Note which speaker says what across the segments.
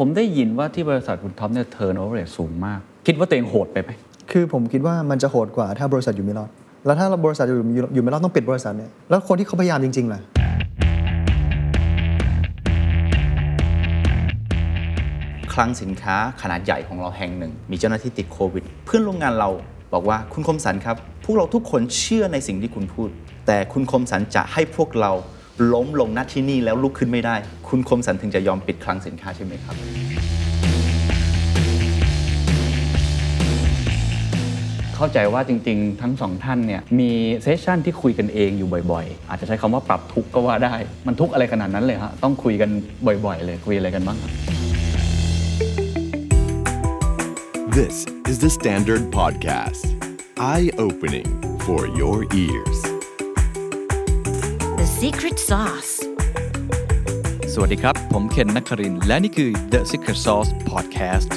Speaker 1: ผมได้ยินว่าที่บริษัทคุณท็อปเนี่ยเทิร์นโอเวอร์เรสูงมาก คิดว่าตัวเองโหดไปไหม
Speaker 2: คือผมคิดว่ามันจะโหดกว่าถ้าบริษัทอยู่ไม่รอด แล้วถ้าบริษัทอยู่อยู่ไม่รอดต้องปิดบริษัทเนี่ย แล้วคนที่เขาพยายามจริงๆล่ะ
Speaker 3: คลังสินค้าขนาดใหญ่ของเราแห่งหนึ่ง มีเจ้าหน้าที่ติดโควิด เพื่อนร่วมงานเราบอกว่าคุณคมสันครับ พวกเราทุกคนเชื่อในสิ่งที่คุณพูด แต่คุณคมสันจะให้พวกเราล้มลงณที่นี่แล้วลุกขึ้นไม่ได้ คุณคมสันถึงจะยอมปิดคลังสินค้าใช่ไหมครับ
Speaker 1: เข้าใจว่าจริงๆ ทั้งสองท่านเนี่ยมีเซสชั่นที่คุยกันเองอยู่บ่อยๆ อาจจะใช้คำว่าปรับทุกข์ก็ว่าได้ มันทุกข์อะไรขนาดนั้นเลยฮะ ต้องคุยกันบ่อยๆ เลยคุยอะไรกันบ้าง
Speaker 4: This is the Standard Podcast. Eye opening for your ears.
Speaker 5: The secret sauce.
Speaker 6: สวัสดีครับ ผมเคนนักครินทร์และนี่คือ The Secret Sauce Podcast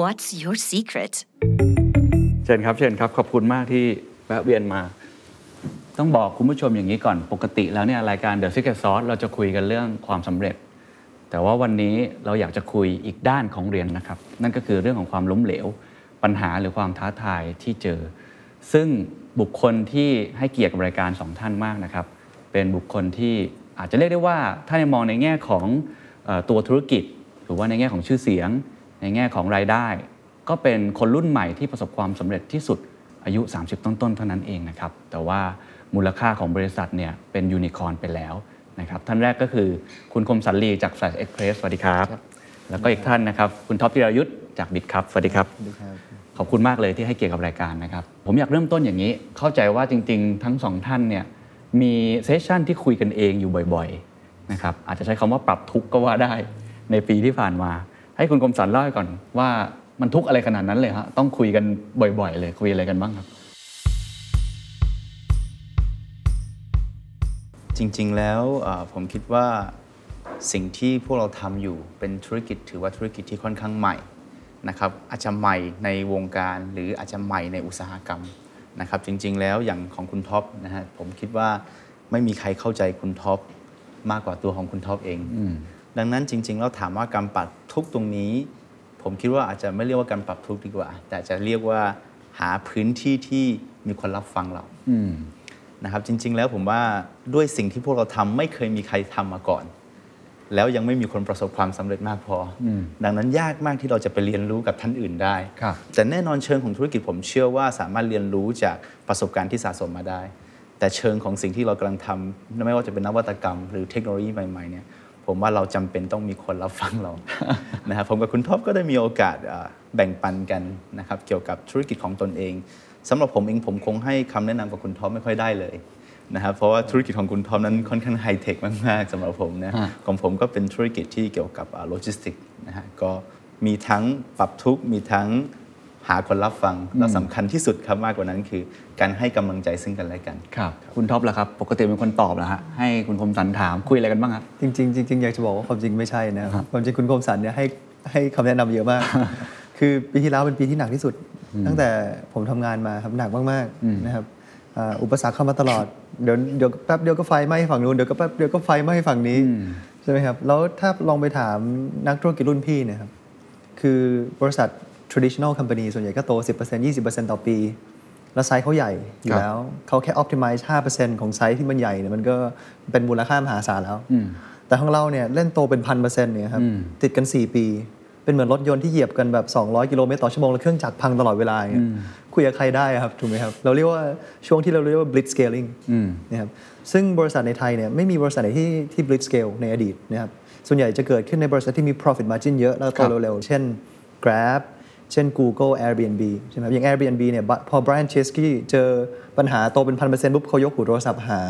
Speaker 5: What's your secret?
Speaker 1: เชิญครับเชิญครับ ขอบคุณมากที่แวะเวียนมา ต้องบอกคุณผู้ชมอย่างนี้ก่อนปกติแล้วเนี่ยรายการ The Secret Sauce เราจะคุยกันเรื่องความสำเร็จ แต่ว่าวันนี้เราอยากจะคุยอีกด้านของเรียนนะครับ นั่นก็คือเรื่องของความล้มเหลว ปัญหาหรือความท้าทายที่เจอ ซึ่งบุคคลที่ให้เกียรติกับรายการสองท่านมากนะครับ เป็นบุคคลที่อาจจะเรียกได้ว่าถ้าในมองในแง่ของเอ่อตัวธุรกิจ หรือว่าในแง่ของชื่อเสียง ในแง่ของรายได้ ก็เป็นคนรุ่นใหม่ที่ประสบความสำเร็จที่สุดอายุ 30 ต้นๆ เท่านั้นเองนะครับ แต่ว่ามูลค่าของบริษัทเนี่ยเป็นยูนิคอร์นไปแล้วนะครับ ท่านแรกก็คือคุณคมสันลีจาก Flash Express สวัสดีครับ แล้วก็อีกท่านนะครับ คุณท็อปธีรยุทธ์จากบิดครับสวัสดีครับ ขอบคุณมากเลยที่ให้เกียรติกับรายการนะครับ ผมอยากเริ่มต้นอย่างนี้ เข้าใจว่าจริงๆ ทั้งสองท่านเนี่ยมีเซสชั่นที่คุยกันเองอยู่บ่อยๆนะครับอาจจะใช้คำว่าปรับทุกข์ก็ว่าได้ในปีที่ผ่านมา ให้คุณกรมสรรเล่าให้ก่อนว่ามันทุกข์อะไรขนาดนั้นเลยฮะต้องคุยกันบ่อยๆ เลยคุยอะไรกันบ้างครับ
Speaker 3: จริงๆ แล้วเอ่อผมคิดว่าสิ่งที่พวกเราทำอยู่เป็นธุรกิจถือว่าธุรกิจที่ค่อนข้างใหม่นะครับอาจจะใหม่ในวงการหรืออาจจะใหม่ในอุตสาหกรรมนะครับจริงๆ แล้วอย่างของคุณท็อปนะฮะผมคิดว่าไม่มีใครเข้าใจคุณท็อปมากกว่าตัวของคุณท็อปเอง ดังนั้นจริงๆ แล้วถามว่าการปรับทุกข์ตรงนี้ ผมคิดว่าอาจจะไม่เรียกว่าการปรับทุกข์ดีกว่า แต่อาจจะเรียกว่าหาพื้นที่ที่มีคนรับฟังเรา
Speaker 1: อืม
Speaker 3: นะครับจริง ๆ แล้วผมว่าด้วยสิ่งที่พวกเราทำไม่เคยมีใครทำมาก่อน แล้วยังไม่มีคนประสบความสำเร็จมากพออ
Speaker 1: ม
Speaker 3: ดังนั้นยากมากที่เราจะไปเรียนรู้กับท่านอื่นได้
Speaker 1: ครับ
Speaker 3: แต่แน่นอนเชิงของธุรกิจผมเชื่อว่าสามารถเรียนรู้จากประสบการณ์ที่สะสมมาได้ แต่เชิงของสิ่งที่เรากำลังทำไม่ว่าจะเป็นนวัตกรรม หรือเทคโนโลยีใหม่ๆเนี่ยผมว่าเราจำเป็นต้องมีคนรับฟังเรา นะครับผมกับคุณท็อปก็ได้มีโอกาสอ่าแบ่งปันกันนะครับเกี่ยวกับธุรกิจของตนเองสำหรับผมเองผมคงให้คำแนะนำกับคุณท็อปไม่ค่อยได้เลยนะครับเพราะว่าธุรกิจของคุณท็อปนั้นค่อนข้างไฮเทคมากๆสำหรับผมนะ
Speaker 1: ฮะ
Speaker 3: ของผมก็เป็นธุรกิจที่เกี่ยวกับโลจิสติกนะฮะก็มีทั้งปรับทุกข์มีทั้ง หาคนรับฟังและสำคัญที่สุดครับมากกว่านั้นคือ การให้กำลังใจซึ่งกันและกัน
Speaker 1: ครับ คุณท็อปล่ะครับ ปกติเป็นคนตอบเหรอฮะให้คุณคมสันถามคุยอะไรกันบ้างครับ
Speaker 2: จริงๆจริงๆอยากจะบอกว่าความจริงไม่ใช่นะความจริงคุณคมสันเนี่ยให้ให้คำแนะนำเยอะมาก คือปีที่แล้วเป็นปีที่หนักที่สุด ตั้งแต่ผมทำงานมาครับหนักมาก
Speaker 1: อืม
Speaker 2: ๆนะครับอ่าอุปสรรคเข้ามาตลอดเดี๋ยวเดี๋ยวแป๊บเดียวก็ไฟไหม้ฝั่งนู้นเดี๋ยวก็แป๊บเดียวก็ไฟไหม้ฝั่งนี้ใช่ไหมครับแล้วถ้าลองไปถามนักธุรกิจรุ่นพี่เนะครับ คือบริษัท traditional company ส่วนใหญ่ก็โต 10% 20%ต่อปี แล้วไซส์เขาใหญ่อยู่แล้วเขาแค่ optimize 5%ของไซส์ที่มันใหญ่เนี่ยมันก็เป็นมูลค่ามหาศาลแล้ว
Speaker 1: อืม
Speaker 2: แต่ของเราเนี่ยเล่นโตเป็นพันเปอร์เซ็นต์เนี่ยครับ
Speaker 1: อืม
Speaker 2: ติดกัน 4 ปี เป็นเหมือนรถยนต์ที่เหยียบกันแบบ 200 กิโลเมตรต่อชั่วโมง แล้วเครื่องจักรพังตลอดเวลาอย่างเงี้ยคุยกับใครได้อะครับ ถูกไหมครับ เราเรียกว่าช่วงที่เราเรียกว่า blitz scaling
Speaker 1: อืม
Speaker 2: นะครับซึ่งบริษัทในไทยเนี่ยไม่มีบริษัทไหนที่ที่ blitz scale ในอดีตนะครับส่วนใหญ่จะเกิดขึ้นในบริษัทที่มี profit margin เยอะ แล้วก็
Speaker 1: ค
Speaker 2: โต
Speaker 1: รับ
Speaker 2: เร็วๆ เช่น Grab เช่น Google Airbnb ใช่ไหมครับอย่าง Airbnb เนี่ยบะพอ Brian c h e s k y เจอปัญหาโตเป็นพันเปอร์เซ็นต์ปุ๊บเขายกหูโทรศัพท์หา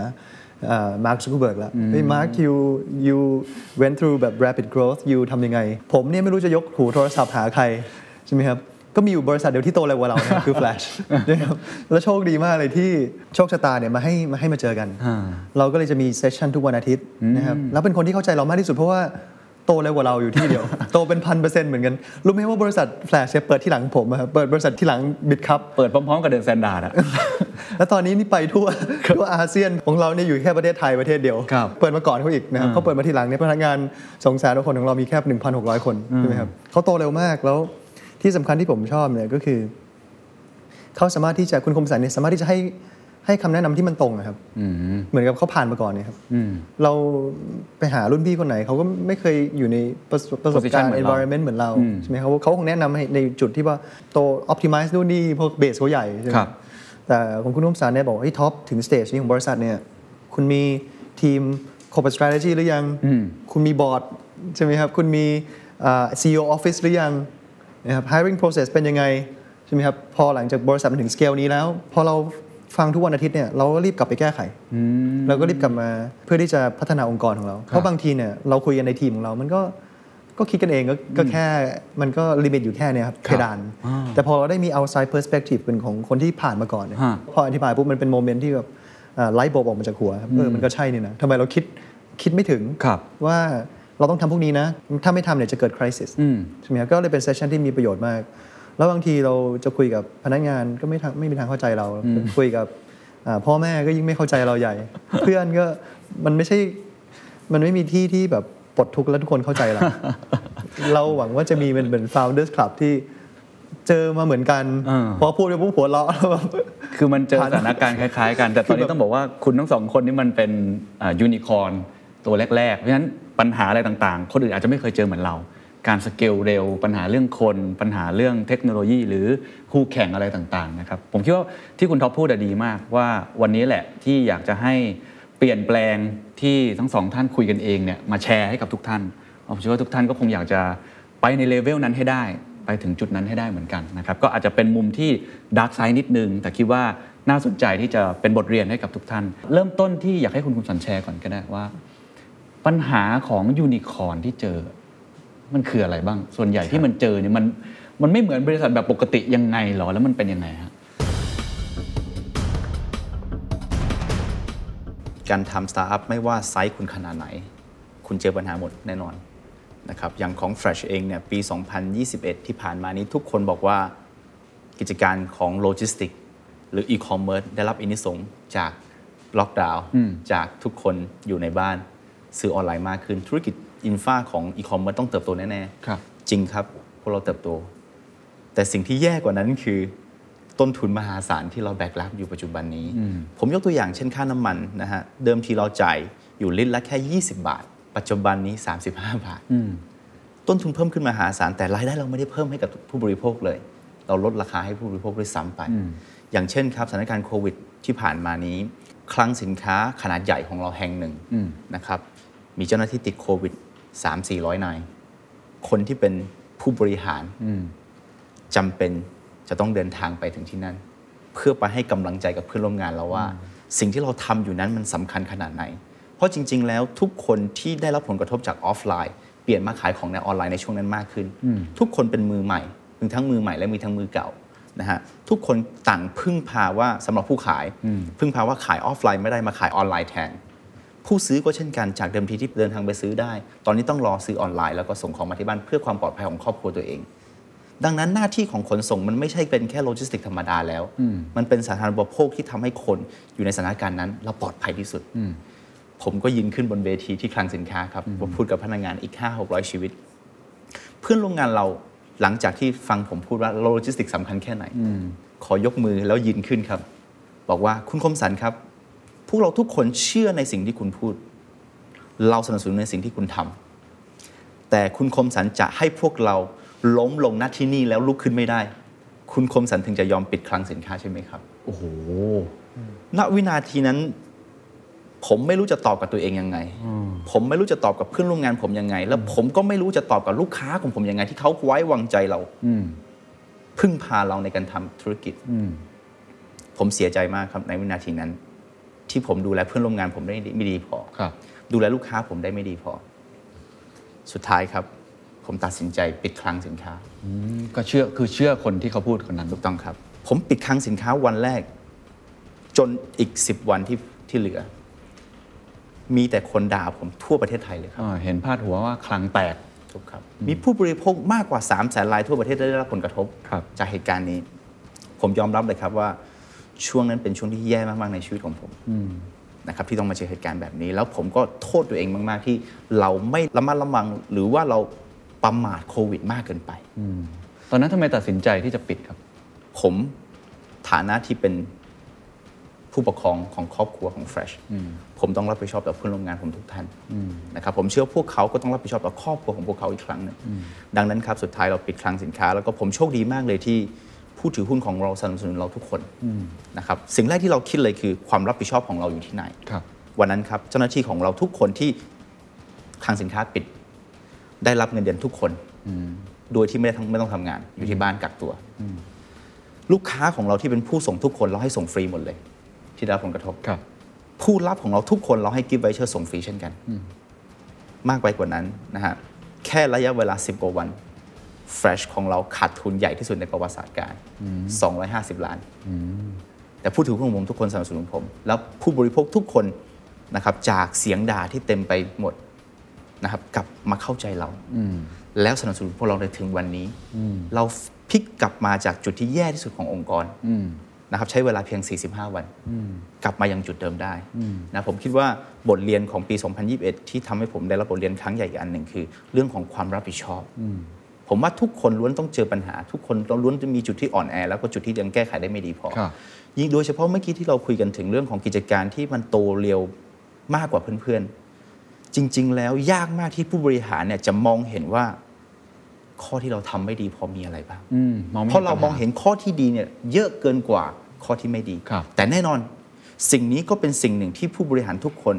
Speaker 2: มาร์คซูเบิร์กแล้วเฮ้ยมาร์ค you you went through แบบ rapid growth you ทำยังไง ผมเนี่ยไม่รู้จะยกหูโทรศัพท์หาใคร ใช่ไหมครับ ก็มีอยู่บริษัทเดียวที่โตเร็วกว่าเรานะ คือ Flash นะครับแล้วโชคดีมากเลยที่โชคชะตาเนี่ยมาให้มาให้มาเจอกัน
Speaker 1: อ่า
Speaker 2: เราก็เลยจะมีเซสชันทุกวันอาทิตย์นะครับแล้วเป็นคนที่เข้าใจเรามากที่สุดเพราะว่าโตเร็วกว่าเราอยู่ที่เดียว โตเป็นพันเปอร์เซ็นต์เหมือนกัน รู้ไหมว่าบริษัทแฟลชเปิดที่หลังผมอะครับเปิดบริษัทที่หลังบิดครับ
Speaker 1: เปิดพร้อมๆ กับเดินแซนดาร์ดอะ
Speaker 2: แล้วตอนนี้นี่ไป ทั่วทั่วอาเซียนของเราเนี่ยอยู่แค่ประเทศไทยประเทศเดียว
Speaker 1: ครับ
Speaker 2: เปิดมาก่อนเขาอีกนะครับเขาเปิดมาทีหลังเนี่ยพนักงานสองแสนกว่าคนของเรามีแค่ 1,600 คนใช่ไหมครับเขาโตเร็วมากแล้วที่สำคัญที่ผมชอบเนี่ยก็คือ เขาสามารถที่จะคุณคมสันเนี่ยสามารถที่จะให้ให้คำแนะนำที่มันตรงอะครับ
Speaker 1: อืม
Speaker 2: เหมือนกับเขาผ่านมาก่อนเนี่ยครับ
Speaker 1: อืม
Speaker 2: เราไปหารุ่นพี่คนไหนเขาก็ไม่เคยอยู่ในประสบประสบการ
Speaker 1: Position
Speaker 2: ณ์
Speaker 1: เหมือนเรา
Speaker 2: environment เหมือนเรา
Speaker 1: อืม
Speaker 2: ใช่ไหมครับเขาคงแนะนำให้ในจุดที่ว่าโต optimize นู่นนี่เพราะเบสเขาใหญ่ใช่ไหม
Speaker 1: ครับ
Speaker 2: แต่ของคุณนุ่มสารเนี่ยบอกว่าเฮ้ยท็อปถึงสเตจนี้ของบริษัทเนี่ยคุณมีทีม corporate strategy หรือยัง
Speaker 1: อืม
Speaker 2: คุณมีบอร์ดใช่ไหมครับ คุณมีเอ่อ CEO office หรือยังนะครับ hiring process เป็นยังไงใช่ไหมครับ พอหลังจากบริษัทมันถึงสเกลนี้แล้ว พอเราฟังทุกวันอาทิตย์เนี่ยเราก็รีบกลับไปแก้ไข เราก็รีบกลับมาเพื่อที่จะพัฒนาองค์กรของเรา เพราะบางทีเนี่ยเราคุยกันในทีมของเรา มันก็ก็คิดกันเองก็ก็แค่มันก็ลิมิตอยู่แค่เนี้ครับเพดาน แต่พอเราได้มี outside perspective เป็นของคนที่ผ่านมาก่อนเนี่ย
Speaker 1: ฮะ
Speaker 2: พออธิบายปุ๊บมันเป็นโมเมนต์ที่แบบอ่าไลท์บอลบออกมาจากหัวครับเออมันก็ใช่นี่นะทำไมเราคิดคิดไม่ถึง
Speaker 1: ครับ
Speaker 2: ว่าเราต้องทำพวกนี้นะ ถ้าไม่ทำเนี่ยจะเกิดคริสิส
Speaker 1: อืม
Speaker 2: ใช่ไหมครับก็เลยเป็นเซสชันที่มีประโยชน์มาก แล้วบางทีเราจะคุยกับพนักงานก็ไม่ทางไม่มีทางเข้าใจเรา คุยกับอ่าพ่อแม่ก็ยิ่งไม่เข้าใจเรา ใหญ่ เพื่อนก็มันไม่ใช่ มันไม่มีที่ที่แบบปลดทุกข์แล้วทุกคนเข้าใจเรา เราหวังว่าจะมีเป็นเป็น founders club ที่เจอมาเหมือนกัน
Speaker 1: อ่า
Speaker 2: พอพูดไปปุ๊บหัวเราะ แล้วแบบ
Speaker 1: คือมันเจอ
Speaker 2: ผ่าน
Speaker 1: สถานการณ์คล้ายๆกัน แต่ตอน
Speaker 2: คือ
Speaker 1: นี้
Speaker 2: แบบ
Speaker 1: ต้องบอกว่าคุณทั้งสองคนนี่มันเป็นยูนิคอร์นตัวแรก ๆ เพราะฉะนั้นปัญหาอะไรต่างๆ คนอื่นอาจจะไม่เคยเจอเหมือนเรา การสเกลเร็ว ปัญหาเรื่องคน ปัญหาเรื่องเทคโนโลยี หรือคู่แข่งอะไรต่างๆนะครับผมคิดว่าที่คุณท็อปพูดอะดีมากว่าวันนี้แหละที่อยากจะให้เปลี่ยนแปลงที่ทั้งสองท่านคุยกันเองเนี่ยมาแชร์ให้กับทุกท่านผมเชื่อว่าทุกท่านก็คงอยากจะ ไปในเลเวลนั้นให้ได้ ไปถึงจุดนั้นให้ได้เหมือนกันนะครับ ก็อาจจะเป็นมุมที่ดาร์กไซ d ์นิดนึง แต่คิดว่าน่าสนใจที่จะเป็นบทเรียนให้กับทุกท่าน เริ่มต้นที่อยากให้คุณคุณสันแชร์ก่อนก็ได้ว่า ปัญหาของยูนิคอร์นที่เจอ มันคืออะไรบ้าง ส่วนใหญ่ที่มันเจอเนี่ยมันมันไม่เหมือนบริษัทแบบปกติยังไงหรอ แล้วมันเป็นยังไงฮะ
Speaker 3: การทำสตาร์ทอัพไม่ว่าไซส์คุณขนาดไหน คุณเจอปัญหาหมดแน่นอนนะครับอย่างของ Fresh เองเนี่ยปี 2021 ที่ผ่านมานี้ทุกคนบอกว่ากิจการของโลจิสติกหรืออีคอมเมิร์ซได้รับอินิสงส์จากล็อกดาวน์จากทุกคนอยู่ในบ้าน ซื้อออนไลน์มากขึ้น ธุรกิจอินฟาของอีคอมเมิร์ซต้องเติบโตแน่ๆ
Speaker 1: ครับ
Speaker 3: จริงครับ พวกเราเติบโต แต่สิ่งที่แย่กว่านั้นคือต้นทุนมหาศาลที่เราแบกรับอยู่ปัจจุบันนี้ ผมยกตัวอย่างเช่นค่าน้ำมันนะฮะ เดิมทีเราจ่ายอยู่ลิตรละแค่ 20 บาท ปัจจุบันนี้ 35 บาท ต้นทุนเพิ่มขึ้นมหาศาล แต่รายได้เราไม่ได้เพิ่มให้กับผู้บริโภคเลย เราลดราคาให้ผู้บริโภคด้วยซ้ำไป อย่างเช่นครับสถานการณ์โควิดที่ผ่านมานี้ คลังสินค้าขนาดใหญ่ของเราแห่งหนึ่งนะครับมีเจ้าหน้าที่ติดโควิด 3-400 นาย คนที่เป็นผู้บริหาร จำเป็นจะต้องเดินทางไปถึงที่นั่น เพื่อไปให้กำลังใจกับเพื่อนร่วมงานเราว่า สิ่งที่เราทำอยู่นั้นมันสำคัญขนาดไหน เพราะจริง ๆ แล้วทุกคนที่ได้รับผลกระทบจากออฟไลน์ เปลี่ยนมาขายของในออนไลน์ในช่วงนั้นมากขึ้น ทุกคนเป็นมือใหม่มีทั้งมือใหม่และมีทั้งมือเก่านะฮะทุกคนต่างพึ่งพาว่าสำหรับผู้ขาย พึ่งพาว่าขายออฟไลน์ไม่ได้มาขายออนไลน์แทน ผู้ซื้อก็เช่นกันจากเดิมทีที่เดินทางไปซื้อได้ ตอนนี้ต้องรอซื้อออนไลน์แล้วก็ส่งของมาที่บ้านเพื่อความปลอดภัยของครอบครัวตัวเอง ดังนั้นหน้าที่ของขนส่งมันไม่ใช่เป็นแค่โลจิสติกธรรมดาแล้ว มันเป็นสาธารณูปโภคที่ทำให้คนอยู่ในสถานการณ์นั้นเราปลอดภัยที่สุด ผมก็ยืนขึ้นบนเวทีที่คลังสินค้าครับพูดกับพนักงานอีก 5 600 ชีวิต เพื่อนร่วมงานเราหลังจากที่ฟังผมพูดว่าโลจิสติกสำคัญแค่ไหน ขอยกมือแล้วยืนขึ้นครับ บอกว่าคุณคมสันครับ พวกเราทุกคนเชื่อในสิ่งที่คุณพูด เราสนับสนุนในสิ่งที่คุณทำ แต่คุณคมสันจะให้พวกเราล้มลงณที่นี่แล้วลุกขึ้นไม่ได้ คุณคมสันถึงจะยอมปิดคลังสินค้าใช่ไหมครับ
Speaker 1: โอ้โห
Speaker 3: ณวินาทีนั้น ผมไม่รู้จะตอบกับตัวเองยังไง ผมไม่รู้จะตอบกับเพื่อนร่วมงานผมยังไง แล้วผมก็ไม่รู้จะตอบกับลูกค้าของผมยังไง ที่เขาไว้วางใจเรา
Speaker 1: อืม
Speaker 3: พึ่งพาเราในการทำธุรกิจ
Speaker 1: อืม
Speaker 3: ผมเสียใจมากครับในวินาทีนั้น ที่ผมดูแลเพื่อนร่วมงานผมได้ไม่ดีพอ
Speaker 1: ครับ
Speaker 3: ดูแลลูกค้าผมได้ไม่ดีพอ สุดท้ายครับ ผมตัดสินใจปิดคลังสินค้า
Speaker 1: ก็เชื่อคือเชื่อคนที่เขาพูดคนนั้น
Speaker 3: ถูกต้องครับ ผมปิดคลังสินค้าวันแรก จนอีก 10 วันที่ที่เหลือ มีแต่คนด่าผมทั่วประเทศไทยเลยครับ
Speaker 1: อ่าเห็นพาดหัวว่าคลังแตก
Speaker 3: ถูกครับ มีผู้บริโภคมากกว่า 3 0 0แสนรายทั่วประเทศได้รับผลกระทบ
Speaker 1: ครับ
Speaker 3: จากเหตุการณ์นี้ ผมยอมรับเลยครับว่า ช่วงนั้นเป็นช่วงที่แย่มากๆในชีวิตของผมนะครับที่ต้องมาเจอเหตุการณ์แบบนี้ แล้วผมก็โทษตัวเองมาก ๆ ที่เราไม่ระมัดระวังหรือว่าเราประมาทโควิดมากเกินไป
Speaker 1: ตอนนั้นทำไมตัดสินใจที่จะปิดครับ
Speaker 3: ผมฐานะที่เป็นผู้ปกครองของครอบครัวของแฟรชผมต้องรับผิดชอบต่อเพื่อนร่วมงานผมทุกท่านนะครับผมเชื่อพวกเขาก็ต้องรับผิดชอบต่อครอบครัวของพวกเขาอีกครั้งหนึ่งดังนั้นครับสุดท้ายเราปิดคลังสินค้า แล้วก็ผมโชคดีมากเลยที่ผู้ถือหุ้นของเราสนับสนุนเราทุกคนนะครับสิ่งแรกที่เราคิดเลยคือความรับผิดชอบของเราอยู่ที่ไหน
Speaker 1: ครับ
Speaker 3: วันนั้นครับเจ้าหน้าที่ของเราทุกคนที่คลังสินค้าปิด ได้รับเงินเดือนทุกคน โดยที่ไม่ได้ทำไม่ต้องทำงาน อยู่ที่บ้านกักตัว ลูกค้าของเราที่เป็นผู้ส่งทุกคนเราให้ส่งฟรีหมดเลย ที่ได้รับผลกระทบ
Speaker 1: ครับ
Speaker 3: ผู้รับของเราทุกคนเราให้กิฟต์ไวเชอร์ส่งฟรีเช่นกัน มากไปกว่านั้นนะฮะแค่ระยะเวลา 10 กว่าวัน Fresh ของเราขาดทุนใหญ่ที่สุดในประวัติศาสตร์การ 250 ล้าน แต่ผู้ถือหุ้นของผมทุกคนสนับสนุนผม แล้วผู้บริโภคทุกคนนะครับจากเสียงด่าที่เต็มไปหมดนะครับกลับมาเข้าใจเรา แล้วสนับสนุนพวกเราในถึงวันนี้ เราพลิกกลับมาจากจุดที่แย่ที่สุดขององค์กรนะครับใช้เวลาเพียง 45 วัน กลับมายังจุดเดิมได้นะผมคิดว่าบทเรียนของปี 2021 ที่ทำให้ผมได้รับบทเรียนครั้งใหญ่อีกอันหนึ่งคือ เรื่องของความรับผิดชอบ ผมว่าทุกคนล้วนต้องเจอปัญหา ทุกคนล้วนจะมีจุดที่อ่อนแอ แล้วก็จุดที่ยังแก้ไขได้ไม่ดีพอ
Speaker 1: ครับ
Speaker 3: ยิ่งโดยเฉพาะเมื่อกี้ที่เราคุยกันถึงเรื่องของกิจการที่มันโตเร็วมากกว่าเพื่อนๆ จริง ๆ แล้วยากมากที่ผู้บริหารเนี่ยจะมองเห็นว่าข้อที่เราทำไม่ดีพอมีอะไรบ้าง
Speaker 1: อืมมองไม่
Speaker 3: เพ
Speaker 1: ห็น
Speaker 3: ราะเรามองเห็นข้อที่ดีเนี่ยเยอะเกินกว่าข้อที่ไม่ดี
Speaker 1: ครับ
Speaker 3: แต่แน่นอนสิ่งนี้ก็เป็นสิ่งหนึ่งที่ผู้บริหารทุกคน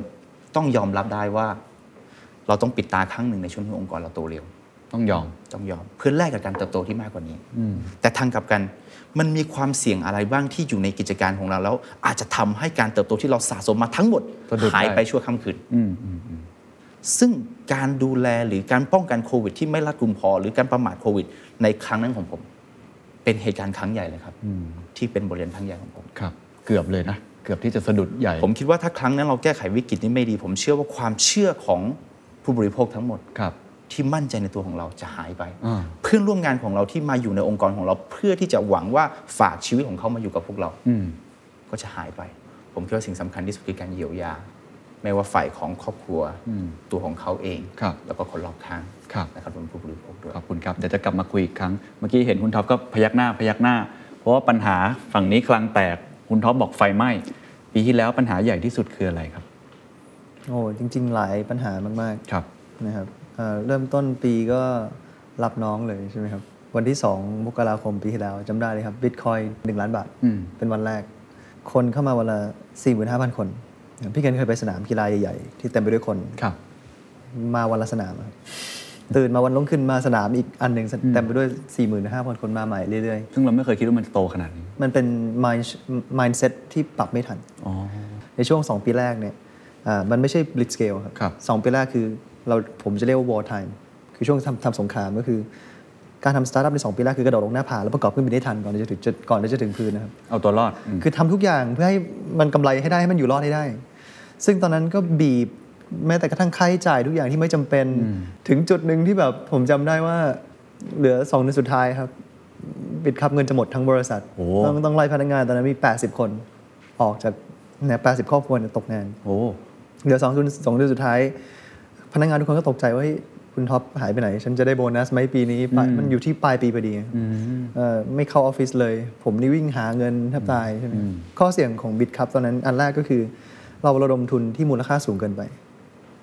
Speaker 3: ต้องยอมรับได้ว่า เราต้องปิดตาครั้งหนึ่งในช่วงที่องค์กรเราโตเร็ว
Speaker 1: ต้องยอม
Speaker 3: ต้องยอมเพื่อแลกกับการเติบโตที่มากกว่านี้แต่ทางกลับกันมันมีความเสี่ยงอะไรบ้างที่อยู่ในกิจการของเราแล้ว อาจจะทำให้การเติบโตที่เราสะสมมาทั้งหมด
Speaker 1: สะดุด
Speaker 3: หายไป
Speaker 1: ได้
Speaker 3: ชั่วค่ำคืนซึ่งการดูแลหรือการป้องกันโควิด ที่ไม่รัดกุมพอ หรือการประมาทโควิด ในครั้งนั้นของผม เป็นเหตุการณ์ครั้งใหญ่เลยครับที่เป็นบทเรียนครั้งใหญ่ของผม
Speaker 1: ครับ เกือบเลยนะ เกือบที่จะสะดุดใหญ่
Speaker 3: ผมคิดว่าถ้าครั้งนั้นเราแก้ไขวิกฤตนี้ไม่ดี ผมเชื่อว่าความเชื่อของผู้บริโภคทั้งหมด
Speaker 1: ครับ
Speaker 3: ที่มั่นใจในตัวของเราจะหายไป
Speaker 1: อ่า
Speaker 3: เพื่อนร่วมงานของเราที่มาอยู่ในองค์กรของเราเพื่อที่จะหวังว่าฝากชีวิตของเขามาอยู่กับพวกเรา
Speaker 1: อืม
Speaker 3: ก็จะหายไป ผมคิดว่าสิ่งสำคัญที่สุดคือการเยียวยา ไม่ว่าฝ่ายของครอบครัวตัวของเขาเอง
Speaker 1: ครับ
Speaker 3: แล้วก็คนรอบข้าง
Speaker 1: ครับ
Speaker 3: นะครับรวมถึงผู้บริโภคด้วย
Speaker 1: ขอบคุณครับ เดี๋ยวจะกลับมาคุยอีกครั้ง เมื่อกี้เห็นคุณท็อปก็พยักหน้าพยักหน้า เพราะว่าปัญหาฝั่งนี้คลังแตก คุณท็อปบอกไฟไหม้ ปีที่แล้วปัญหาใหญ่ที่สุดคืออะไรครับ
Speaker 2: โอ้จริง ๆ หลายปัญหามากๆ
Speaker 1: ครับ
Speaker 2: นะครับเอ่อเริ่มต้นปีก็รับน้องเลยใช่ไหมครับ วันที่ 2 มกราคมปีที่แล้วจำได้เลยครับบิตคอย1ล้านบาท
Speaker 1: อืม
Speaker 2: เป็นวันแรก คนเข้ามาวันละ 45,000 คนพี่เกณฑ์เคยไปสนามกีฬาใหญ่ๆ ที่เต็มไปด้วยคน
Speaker 1: ครับ
Speaker 2: มาวันละสนามอะครับตื่นมาวันลงขึ้นมาสนามอีกอันหนึ่งเต็มไปด้วย 45,000 คนมาใหม่เรื่อย
Speaker 1: ซึ่งเราไม่เคยคิดว่ามันจะโตขนาดนี้
Speaker 2: ๆ มันเป็น mind- mindset ที่ปรับไม่ทัน
Speaker 1: อ๋อ
Speaker 2: ในช่วง 2 ปีแรกเนี่ยอ่ามันไม่ใช่ blitz scale ครับ
Speaker 1: ครับ
Speaker 2: สองปีแรกคือเราผมจะเรียกว่า war time คือช่วงทำทำสงครามก็คือ การทำสตาร์ทอัพใน 2 ปีแรกคือกระโดดลงหน้าผา แล้วประกอบขึ้นบินได้ทันก่อนที่จะถึงจุดก่อนที่จะถึงพื้นนะครับ
Speaker 1: เอาตัวรอดอืม
Speaker 2: คือทำทุกอย่างเพื่อให้มันกำไรให้ได้ให้มันอยู่รอดให้ได้ ซึ่งตอนนั้นก็บีบแม้แต่กระทั่งค่าใช้จ่ายทุกอย่างที่ไม่จำเป็น ถึงจุดหนึ่งที่แบบผมจำได้ว่าเหลือสองเดือนสุดท้ายครับ บิดครับเงินจะหมดทั้งบริษัท
Speaker 1: โอ้
Speaker 2: ต้องต้องไล่พนักงานตอนนั้นมี 80 คน ออกจากเนี่ยแปดสิบครอบครัวเนี่ยตกงาน
Speaker 1: โอ้
Speaker 2: เหลือสองเดือนสองเดือนสุดท้าย พนักงานทุกคนก็ตกใจว่าเฮ้ยคุณท็อปหายไปไหน ฉันจะได้โบนัสไหมปีนี้ปลายมันอยู่ที่ปลายปีพอดีเอ่อไม่เข้าออฟฟิศเลย ผมนี่วิ่งหาเงินแทบตายใช่ไหมข้อเสี่ยงของบิ t ครับตอนนั้นอันแรกก็คือ เราระดมทุนที่มูลค่าสูงเกินไป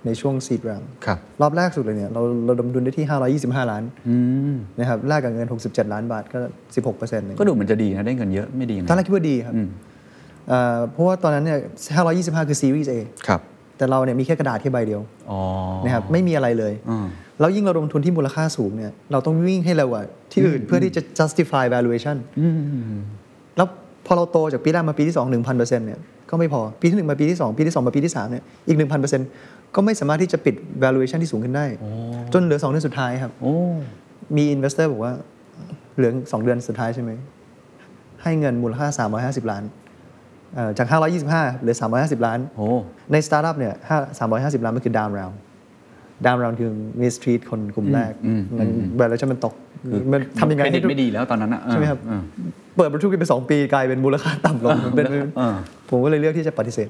Speaker 2: ในช่วงซีดรัม
Speaker 1: ครับ
Speaker 2: รอบแรกสุดเลยเนี่ยเราระดมทุนได้ที่ 525 ล้าน
Speaker 1: อืม
Speaker 2: นะครับแลกกับเงิน 67 ล้านบาทก็ 16เปอร์เซ็นต์
Speaker 1: ก็ดูเหมือนจะดีนะ ได้เงินเยอะ ไม่ดียังไง
Speaker 2: ตอนแรกคิดว่าดีครับเอ่อเพราะว่าตอนนั้นเนี่ย 525 คือซีรีส์ A
Speaker 1: ครับ
Speaker 2: แต่เราเนี่ยมีแค่กระดาษแค่ใบเดียว
Speaker 1: อ๋อ
Speaker 2: นะครับ ไม่มีอะไรเลย
Speaker 1: อ่า
Speaker 2: แล้วยิ่งเราลงทุนที่มูลค่าสูงเนี่ย เราต้องวิ่งให้เร็วกว่าที่อื่นเพื่อที่จะ justify valuation แล้วพอเราโตจากปีแรกมาปีที่ 2 1,000%เนี่ย ก็ไม่พอ ปีที่ 1 มาปีที่ 2 ปีที่ 2 มาปีที่ 3 เนี่ย อีก 1,000%ก็ไม่สามารถที่จะปิด valuation ที่สูงขึ้นได้ จนเหลือสองเดือนสุดท้ายครับ
Speaker 1: โอ้
Speaker 2: มี investor บอกว่าเหลือสองเดือนสุดท้ายใช่ไหม ให้เงินมูลค่า 350 ล้านเอ่อจาก 525เหลือ 350 ล้าน
Speaker 1: โอ้
Speaker 2: ในสตาร์ทอัพเนี่ย5 350 ล้านมันคือดาวน์ราวดาวน์ราวคือมิสทรีตคนกลุ่มแรก มัน valuation มันตกมันทำยังไง
Speaker 1: เครดิ
Speaker 2: ให้
Speaker 1: ต
Speaker 2: ทุก
Speaker 1: ไม่ดีแล้วตอนนั้นนะเออ
Speaker 2: ใช่ไหมครับ
Speaker 1: เออ
Speaker 2: เปิดธุรกิจไปสองปีกลายเป็นมูลค่าต่ำลงเป็น
Speaker 1: อ่า
Speaker 2: ผมก็เลยเลือกที่จะปฏิเสธ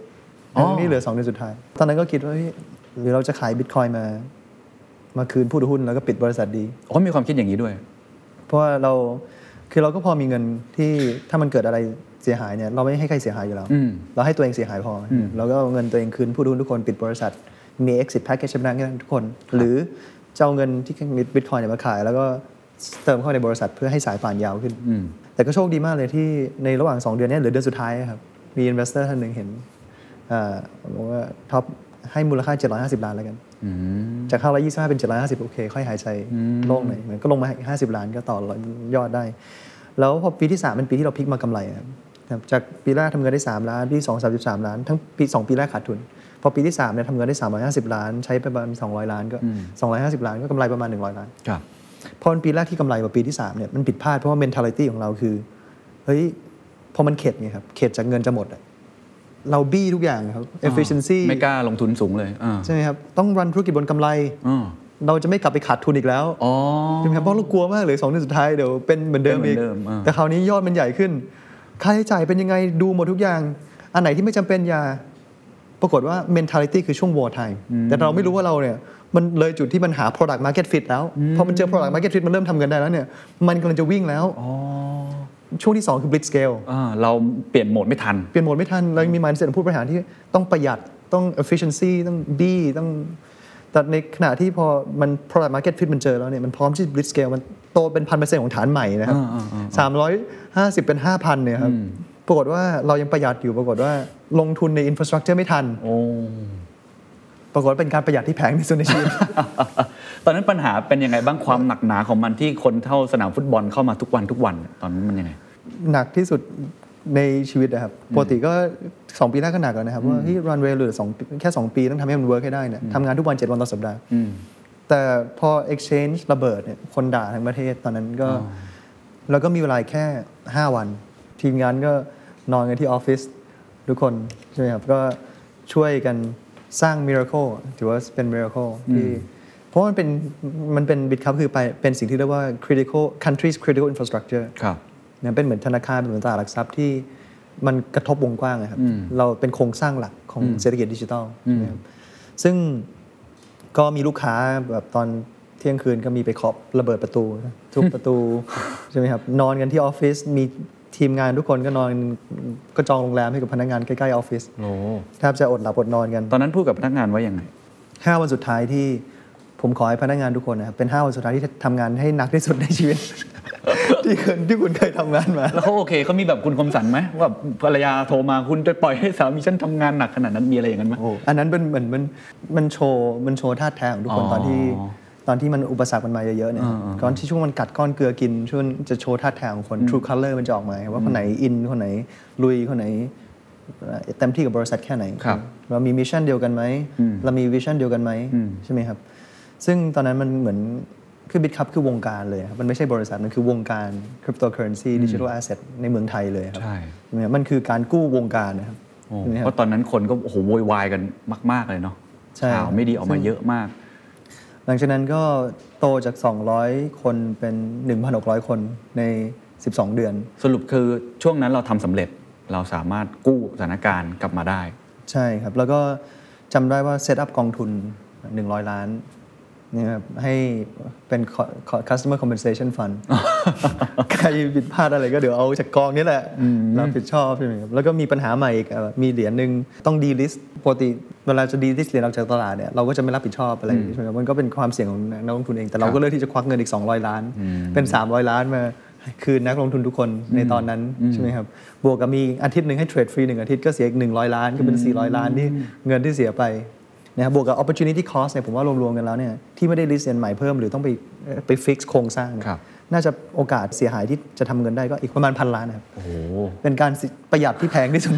Speaker 2: ทั้งนี่เหลือสองเดือนสุดท้าย ตอนนั้นก็คิดว่าเฮ้ยหรือเราจะขายบิตคอยน์มา มาคืนผู้ถือหุ้นแล้วก็ปิดบริษัทดี
Speaker 1: อ๋อมีความคิดอย่างนี้ด้วย
Speaker 2: เพราะว่าเราคือเราก็พอมีเงินที่ถ้ามันเกิดอะไรเสียหายเนี่ยเราไม่ให้ใครเสียหายอยู่แล้ว
Speaker 1: อืม
Speaker 2: เราให้ตัวเองเสียหายพออเราก็เอาเงินตัวเองคืนผู้ทุนทุกคนปิดบริษัท มี exit package ชำระเงินทุกคน หรือจะเอาเงินที่มีบิตคอยเนี่ยมาขาย แล้วก็เติมเข้าในบริษัทเพื่อให้สายป่านยาวขึ้น
Speaker 1: อืม
Speaker 2: แต่ก็โชคดีมากเลยที่ในระหว่าง 2 เดือนเนี้หรือเดือนสุดท้ายครับ มี investor ท่านหนึ่งเห็นเอ่อบอกว่าท็อปให้มูลค่า 750 ล้านแล้วกัน
Speaker 1: อืม
Speaker 2: จาก525 เป็น 750 โอเค ค่อยหายใจโล่งหน่อยเหมือนก็ลงมา 50 ล้านก็ต่อยอดได้ แล้วพอปีที่ 3 เป็นปีที่เราพลิกมากำไรครับครับจากปีแรกทำเงินได้ 3 ล้านปีที่2 33 ล้าน ทั้งปี 2 ปีแรกขาดทุน พอปีที่3เนี่ยทำเงินได้ 350 ล้าน ใช้ไปประมาณ 200 ล้านก็ 250 ล้านก็กำไรประมาณ 100 ล้าน
Speaker 1: ครับ
Speaker 2: พอมันปีแรกที่กำไรกว่าปีที่ 3 เนี่ยมันผิดพลาดเพราะว่า mentality ของเราคือ เฮ้ย พอมันเข็ดไงครับ เข็ดจากเงินจะหมดอะเราบี้ทุกอย่างครับ efficiency
Speaker 1: ไม่กล้าลงทุนสูงเลยอ่า
Speaker 2: ใช่ไหมครับต้องรันธุรกิจบนกำไร
Speaker 1: อ๋อ
Speaker 2: เราจะไม่กลับไปขาดทุนอีกแล้ว
Speaker 1: อ๋อ
Speaker 2: ใช่ไหมครับเพราะเรากลัวมากเลยสองเดือนสุดท้ายเดี๋ยวเป็นเหมือนเดิมอีก
Speaker 1: เป็นเหมือนเดิมอ่า
Speaker 2: แต่คราวนี้ยอดมันใหญ่ขึ้น ค่าใช้จ่ายเป็นยังไงดูหมดทุกอย่าง อันไหนที่ไม่จำเป็นอย่า ปรากฏว่า mentality คือช่วง war time แต่เราไม่รู้ว่าเราเนี่ย มันเลยจุดที่มันหา product market fit แล้ว พอมันเจอ product market fit มันเริ่มทำกันได้แล้วเนี่ย มันกำลังจะวิ่งแล้ว
Speaker 1: อ๋อ
Speaker 2: ช่วงที่ 2 คือ blitz scale
Speaker 1: อ่าเราเปลี่ยนโหมดไม่ทัน
Speaker 2: เปลี่ยนโหมดไม่ทันเรายังมี mindset ของผู้บริหารที่ต้องประหยัดต้อง efficiency ต้อง B ต้องแต่ในขณะที่พอมัน product market fit มันเจอแล้วเนี่ยมันพร้อมที่ blitz scale มันโตเป็นพันเปอร์เซ็นต์ของฐานใหม่นะครับ
Speaker 1: อ่า
Speaker 2: สามร้อยห้าสิบเป็นห้าพันเนี่ยครับปรากฏว่าเรายังประหยัดอยู่ปรากฏว่าลงทุนใน infrastructure ไม่ทัน
Speaker 1: โอ้
Speaker 2: ปรากฏว่าเป็นการประหยัดที่แพงที่สุดในชีวิต
Speaker 1: ตอนนั้นปัญหาเป็นยังไงบ้างความหนักหนาของมันที่คนเท่าสนามฟุตบอลเข้ามาทุกวันทุกวัน ตอนนั้นมันยังไง
Speaker 2: หนักที่สุดในชีวิตนะครับปกติก็ 2 ปีแรกก็หนักแล้วนะครับว่าที่รันเวย์เหลือสองปีแค่ 2 ปีต้องทำให้มันเวิร์กให้ได้เนี่ยทำงานทุกวัน 7 วันต่อสัปดาห์
Speaker 1: อืม
Speaker 2: แต่พอ Exchange ระเบิดเนี่ยคนด่าทั้งประเทศตอนนั้นก็ แล้วก็มีเวลาแค่ 5 วัน ทีมงานก็นอนกันที่ออฟฟิศทุกคน ใช่ไหมครับ ก็ช่วยกันสร้างมิราเคิลถือว่าเป็นมิราเคิลที่เพราะมันเป็นมันเป็นบิตคัพคือไปเป็นสิ่งที่เรียกว่า critical countries critical infrastructure
Speaker 1: ครับ
Speaker 2: เนี่ยเป็นเหมือนธนาคารเป็นเหมือนตลาดหลักทรัพย์ที่มันกระทบวงกว้างอะครับ เราเป็นโครงสร้างหลักของเศรษฐกิจดิจิทัลนะครับซึ่งก็มีลูกค้าแบบตอนเที่ยงคืนก็มีไปเคาะระเบิดประตูนะทุบประตู ใช่ไหมครับ นอนกันที่ออฟฟิศมีทีมงานทุกคนก็นอนก็จองโรงแรมให้กับพนักงานใกล้ๆออฟฟิศ
Speaker 1: โอ้
Speaker 2: แทบจะอดหลับอดนอนกัน
Speaker 1: ตอนนั้นพูดกับพนักงานว่ายังไง
Speaker 2: ห้าวันสุดท้ายที่ผมขอให้พนักงานทุกคนนะครับเป็นห้าวันสุดท้ายที่ทำงานให้หนักที่สุดในชีวิต ที่คุณที่คุณเคยทำงานมา
Speaker 1: แล้วเขาโอเคเขามีแบบคุณคมสันไหมว่าภรรยาโทรมาคุณจะปล่อยให้สามีฉันทำงานหนักขนาดนั้นมีอะไรอย่างนั้นไหม
Speaker 2: โอ้โหอันนั้นเป็นเหมือนมันมันโชว์มันโชว์ท่าแท้ของทุกคน
Speaker 1: อ๋อ
Speaker 2: ตอนที่ตอนที่มันอุปสรรคมันมาเยอะๆเนี่ยตอนที่ช่วงมันกัดก้อนเกลือกิน ช่วงจะโชว์ท่าแท้ของคน True Color มันจะออกมาว่าคนไหนอินคนไหนลุยคนไหนเอ่อเต็มที่กับบริษัทแค่ไหน
Speaker 1: ครับ
Speaker 2: เรามีมิชชั่นเดียวกันไหมเรามีวิชั่นเดียวกันไหมใช่ไหมครับ ซึ่งตอนนั้นมันเหมือนคือบิตคัพคือวงการเลยครับมันไม่ใช่บริษัทมันคือวงการคริปโตเคอเรนซีดิจิทัลแอสเซทในเมืองไทยเลยครับ
Speaker 1: ใช่
Speaker 2: ใช่ไหมครับมันคือการกู้วงการนะครับ
Speaker 1: โอ้
Speaker 2: ใช่ไหมครับ
Speaker 1: เพราะตอนนั้นคนก็โอ้โหโวยวายกันมาก ๆ เลยเนาะ
Speaker 2: ใช่
Speaker 1: ข่าวไม่ดีออกมาเยอะมาก
Speaker 2: หลังจากนั้นก็โตจาก 200 คนเป็น 1,600 คนใน 12 เดือน
Speaker 1: สรุปคือช่วงนั้นเราทำสำเร็จเราสามารถกู้สถานการณ์กลับมาได้
Speaker 2: ใช่ครับ แล้วก็จำได้ว่าเซตอัพกองทุน 100 ล้านเนี่ยครับให้เป็น co- co- customer compensation fund ใครผิดพลาดอะไรก็เดี๋ยวเอาจากกองนี้แหละรับผิดชอบใช่ไหมครับแล้วก็มีปัญหาใหม่อีกเอ่อมีเหรียญหนึ่งต้องดีลิสต์ปกติเวลาจะดีลิสต์เหรียญออกจากตลาดเนี่ยเราก็จะไม่รับผิดชอบอะไรใช่ไหมครับมันก็เป็นความเสี่ยงของนักลงทุนเองแต่เราก็เลือกที่จะควักเงินอีก 200 ล้าน เป็น 300 ล้านมาคืนนักลงทุนทุกคนในตอนนั้นใช่ไหมครับบวกกับมีอาทิตย์หนึ่งให้เทรดฟรีหนึ่งอาทิตย์ก็เสียอีก100 ล้านก็เป็น 400 ล้านที่เงินที่เสียไป นะครับบวกกับ opportunity cost เนี่ยผมว่ารวม ๆ กันแล้วเนี่ยที่ไม่ได้รีเซนใหม่เพิ่มหรือต้องไปเอ่อไป fix โครงสร้างเนี่ย
Speaker 1: ครับ
Speaker 2: น่าจะโอกาสเสียหายที่จะทำเงินได้ก็อีกประมาณพันล้านนะครับ
Speaker 1: โอ้โห
Speaker 2: เป็นการสิประหยัดที่แพงที่สุด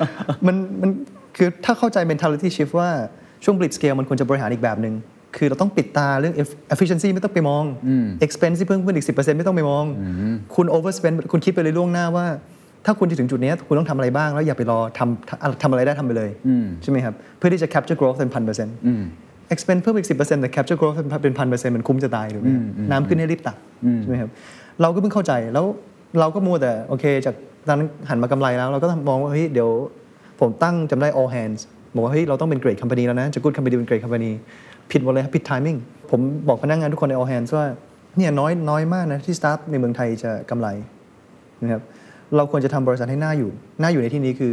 Speaker 2: มันมันคือถ้าเข้าใจ mentality shift ว่าช่วง blitz scale มันควรจะบริหารอีกแบบหนึ่งคือเราต้องปิดตาเรื่อง eff- efficiency ไม่ต้องไปมอง expense ที่เพิ่มขึ้นอีก 10%ไม่ต้องไปมอง คุณ overspend คุณคิดไปเลยล่วงหน้าว่า ถ้าคุณจะถึงจุดเนี้ยคุณต้องทำอะไรบ้าง แล้วอย่าไปรอทำทำอะไรได้ทำไปเลย ใช่ไหมครับ เพื่อที่จะ capture growth เป็นพันเปอร์เซ็นต์ expense เพิ่มอีกสิแต่ capture growth เป็นพันเปอร์เซ็นต์มันคุ้มจะตายถูกไหมครับน้ำขึ้นให้รีบตักใช่ไหมครับเราก็เพิ่งเข้าใจแล้ว เราก็มัวแต่โอเค จากตอนนั้นหันมากำไรแล้ว เราก็มองว่าเฮ้ยเดี๋ยวผมตั้งจำได้ all hands บอกว่าเฮ้ยเราต้องเป็น great company แล้วนะจะ good company เป็น great company ผิดหมดเลยครับผิด timing ผมบอกพนักงานทุกคนใน all hands ว่าเนี่ยน้อยน้อยมากนะที่สตาฟในเมืองไทยจะกำไร นะครับเราควรจะทำบริษัทให้หน้าอยู่หน้าอยู่ในที่นี้คือ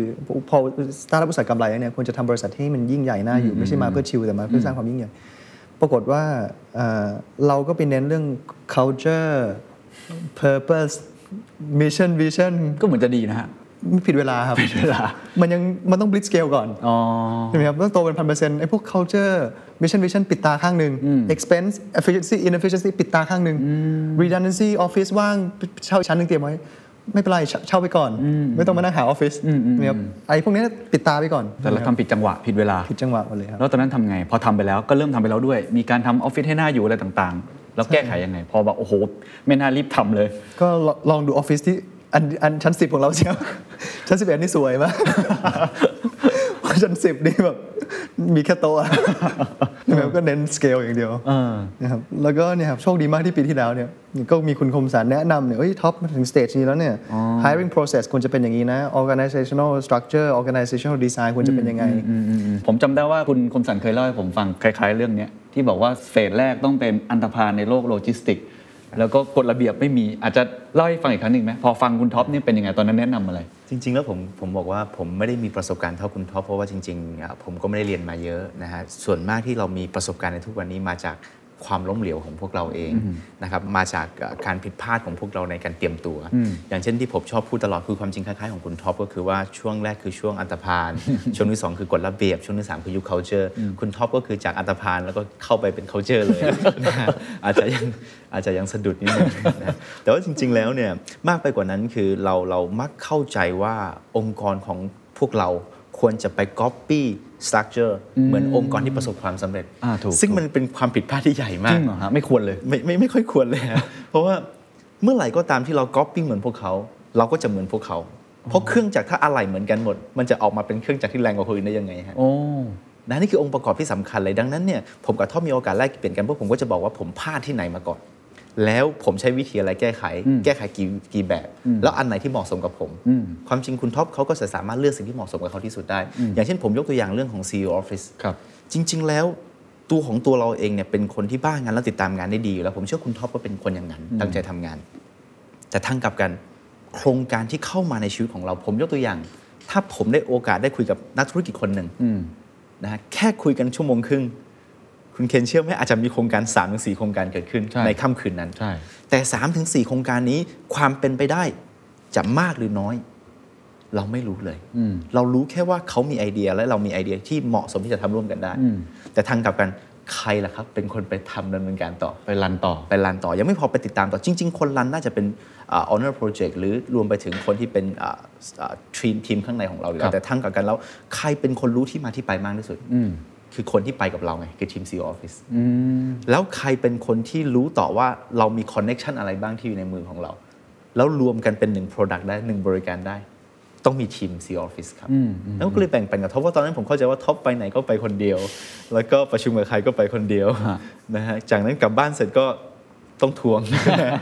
Speaker 2: พอสตาร์ทอัพอุตสาหกรรมอะไรเนี่ยควรจะทำบริษัทให้มันยิ่งใหญ่หน้าอยู่ไม่ใช่มาเพื่อชิลแต่มาเพื่อสร้างความยิ่งใหญ่ ปรากฏว่าเอ่อเราก็ไปเน้นเรื่อง culture purpose mission vision
Speaker 1: ก็เหมือนจะดีนะฮะ
Speaker 2: ผิดเวลาครับผิดเวลา มันยังมันต้อง blitz scale ก่อน
Speaker 1: อ๋อ
Speaker 2: ใช่ไหมครับต้องโตเป็นพันเปอร์เซ็นต์ไอ้พวก culture mission vision ปิดตาข้างหนึ่ง expense efficiency inefficiency ปิดตาข้างหนึ่ง redundancy office ว่างเช่าชั้นหนึ่งเตรียมไว้ ไม่เป็นไรเช่าเช่าไปก่อน ไม่ต้องมานั่งหาออฟฟิศนะครับไอ้พวกเนี้ยปิดตาไปก่อน
Speaker 1: แต่เราทำผิดจังหวะผิดเวลา
Speaker 2: ผิดจังหวะหมดเลยครับ
Speaker 1: แล้วตอนนั้นทำไง พอทำไปแล้วก็เริ่มทำไปแล้วด้วย มีการทำออฟฟิศให้หน้าอยู่อะไรต่างๆ แล้วแก้ไขยังไง พอแบบโอ้โห ไม่น่ารีบทำเลย
Speaker 2: ก็ลลองดูออฟฟิศที่อันอันชั้นสิบของเราเชียว ชั้นสิบเอ็ดนี่สวยมาก เพราะชั้นสิบนี่แบบมีแค่โต๊ะ อะใช่ไหมครับก็เน้นสเกลอย่างเดียวนะครับแล้วก็เนี่ยครับโชคดีมากที่ปีที่แล้วเนี่ยก็มีคุณคมสารแนะนำเนี่ยเอ้ยท็อปมาถึงสเตจนี้แล้วเนี่ย hiring process ควรจะเป็นอย่างนี้นะ organizational structure organizational design ควรจะเป็นยังไง
Speaker 1: ผมจำได้ว่าคุณคมสันเคยเล่าให้ผมฟังคล้ายๆเรื่องเนี้ยที่บอกว่าเฟสแรกต้องเป็นอันธพาลในโลกโลจิสติก แล้วก็กฎระเบียบไม่มี อาจจะเล่าให้ฟังอีกครั้งหนึ่งไหมพอฟังคุณท็อปเนี่ยเป็นยังไงตอนนั้นแนะนำอะไร
Speaker 3: จริง ๆ แล้วผมผมบอกว่าผมไม่ได้มีประสบการณ์เท่าคุณท็อปเพราะว่าจริงๆอ่ะผมก็ไม่ได้เรียนมาเยอะนะฮะส่วนมากที่เรามีประสบการณ์ในทุกวันนี้มาจากความล้มเหลวของพวกเราเองนะครับมาจากเอ่อการผิดพลาดของพวกเราในการเตรียมตัว อย่างเช่นที่ผมชอบพูดตลอดคือความจริงคล้ายๆของคุณท็อปก็คือว่าช่วงแรกคือช่วงอันต พาล ช่วงที่สองคือกฎระเบียบ ช่วงที่สามคือยุค culture คุณท็อปก็คือจากอันตพาลแล้วก็เข้าไปเป็น culture เลยนะฮะอาจจะยังอาจจะยังสะดุดนิดนึงนะฮะแต่ว่าจริง ๆ แล้วเนี่ยมากไปกว่านั้นคือเราเรามักเข้าใจว่าองค์กรของพวกเราควรจะไป copy structure เหมือนองค์กรที่ประสบความสำเร็จ
Speaker 1: อ่าถูก
Speaker 3: ซึ่งมันเป็นความผิดพลาดที่ใหญ่มา
Speaker 1: จ
Speaker 3: ก
Speaker 1: ริงเหรอฮะไม่ควรเลย
Speaker 3: ไม่ไม่ไม่ค่อยควรเลยฮะ เพราะว่าเมื่อไหร่ก็ตามที่เราก๊อปปิ้งเหมือนพวกเขา เราก็จะเหมือนพวกเขา เพราะเครื่องจักรถ้าอะไหล่เหมือนกันหมด มันจะออกมาเป็นเครื่องจักรที่แรงกว่าคนอื่นได้ยังไงฮะ
Speaker 1: โอ้
Speaker 3: นะนี่คือองค์ประกอบที่สำคัญเลยดังนั้นเนี่ยผมกับท่อมมีโอกาสแลกเปลี่ยนกันเพราะผมก็จะบอกว่าผมพลาดที่ไหนมาก่อน แล้วผมใช้วิธีอะไรแก้ไข แก้ไขกี่กี่แบบ แล้วอันไหนที่เหมาะสมกับผม ความจริงคุณท็อปเขาก็จะสามารถเลือกสิ่งที่เหมาะสมกับเขาที่สุดได้ อย่างเช่นผมยกตัวอย่างเรื่องของ CEO Office
Speaker 1: ครับ
Speaker 3: จริง ๆ แล้วตัวของตัวเราเองเนี่ยเป็นคนที่บ้างานและติดตามงานได้ดีอยู่แล้ว ผมเชื่อคุณท็อปก็เป็นคนอย่างนั้น ตั้งใจทำงาน แต่ทางกลับกันโครงการที่เข้ามาในชีวิตของเรา ผมยกตัวอย่าง ถ้าผมได้โอกาสได้คุยกับนักธุรกิจคนหนึ่งนะฮะแค่คุยกันชั่วโมงครึ่ง คุณเคนเชื่อไหมอาจจะมีโครงการ3ามถึงสโครงการเกิดขึ้น
Speaker 1: ใช่
Speaker 3: ค่ำคืนนั้น
Speaker 1: ใช่
Speaker 3: แต่3าถึงสโครงการนี้ความเป็นไปได้จะมากหรือน้อย เราไม่รู้เลย เรารู้แค่ว่าเขามีไอเดียและเรามีไอเดียที่เหมาะสมที่จะทำร่วมกันได้ แต่ทางกลับกันใครล่ะครับ เป็นคนไปทำดำเนินการต่อ
Speaker 1: ไปรันต่อ
Speaker 3: ไปรันต่อ ยังไม่พอไปติดตามต่อ จริง ๆ คนรันน่าจะเป็นอ่า owner project หรือรวมไปถึงคนที่เป็นอ่าอ่าทีมทีมข้างในของเราอยู่แล้
Speaker 1: ครั
Speaker 3: ว
Speaker 1: บ
Speaker 3: แต่ทั้งกลับกันแล้วใครเป็นคนรู้ที่มาที่ไปมากที่สุด คือคนที่ไปกับเราไง คือทีม CEO Office แล้วใครเป็นคนที่รู้ต่อว่าเรามีคอนเน็ชันอะไรบ้างที่อยู่ในมือของเรา แล้วรวมกันเป็นหนึ่ง Product ได้หนึ่งบริการได้ ต้องมีทีม CEO Office ครับ แล้วก็เลยแบ่งปันกับท็อปว่าตอนนั้นผมเข้าใจว่าท็อปไปไหนก็ไปคนเดียว แล้วก็ประชุมกับใครก็ไปคนเดียวนะฮะจากนั้นกลับบ้านเสร็จก็ต้องทวง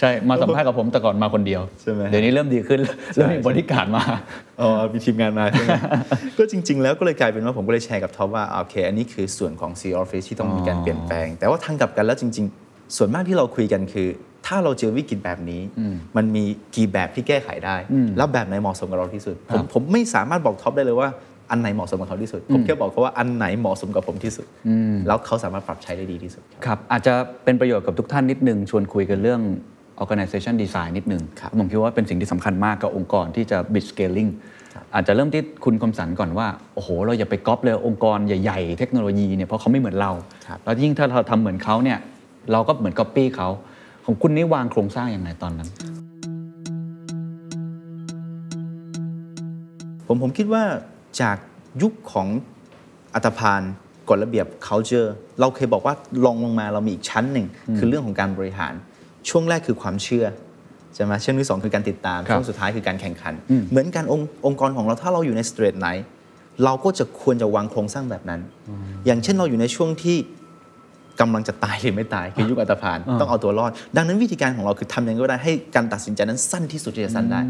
Speaker 1: ใช่มาสัมภาษณ์กับผมแต่ก่อนมาคนเดียว
Speaker 3: ใช่ไหม
Speaker 1: เดี๋ยวนี้เริ่มดีขึ้นแล้วเริ่มมีบริการมา
Speaker 3: อ๋อมีทีมงานมาใช่ ไหม ก็จริง ๆ แล้วก็เลยกลายเป็นว่าผมก็เลยแชร์กับท็อปว่าอ่าโอเค อันนี้คือส่วนของ c Office ที่ต้องมีการเปลี่ยนแปลง แต่ว่าทางกลับกันแล้วจริง ๆ ส่วนมากที่เราคุยกันคือ ถ้าเราเจอวิกฤตแบบนี้ มันมีกี่แบบที่แก้ไขได้ แล้วแบบไหนเหมาะสมกับเราที่สุด ผมผมไม่สามารถบอกท็อปได้เลยว่าอันไหนเหมาะสมกับเขาที่สุด ผมแค่บอกเขาว่าอันไหนเหมาะสมกับผมที่สุด แล้วเขาสามารถปรับใช้ได้ดีที่สุดครับ
Speaker 1: ครับอาจจะเป็นประโยชน์กับทุกท่านนิดนึง ชวนคุยกันเรื่อง organization design นิดนึง
Speaker 3: ครับ
Speaker 1: ผมคิดว่าเป็นสิ่งที่สำคัญมากกับองค์กรที่จะ bid scaling อาจจะเริ่มที่คุณคมสันก่อนว่า โอ้โห เราอย่าไปก๊อปเลยองค์กรใหญ่ ๆ เทคโนโลยีเนี่ยเพราะเขาไม่เหมือนเรา แล้วยิ่งถ้าเราทำเหมือนเขาเนี่ยเราก็เหมือนก๊อปปี้เขาของคุณนี่วางโครงสร้างยังไงตอนนั้น
Speaker 3: ผมผมคิดว่าจากยุคของอัตภานกฎระเบียบ culture เราเคยบอกว่าลองลงมาเรามีอีกชั้นหนึ่ง คือเรื่องของการบริหาร ช่วงแรกคือความเชื่อใช่ไหมช่วงที่สองคือการติดตาม
Speaker 1: ครับ
Speaker 3: ช่วงสุดท้ายคือการแข่งขัน เหมือนกันองค์องค์กรของเราถ้าเราอยู่ในสเตรทไหน เราก็จะควรจะวางโครงสร้างแบบนั้น อย่างเช่นเราอยู่ในช่วงที่ กำลังจะตายหรือไม่ตายคือยุคอัตภานต้องเอาตัวรอด ดังนั้นวิธีการของเราคือทำยังไงก็ได้ให้การตัดสินใจนั้นสั้นที่สุดที่จะสั้นได้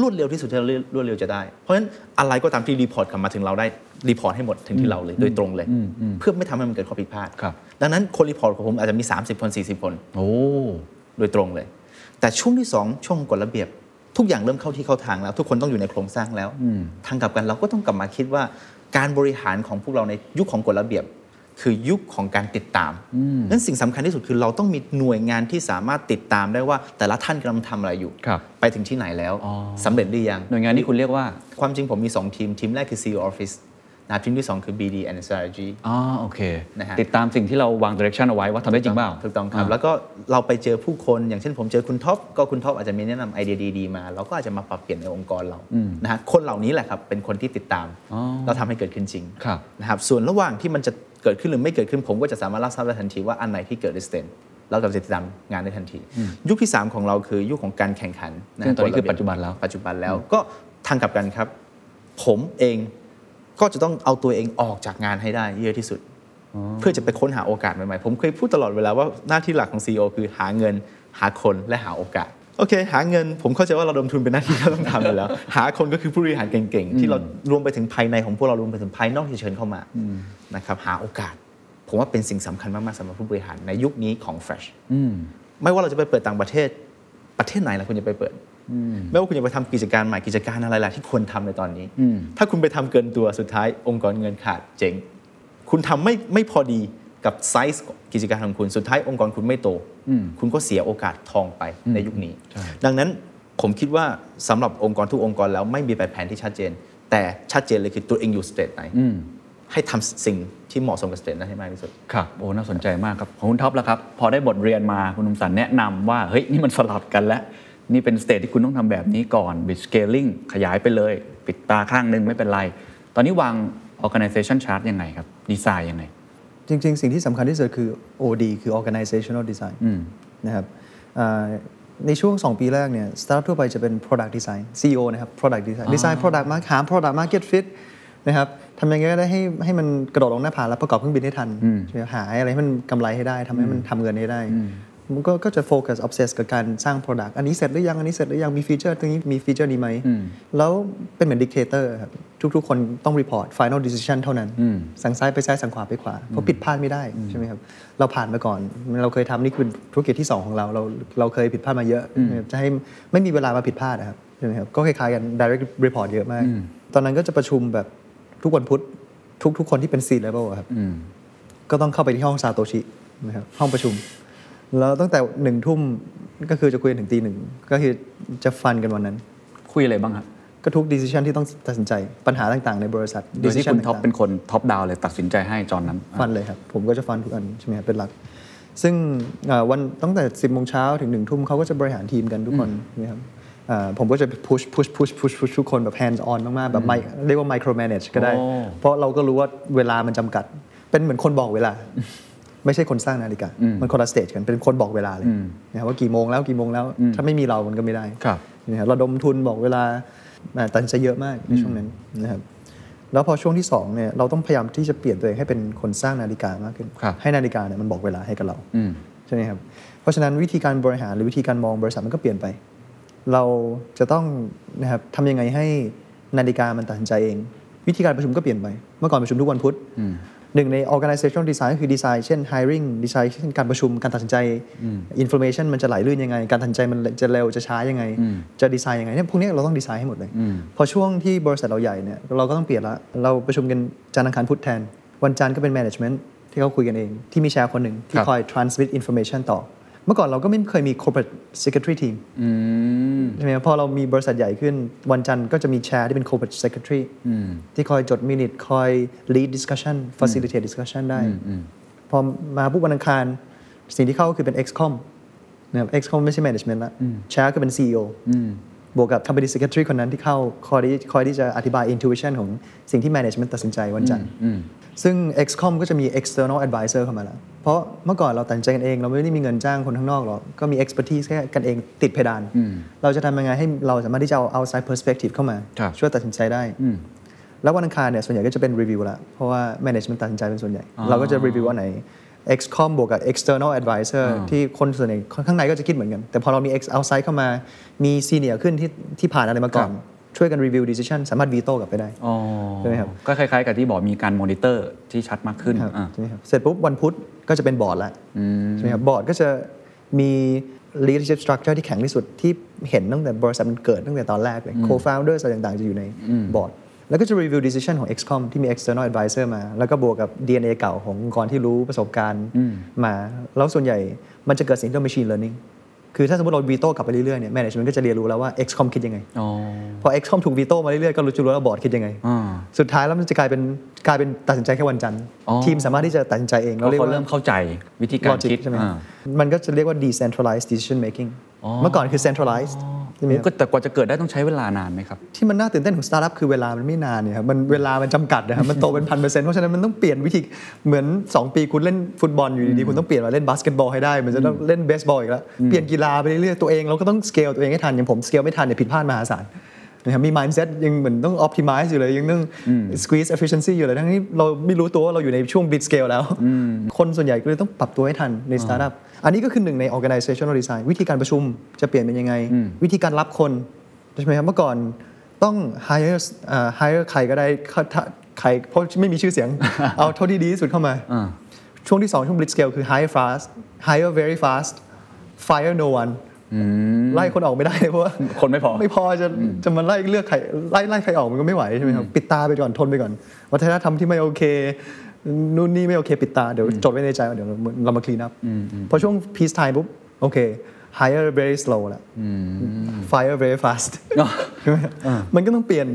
Speaker 3: รวดเร็วที่สุดที่เรารวดเร็วจะได้ เพราะฉะนั้นอะไรก็ตามที่รีพอร์ตกลับมาถึงเราได้รีพอร์ตให้หมดถึงที่เราเลยโดยตรงเลย เพื่อไม่ทำให้มันเกิดข้อผิดพลาด
Speaker 1: ครับ
Speaker 3: ดังนั้นคนรีพอร์ตของผมอาจจะมี 30 คน 40 คน
Speaker 1: โอ้
Speaker 3: โดยตรงเลย แต่ช่วงที่ 2 ช่วงกฎระเบียบ ทุกอย่างเริ่มเข้าที่เข้าทางแล้ว ทุกคนต้องอยู่ในโครงสร้างแล้วทางกลับกันเราก็ต้องกลับมาคิดว่า การบริหารของพวกเราในยุคของกฎระเบียบ คือยุคของการติดตามนั้นสิ่งสำคัญที่สุดคือเราต้องมีหน่วยงานที่สามารถติดตามได้ว่า แต่ละท่านกำลังทำอะไรอยู่
Speaker 1: ครับ
Speaker 3: ไปถึงที่ไหนแล้ว
Speaker 1: อ๋อ
Speaker 3: สำเร็จหรือยัง
Speaker 1: หน่วยงานที่คุณเรียกว่า
Speaker 3: ความจริงผมมี 2 ทีม ทีมแรกคือ CEO Office นะครับทีมที่ 2 คือ BD and Strategy
Speaker 1: อ๋อ โอเค
Speaker 3: นะฮะ
Speaker 1: ติดตามสิ่งที่เราวาง direction เอาไว้ว่าทำได้จริงเปล่า
Speaker 3: ถูกต้องครับ แล้วก็เราไปเจอผู้คน อย่างเช่นผมเจอคุณท็อปก็คุณท็อปอาจจะมีแนะนำไอเดียดีๆมา เราก็อาจจะมาปรับเปลี่ยนในองค์กรเรานะฮะคนเหล่านี้แหละครับเป็นคนที่ติดตาม
Speaker 1: อ๋อ
Speaker 3: เราทำให้เกิดขึ้นจริง
Speaker 1: ครับ
Speaker 3: นะครับส่วนระหว่างที่มันจะเกิดขึ้นหรือไม่เกิดขึ้นผมก็จะสามารถรับทราบได้ทันทีว่าอันไหนที่เกิด resistance เราจะติดตามงานได้ทันที ยุคที่สามของเราคือยุคของการแข่งขันนะ
Speaker 1: ซึ่
Speaker 3: ฮะ
Speaker 1: งตอนนี้คือก
Speaker 3: ฎระเย
Speaker 1: ปัจจุบันแล้ว
Speaker 3: ปัจจุบันแล้วก็ทางกลับกันครับ ผมเองก็จะต้องเอาตัวเองออกจากงานให้ได้เยอะที่สุด เพื่อจะไปค้นหาโอกาสใหม่ๆ ผมเคยพูดตลอดเวลาว่าหน้าที่หลักของ CEO คือหาเงิน หาคนและหาโอกาส โอเค หาเงิน ผมเข้าใจว่าเราดมทุนเป็นหน้าที่ที่เราต้องทำอยู่แล้ว หาคนก็คือผู้บริหารเก่งๆ ที่เรารวมไปถึงภายในของพวกเรารวมไปถึงภายนอกที่เชิญเข้ามานะครับหาโอกาส ผมว่าเป็นสิ่งสำคัญมากๆสำหรับผู้บริหารในยุคนี้ของ Fresh ไม่ว่าเราจะไปเปิดต่างประเทศประเทศไหนล่ะคุณจะไปเปิด ไม่ว่าคุณจะไปทำกิจการใหม่กิจการอะไรล่ะที่ควรทำในตอนนี้ ถ้าคุณไปทำเกินตัวสุดท้ายองค์กรเงินขาดเจ๊ง คุณทำไม่ไม่พอดีกับไซส์กิจการของคุณสุดท้ายองค์กรคุณไม่โต คุณก็เสียโอกาสทองไปในยุคนี้ ดังนั้นผมคิดว่าสำหรับองค์กรทุกองค์กรแล้วไม่มีแบบแผนที่ชัดเจน แต่ชัดเจนเลยคือตัวเองอยู่สเตทไหนให้ทำสิ่งที่เหมาะสมกับสเตทนั้นให้มากที่สุด
Speaker 1: ครับ โอ้ น่าสนใจมากครับของคุณท็อปแล้วครับ พอได้บทเรียนมาคุณนุมสันแนะนำว่า เฮ้ย นี่มันสลับกันแล้ว นี่เป็นสเตจที่คุณต้องทำแบบนี้ก่อนบิ t scaling ขยายไปเลย ปิดตาข้างหนึงไม่เป็นไร ตอนนี้วาง organization chart ยังไงครับ ดีไซน์ยังไง
Speaker 2: จริง ๆ สิ่งที่สำคัญที่สุดคือ OD คือ organizational design นะครับอ่าในช่วง 2 ปีแรกเนี่ยสตาร์ททั่วไปจะเป็น product design CEO นะครับ product design design product มาหา product market fit นะครับทำยังไงก็ได้ให้ให้มันกระโดดลงหน้าผาแล้วประกอบเครื่องบินให้ทันใช่ไหมหาอะไรให้มันกำไรให้ได้ทำให้มันทำเงินให้ได้มันก็ก็จะโฟกัส obsess กับการสร้าง product อันนี้เสร็จหรือยัง อันนี้เสร็จหรือยังมีฟีเจอร์ตรงนี้มีฟีเจอร์นี้ไหมแล้วเป็นเหมือน dictator ครับทุกๆ คนต้อง report final decision เท่านั้น สั่งซ้ายไปซ้ายสั่งขวาไปขวา เพราะผิดพลาดไม่ได้ใช่ไหมครับเราผ่านมาก่อน เราเคยทำนี่คือเป็นธุรกิจที่ 2 ของเรา เราเราเคยผิดพลาดมาเยอะจะให้ไม่มีเวลามาผิดพลาดอะครับใช่ไหมครับก็คล้ายๆกัน direct report เยอะมาก ตอนนั้นก็จะประชุมแบบทุกวันพุธทุกๆคนที่เป็น C level อะครับ ก็ต้องเข้าไปที่ห้องซาโตชินะครับห้องประชุม แล้วตั้งแต่หนึ่งทุ่มก็คือจะคุยกันถึงตีหนึ่งก็คือจะฟันกันวันนั้น
Speaker 1: คุยอะไรบ้างครับ
Speaker 2: ก็ทุกดีซิชันที่ต้องตัดสินใจปัญหาต่างๆในบริษัท
Speaker 1: โดยที่
Speaker 2: decision
Speaker 1: คุณท็อป
Speaker 2: ต่างๆ
Speaker 1: เป็นคนท็อปดาวเลยตัดสินใจให้จอนนั้น
Speaker 2: ฟันเลยครับ ผมก็จะฟันทุกอันใช่ไหมครับเป็นหลัก ซึ่งเอ่อวันตั้งแต่ 10บโมงเช้าถึง1นึ่ทุ่มเขาก็จะบริหารทีมกันทุกคนนะครับเอ่อผมก็จะ push push push push push ทุกคนแบบ hands on มาก ๆ แบบไมเรียกว่า micro manage ก็ได้ เพราะเราก็รู้ว่าเวลามันจำกัด เป็นเหมือนคนบอกเว ลา ไม่ใช่คนสร้างนาฬิกา มันคนละสเตจกันเป็นคนบอกเวลาเลยนะครับว่ากี่โมงแล้วกี่โมงแล้ว ถ้าไม่มีเรามันก็ไม่ได้นะครับเราดมทุนบอกเวลาอ่าตัดสินใจเยอะมากในช่วงนั้นนะครับ แล้วพอช่วงที่2เนี่ยเราต้องพยายามที่จะเปลี่ยนตัวเองให้เป็นคนสร้างนาฬิกามากขึ้น ให้นาฬิกาเนี่ยมันบอกเวลาให้กับเราใช่ไหมครับเพราะฉะนั้นวิธีการบริหารหรือวิธีการมองบริษัทมันก็เปลี่ยนไป เราจะต้องนะครับทำยังไงให้นาฬิกามันตัดสินใจเอง วิธีการประชุมก็เปลี่ยนไป เมื่อก่อนประชุมทุกวันพุธหนึ่งใน organizational design ก็คือดีไซน์เช่น hiring ดีไซน์เช่นการประชุมการตัดสินใจ information มันจะไหลลื่นยังไง การตัดสินใจมันจะเร็วจะช้ายังไง จะดีไซน์ยังไงเนี่ยพวกเนี้ยเราต้องดีไซน์ให้หมดเลย พอช่วงที่บริษัทเราใหญ่เนี่ยเราก็ต้องเปลี่ยนละเราประชุมกันจันทร์อังคารพุธแทน วันจันทร์ก็เป็น management ที่เขาคุยกันเอง ที่มีแชร์คนหนึ่งที่คอย transmit information ต่อ เมื่อก่อนเราก็ไม่เคยมี corporate secretary team ใช่ไหมครับพอเรามีบริษัทใหญ่ขึ้นวันจันทร์ก็จะมีแชร์ที่เป็น corporate secretary ที่คอยจดมินิทคอย lead discussion facilitate discussion ได้ พอมาปุ๊บวันอังคาร สิ่งที่เข้าคือเป็น excom นะครับ excom ไม่ใช่ management ละแชร์ก็เป็น CEO บวกกับ company secretary คนนั้นที่เข้าคอยที่คอยที่จะอธิบาย intuition ของสิ่งที่ management ตัดสินใจวันจันทร์ ซึ่ง XCOM ก็จะมี external advisor เข้ามาแล้ว เพราะเมื่อก่อนเราตัดสินใจกันเอง เราไม่ได้มีเงินจ้างคนข้างนอกหรอก ก็มี expertise แค่กันเองติดเพดาน เราจะทำยังไงให้เราสามารถที่จะเอา outside perspective เข้ามา ช่วยตัดสินใจได้ แล้ววันอังคารเนี่ยส่วนใหญ่ก็จะเป็นรีวิวละเพราะว่า management ตัดสินใจเป็นส่วนใหญ่ เราก็จะรีวิวอันไหน excom บวกกับ external advisor ที่คนส่วนใหญ่ข้างในก็จะคิดเหมือนกัน แต่พอเรามี ex outside เข้ามามี senior ขึ้นที่ที่ผ่านอะไรมาก่อน ช่วยกัน review decision สามารถ veto กลับไปได้
Speaker 1: อ๋อ
Speaker 2: ใช่ไหมครับ
Speaker 1: ก็คล้าย ๆ กับที่บอกมีการมอนิเตอร์ที่ชัดมากขึ้น
Speaker 2: ครับ
Speaker 1: อ่า
Speaker 2: ใช่ไหมครับเสร็จปุ๊บวันพุธก็จะเป็นบอร์ดละใช่ไหมครับบอร์ดก็จะมี leadership structure ที่แข็งที่สุดที่เห็นตั้งแต่บริษัทมันเกิดตั้งแต่ตอนแรกเลย co-founders อะไรต่างๆ จะอยู่ในบอร์ด แล้วก็จะ review decision ของ excom ที่มี external advisor มา แล้วก็บวกกับ DNA เก่าขององค์กรที่รู้ประสบการณ์มา แล้วส่วนใหญ่มันจะเกิดสิ่งที่เรียกว่า machine learning คือถ้าสมมติเราวีโต้กลับไปเรื่อยๆเนี่ย management ก็จะเรียนรู้แล้วว่า excom คิดยังไง
Speaker 1: อ๋อ
Speaker 2: พอ excom ถูกวีโต้มาเรื่อยๆก็รู้จุแล้วว่าบอร์ดคิดยังไง
Speaker 1: อ่า
Speaker 2: สุดท้ายแล้วมันจะกลายเป็นกลายเป็นตัดสินใจแค่วันจันทร์
Speaker 1: อ๋อ
Speaker 2: ทีมสามารถที่จะตัดสินใจเอง
Speaker 1: แล้วเขา
Speaker 2: ว่
Speaker 1: เริ่มเข้าใจวิธีการ
Speaker 2: logic
Speaker 1: คิด
Speaker 2: ใช่ไหม
Speaker 1: อ่า
Speaker 2: มันก็จะเรียกว่า decentralized decision making เมื่อก่อนคือ centralized ใช่ไหม
Speaker 1: โอ้ก็แต่กว่าจะเกิดได้ต้องใช้เวลานานไหมครับ
Speaker 2: ที่มันน่าตื่นเต้นของสตาร์ทอัพคือเวลามันไม่นานเนี่ยครับมันเวลามันจำกัดนะครับมันโตเป็นพันเปอร์เซ็นต์เพราะฉะนั้นมันต้องเปลี่ยนวิธีเหมือน 2 ปีคุณเล่นฟุตบอลอยู่ดีๆ คุณต้องเปลี่ยนมาเล่นบาสเกตบอลให้ได้ มันจะต้องเล่นเบสบอลอีกแล้วเปลี่ยนกีฬาไปเรื่อยๆตัวเองเราก็ต้องสเกลตัวเองให้ทันอย่างผมสเกลไม่ทันเนี่ยผิดพลาดมหาศาลนะครับมี mindset ยังเหมือนต้อง optimize อยู่เลยยังต้อง squeeze efficiency อยู่เลยทั้งที่เราไม่รู้ตัวว่าเราอยู่ในช่วง big scale แล้ว คนส่วนใหญ่ก็เลยต้องปรับตัวให้ทันใน startup อันนี้ก็คือหนึ่งใน organizational design วิธีการประชุมจะเปลี่ยนเป็นยังไง วิธีการรับคน ใช่ไหมครับเมื่อก่อนต้อง hire เอ่อ hire ใครก็ได้ถ้าถ้าใครเพราะไม่มีชื่อเสียง เอาเท่าที่ดีที่สุดเข้ามา ช่วงที่ 2 ช่วง blitz scale คือ hire fast hire very fast fire no one ไล่คนออกไม่ได้ เลยเพราะว่า
Speaker 1: คนไม่พอ
Speaker 2: ไม่พอจะจะมาไล่เลือกใครไล่ไล่ใครออกมันก็ไม่ไหวใช่ไหมครับปิดตาไปก่อนทนไปก่อน วัฒนธรรมที่ไม่โอเคนู่นนี่ไม่โอเค ปิดตาเดี๋ยวจดไว้ในใจว่าเดี๋ยวเราเรามาคลีนอัพพอช่วง peace time ปุ๊บโอเค hire very slow ละ fire very fast ใช่ไหมมันก็ต้องเปลี่ยน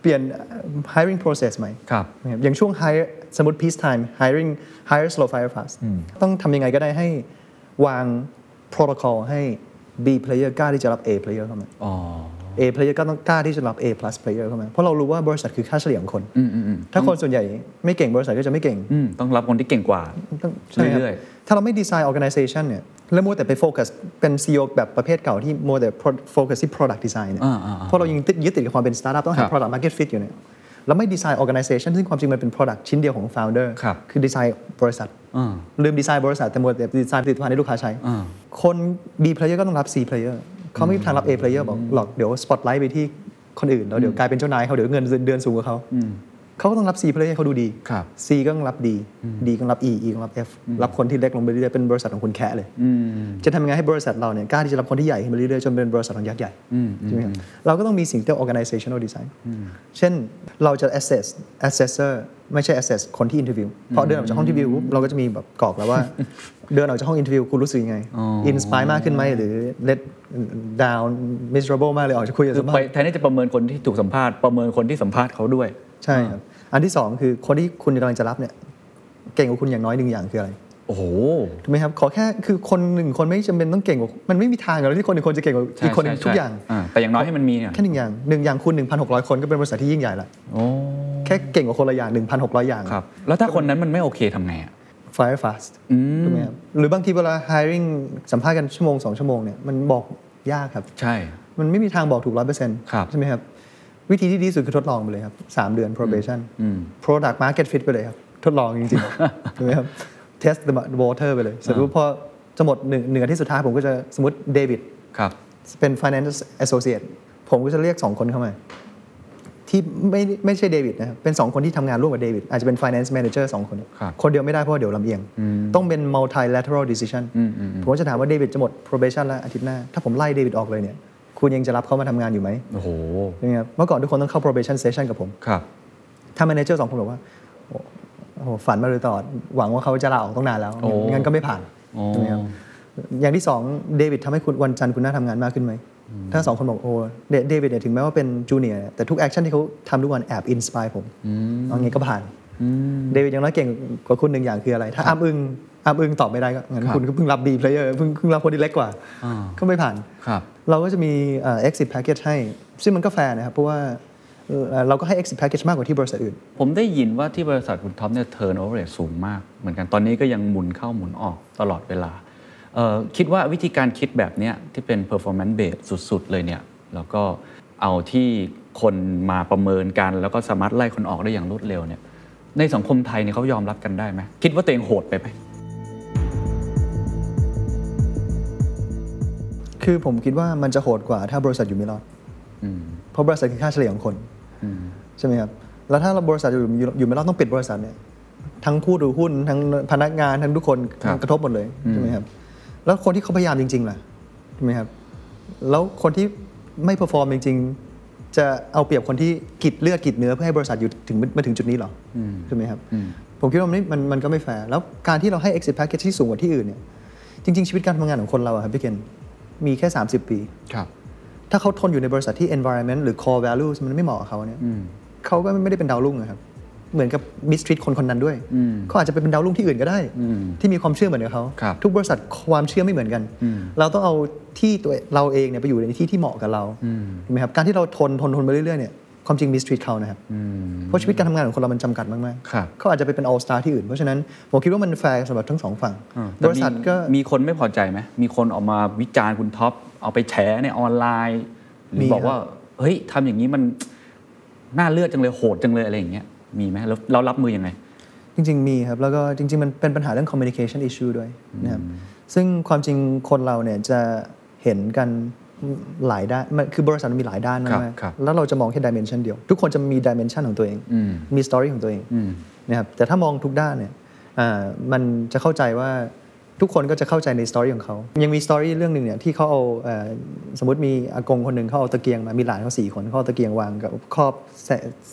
Speaker 2: เปลี่ยน hiring process ใหม่
Speaker 1: ครับ
Speaker 2: นะครับอย่างช่วง hire สมมติ peace time hiring hire slow fire fast ต้องทำยังไงก็ได้ให้วาง protocol ให้ B player กล้าที่จะรับ A player เข้ามา
Speaker 1: อ๋อ
Speaker 2: A player ก็ต้องกล้าที่จะรับ A plus player เข้ามา เพราะเรารู้ว่าบริษัทคือค่าเฉลี่ยของคน ถ้าคนส่วนใหญ่ไม่เก่งบริษัทก็จะไม่เก่ง
Speaker 1: อืมต้องรับคนที่เก่งกว่า
Speaker 2: ต้องใช่ไหมคบ
Speaker 1: เรื่อย
Speaker 2: ถ้าเราไม่ design organization เนี่ยแล้วมัวแต่ไปโฟกัสเป็น CEO แบบประเภทเก่าที่มัวแต่โฟกัสที่ product design เนี่ยเพราะเรายังยึดติดกับความเป็น startup ต้องหา product market fit อยู่เนี่ยแล้วไม่ design organization ซึ่งความจริงมันเป็น product ชิ้นเดียวของ founder
Speaker 1: ครับ
Speaker 2: คือดีไซน์บริษัทลืมดีไซน์บริษัทแต่หมดแต่ดีไซน์ผลิตภัณฑ์ให้ลูกค้าใช้ คน B player ก็ต้องรับ C player เขาไม่มีทางรับ A player บอกหรอกเดี๋ยวสปอตไลท์ไปที่คนอื่นแล้วเดี๋ยวกลายเป็นเจ้านายเขาเดี๋ยวเงินเดือนสูงกว่าเขาเขาก็ต้องรับ C player ให้เขาดูดี
Speaker 1: ครับ
Speaker 2: C ก็ต้องรับ D D ก็ต้องรับ E E ก็ต้องรับ F รับคนที่เล็กลงไปเรื่อยๆเป็นบริษัทของคนแค่เลยจะทำยังไงให้บริษัทเราเนี่ยกล้าที่จะรับคนที่ใหญ่ขึ้นไปเรื่อยๆจนเป็นบริษัทของยักษ์ใหญ่ใช่ไหมครับเราก็ต้องมีสิ่งที่เรียกว่า organizational design เช่นเราจะ assess assessor ไม่ใช่ assess คนที่ interview เพราะเดินออกจากห้อง interview ปุ๊บเราก็จะมีแบบกรอก แล้วว่า เดินออกจากห้อง interview คุณรู้สึกยังไง inspire มากขึ้นไหมหรือ let down miserable มากเลยออกจะคุยกับ
Speaker 1: คือ
Speaker 2: สัมภา
Speaker 1: ไป
Speaker 2: ษณ์
Speaker 1: แทนที่จะประเมินคนที่ถูกสัมภาษณ์ประเมินคนที่สัมภาษณ์เขาด้วย
Speaker 2: ใช่ครับ อันที่สองคือคนที่คุณกำลังจะรับเนี่ยเก่งกว่าคุณอย่างน้อยหนึ่งอย่างคืออะไร
Speaker 1: โอ้โห
Speaker 2: ถูกไหมครับ ขอแค่คือคนหนึ่งคนไม่จำเป็นต้องเก่งกว่ามันไม่มีทางหรอกที่คนหนึ่งคนจะเก่งกว่า
Speaker 1: ใช่
Speaker 2: อีกคนหนึ่ง
Speaker 1: ใช่
Speaker 2: ทุกอย่าง
Speaker 1: อ่าแต่อย่างน้อยให้มันมีเนี่ย
Speaker 2: แค่หนึ่งอย่างหนึ่งอย่างคูณ1,600 คนก็เป็นบริษัทที่ยิ่งใหญ่ละ
Speaker 1: โอ้
Speaker 2: แค่เก่งกว่าคนละอย่าง 1,600 อย่าง
Speaker 1: ครับ แล้วถ้าคนนั้นมันไม่โอเคทำไงอ่ะ
Speaker 2: fire fast ถูกไหมครับหรือบางทีเวลา hiring สัมภาษณ์กันชั่วโมงสองชั่วโมงเนี่ยมันบอกยากครับ
Speaker 1: ใช่
Speaker 2: มันไม่มีทางบอกถูกร้อยเปอร์เซ็นต์
Speaker 1: ครับ
Speaker 2: ใช่ไหมครับ วิธีที่ดีที่สุดคือทดลองไปเลยครับสามเดือน probation product market fit ไปเลยครับ ทดลองจริง ๆ ใช่ไหมครับ test the water ไปเลยสมมติพอจะหมดหนึ่งหนึ่งอาทิตย์สุดท้ายผมก็จะสมมติเดวิด
Speaker 1: ครับ
Speaker 2: เป็น finance associate ผมก็จะเรียกสองคนเข้ามา ที่ไม่ไม่ใช่เดวิดนะครับ เป็นสองคนที่ทำงานร่วมกับเดวิดอาจจะเป็น finance manager สองคน
Speaker 1: ครับ
Speaker 2: คนเดียวไม่ได้เพราะว่าเดี๋ยวลำเอียง ต้องเป็น multilateral decision ผมก็จะถามว่าเดวิดจะหมด probation แล้วอาทิตย์หน้า ถ้าผมไล่เดวิดออกเลยเนี่ย คุณยังจะรับเขามาทำงานอยู่ไหม
Speaker 1: โอ้โห
Speaker 2: ใช่ไหมครับเมื่อก่อนทุกคนต้องเข้า probation session กับผม
Speaker 1: ครับ
Speaker 2: ถ้า manager สองคนบอกว่าโอ้โอ้โหฝันมาโดยตลอดหวังว่าเขาจะลาออกตั้งนานแล้ว
Speaker 1: โอ้
Speaker 2: งั้นก็ไม่ผ่าน
Speaker 1: โอ้
Speaker 2: ใช่ไหมครับอย่างที่สองเดวิดทำให้คุณวันจันทร์คุณน่าทำงานมากขึ้นไหมถ้าสองคนบอกโอ้เดเดวิดเนี่ยถึงแม้ว่าเป็นจูเนียร์แต่ทุกแอคชั่นที่เขาทำทุกวันแอบอินสปายผมเอางี้ก็ผ่านเดวิดยังน้อยเก่งกว่าคุณหนึ่งอย่างคืออะไร ถ้าอ้ำอึงอ้ำอึงตอบไม่ได้ก็งั้นคุณก็เพิ่งรับดีเพลเยอร์เพิ่งเพิ่งรับคนที่เล็กกว่าก็ไม่ผ่าน
Speaker 1: ครับ
Speaker 2: เราก็จะมีเอ่อ exit package ให้ ซึ่งมันก็แฟร์นะครับ เพราะว่าเอ่อเราก็ให้ exit package มากกว่าที่บริษัทอื่น
Speaker 1: ผมได้ยินว่าที่บริษัทคุณท็อปเนี่ยเทิร์นโอเวอร์เรสูงมาก เหมือนกันตอนนี้ก็ยังหมุนเข้าหมุนออกตลอดเวลาเอ่อคิดว่าวิธีการคิดแบบเนี้ยที่เป็น performance based สุด ๆ เลยเนี่ย แล้วก็เอาที่คนมาประเมินกัน แล้วก็สามารถไล่คนออกได้อย่างรวดเร็วเนี่ยในสังคมไทยเนี่ยเขายอมรับกันได้ไหมคิดว่าตัวเองโหดไปไหม
Speaker 2: คือผมคิดว่ามันจะโหดกว่าถ้าบริษัทอยู่ไม่รอด
Speaker 1: อืม
Speaker 2: เพราะบริษัทคือค่าเฉลี่ยของคนใช่ไหมครับ แล้วถ้าเราบริษัทอยู่อยู่อยู่ไม่รอดต้องปิดบริษัทเนี่ยทั้งผู้ถือหุ้นทั้งพนักงานทั้งทุกคน
Speaker 1: ครับ
Speaker 2: กระทบหมดเลยใช่ไหมครับ แล้วคนที่เขาพยายามจริงๆล่ะใช่ไหมครับ แล้วคนที่ไม่เพอร์ฟอร์มจริงๆ จะเอาเปรียบคนที่กิดเลือดกิดเนื้อเพื่อให้บริษัทอยู่ถึงมาถึงจุดนี้เหรออใช่ไหมครับ ผมคิดว่ามันไม่มันมันก็ไม่แฟร์แล้วการที่เราให้ exit package ที่สูงกว่าที่อื่นเนี่ยจริง ๆ ชีวิตการทำงานของคนเราอะครับพี่เคนมีแค่ 30 ปี
Speaker 1: ครับ
Speaker 2: ถ้าเขาทนอยู่ในบริษัทที่ environment หรือ core values มันไม่เหมาะกับเขาเนี่ยเขาก็ไม่ได้เป็นดาวรุ่งนะครับ เหมือนกับ mistreat คนคนนั้นด้วย เขาอาจจะไปเป็นดาวรุ่งที่อื่นก็ได้ ที่มีความเชื่อเหมือนกับเขา
Speaker 1: ครับ
Speaker 2: ทุกบริษัทความเชื่อไม่เหมือนกัน เราต้องเอาที่ตัวเราเองเนี่ยไปอยู่ในที่ที่เหมาะกับเราถูกไหมครับ การที่เราทนทนทนไปเรื่อยๆเนี่ยความจริง mistreat เขานะครับ เพราะชีวิตการทำงานของคนเรามันจำกัดมาก
Speaker 1: ครับ
Speaker 2: ๆเขาอาจจะไปเป็น all star ที่อื่น เพราะฉะนั้นผมคิดว่ามันแฟร์สำหรับทั้งสองฝั่ง บริษัทก็
Speaker 1: แต่มีมีคนไม่พอใจไหมมีคนออกมาวิจารณ์คุณท็อป เอาไปแฉในออนไลน์หรื
Speaker 2: มี
Speaker 1: อบ
Speaker 2: ครับ
Speaker 1: อกว่า เฮ้ยทำอย่างนี้มัน น่าเลือดจังเลยโหดจังเลยอะไรอย่างเงี้ยมีไหมแล้วเรารับมือยังไง
Speaker 2: จริง ๆ มีครับ แล้วก็จริง ๆ มันเป็นปัญหาเรื่อง communication issue ด้วยนะครับซึ่งความจริงคนเราเนี่ยจะเห็นกันหลายด้านมันคือบริษัทมันมีหลายด้าน
Speaker 1: ค
Speaker 2: มาก
Speaker 1: รับครับ
Speaker 2: ๆแล้วเราจะมองแค่ดิเมนชันเดียว ทุกคนจะมีดิเมนชันของตัวเอง
Speaker 1: อืม
Speaker 2: มีสตอรี่ของตัวเองนะครับแต่ถ้ามองทุกด้านเนี่ยอ่ามันจะเข้าใจว่าทุกคนก็จะเข้าใจในสตอรี่ของเขายังมีสตอรี่เรื่องหนึ่งเนี่ยที่เขาเอาเอ่อสมมติมีอากงคนหนึ่งเขาเอาตะเกียงมามีหลานเขาสี่คนเขาเอาตะเกียงวางกับครอบแส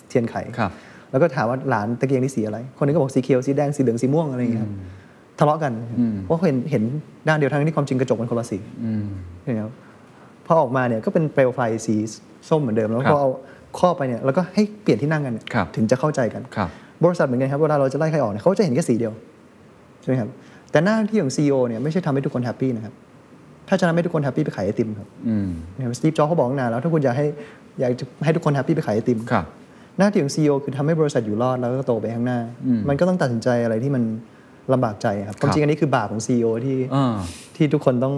Speaker 2: เทียนไข
Speaker 1: ครับ
Speaker 2: แล้วก็ถามว่าหลานตะเกียงนี่สีอะไร คนหนึงก็บอกสีเขียว สีแดง สีเหลือง สีม่วงอะไรอย่างเงี้ยครับทะเลาะกันเพราะเห็นเห็นด้านเดียวทั้งที่ความจริงกระจกมันคนละสีเห็นไหมครับพอออกมาเนี่ยก็เป็นเปลวไฟสีส้มเหมือนเดิม แล้ว
Speaker 1: ครั
Speaker 2: พอบ เอาครอบไปเนี่ยแล้วก็ให้เปลี่ยนที่นั่งกันเนี่ย
Speaker 1: ครับ
Speaker 2: ถึงจะเข้าใจกัน
Speaker 1: ครับ
Speaker 2: บริษัทเหมือนกันครับเวลาเราจะไล่ใครออกเนี่ยเขาก็จะเห็นแค่สีเดียวใช่ไหมครับแต่หน้าที่ของซีอเนี่ยไม่ใช่ทำให้ทุกคนแฮปปี้นะครับถ้าจะทำให้ทุกคนแฮปปี้ไปขายไอติมครับ
Speaker 1: อืม
Speaker 2: สตีฟจ็อบเขาบอกตั้งนานแล้วถ้าคุณอยากให้อยากจะให้ทุกคนแฮปปี้ไปขายไอติม
Speaker 1: ครับ
Speaker 2: หน้าที่ของซีอคือทำให้บริษัทอยู่รอดแล้วก็โตไปข้างหน้า มันก็ต้องตัดสินใจอะไรที่มันลำบากใจครับความจริงอันนี้คือบาปของซีอที่
Speaker 1: อ่า
Speaker 2: ที่ทุกคนต้อง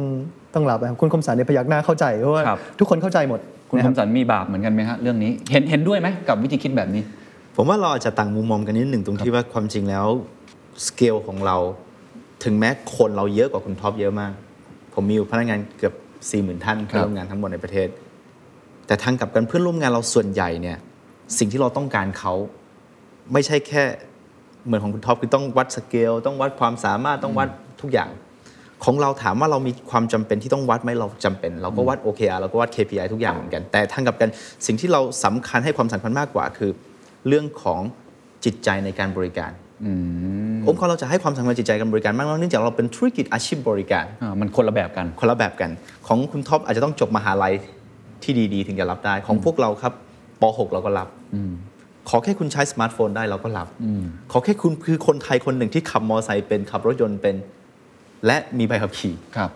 Speaker 2: ต้องรับนะครับคุณคมสันเนี่ยพยักหน้าเข้าใจเพราะว่า
Speaker 1: ครับ
Speaker 2: ทุกคนเข้าใจหมด
Speaker 1: คุณค
Speaker 2: นะ
Speaker 1: รับ มสันมีบาปเหมือนกันไหมฮะเรื่องนี้ เห็นเห็นด้วยไหมกับวิธีคิดแบบนี้
Speaker 3: ผมว่าเราอาจจะต่างมุมมองกันนิดหนึ่งตรงที่ว่าความจริงแล้วสเกลของเรา ถึงแม้คนเราเยอะกว่าคุณท็อปเยอะมาก ผมมีอยู่พนักงานเกือบ 4 0,000 ท่าน
Speaker 1: ครับ
Speaker 3: เพื่อนร่วมงานทั้งหมดในประเทศ แต่ทางกลับกันเพื่อนร่วมงานเราส่วนใหญ่เนี่ยสิ่งที่เราต้องการเขาไม่ใช่แค่เหมือนของคุณท็อปคือต้องวัดสเกลต้องวัดความสามารถต้องวัดทุกอย่าง ของเราถามว่าเรามีความจำเป็นที่ต้องวัดไหมเราจำเป็น เราก็วัด OKR เราก็วัด KPI ทุกอย่างเหมือนกัน แต่ทางกลับกันสิ่งที่เราสำคัญให้ความสำคัญมากกว่าคือ เรื่องของจิตใจในการบริการ
Speaker 1: อืม
Speaker 3: องค์กรเราจะให้ความสำคัญจิตใจการบริการมากน้อยเนื่องจากเราเป็นธุรกิจอาชีพบริการ
Speaker 1: อ่ามันคนละแบบกัน
Speaker 3: คนละแบบกัน ของคุณท็อปอาจจะต้องจบมหาลัยที่ดีๆ ถึงจะรับได้ ของพวกเราครับป .6 เราก็รับ ขอแค่คุณใช้สมาร์ทโฟนได้เราก็รับ ขอแค่คุณคือคนไทยคนหนึ่งที่ขับมอเตอร์ไซค์เป็นขับรถยนต์เป็น และมีใบขับขี่
Speaker 1: ครับ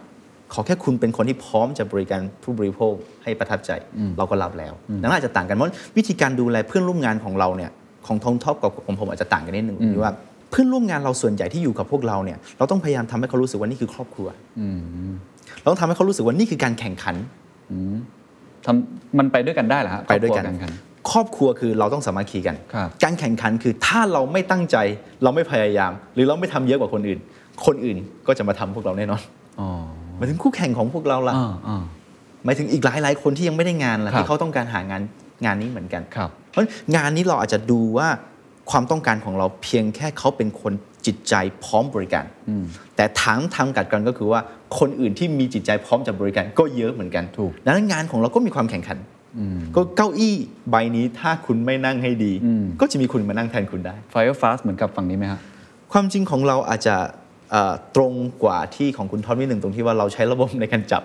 Speaker 3: ขอแค่คุณเป็นคนที่พร้อมจะบริการผู้บริโภคให้ประทับใจเราก็รับแล้วนั่นอาจจะต่างกันเพราะวิธีการดูแลเพื่อนร่วมงานของเราเนี่ยของทองท็อปกับของผมอาจจะต่างกันนิดนึงที่ว่าเพื่อนร่วมงานเราส่วนใหญ่ที่อยู่กับพวกเราเนี่ยเราต้องพยายามทำให้เขารู้สึกว่านี่คือครอบครัวเราต้องทำให้เขารู้สึกว่านี่คือการแข่งขัน
Speaker 1: ทำมันไปด้วยกันได้เหรอฮะ
Speaker 3: ไปด้วยกั
Speaker 1: ค
Speaker 3: น
Speaker 1: รอบครั
Speaker 3: ครอบครัวคือเราต้องสามัคคีกัน
Speaker 1: ครับ
Speaker 3: การแข่งขันคือถ้าเราไม่ตั้งใจเราไม่พยายาม หรือเราไม่ทำเยอะกว่าคนอื่น คนอื่นก็จะมาทำพวกเราแน่นอน
Speaker 1: อ๋อ
Speaker 3: หมายถึงคู่แข่งของพวกเราล่ะ
Speaker 1: อ่าอ่า
Speaker 3: หมายถึงอีกหลายหลายๆคนที่ยังไม่ได้งานล่ะ
Speaker 1: ครับ
Speaker 3: ที่เขาต้องการหางานงานนี้เหมือนกัน
Speaker 1: ครับ
Speaker 3: เพราะงานนี้เราอาจจะดูว่าความต้องการของเราเพียงแค่เขาเป็นคนจิตใจพร้อมบริการ แต่ทางทางกลัดกันก็คือว่าคนอื่นที่มีจิตใจพร้อมจะบริการก็เยอะเหมือนกัน
Speaker 1: ถูก
Speaker 3: ดังนั้นงานของเราก็มีความแข่งขันก็เก้าอี้ใบนี้ถ้าคุณไม่นั่งให้ดี ก็จะมีคนมานั่งแทนคุณได้
Speaker 1: Fire Fast เหมือนกับฝั่งนี้ไหมฮะ
Speaker 3: ความจริงของเราอาจจะเอ่อตรงกว่าที่ของคุณท็อปนิดหนึ่งตรงที่ว่าเราใช้ระบบในการจับ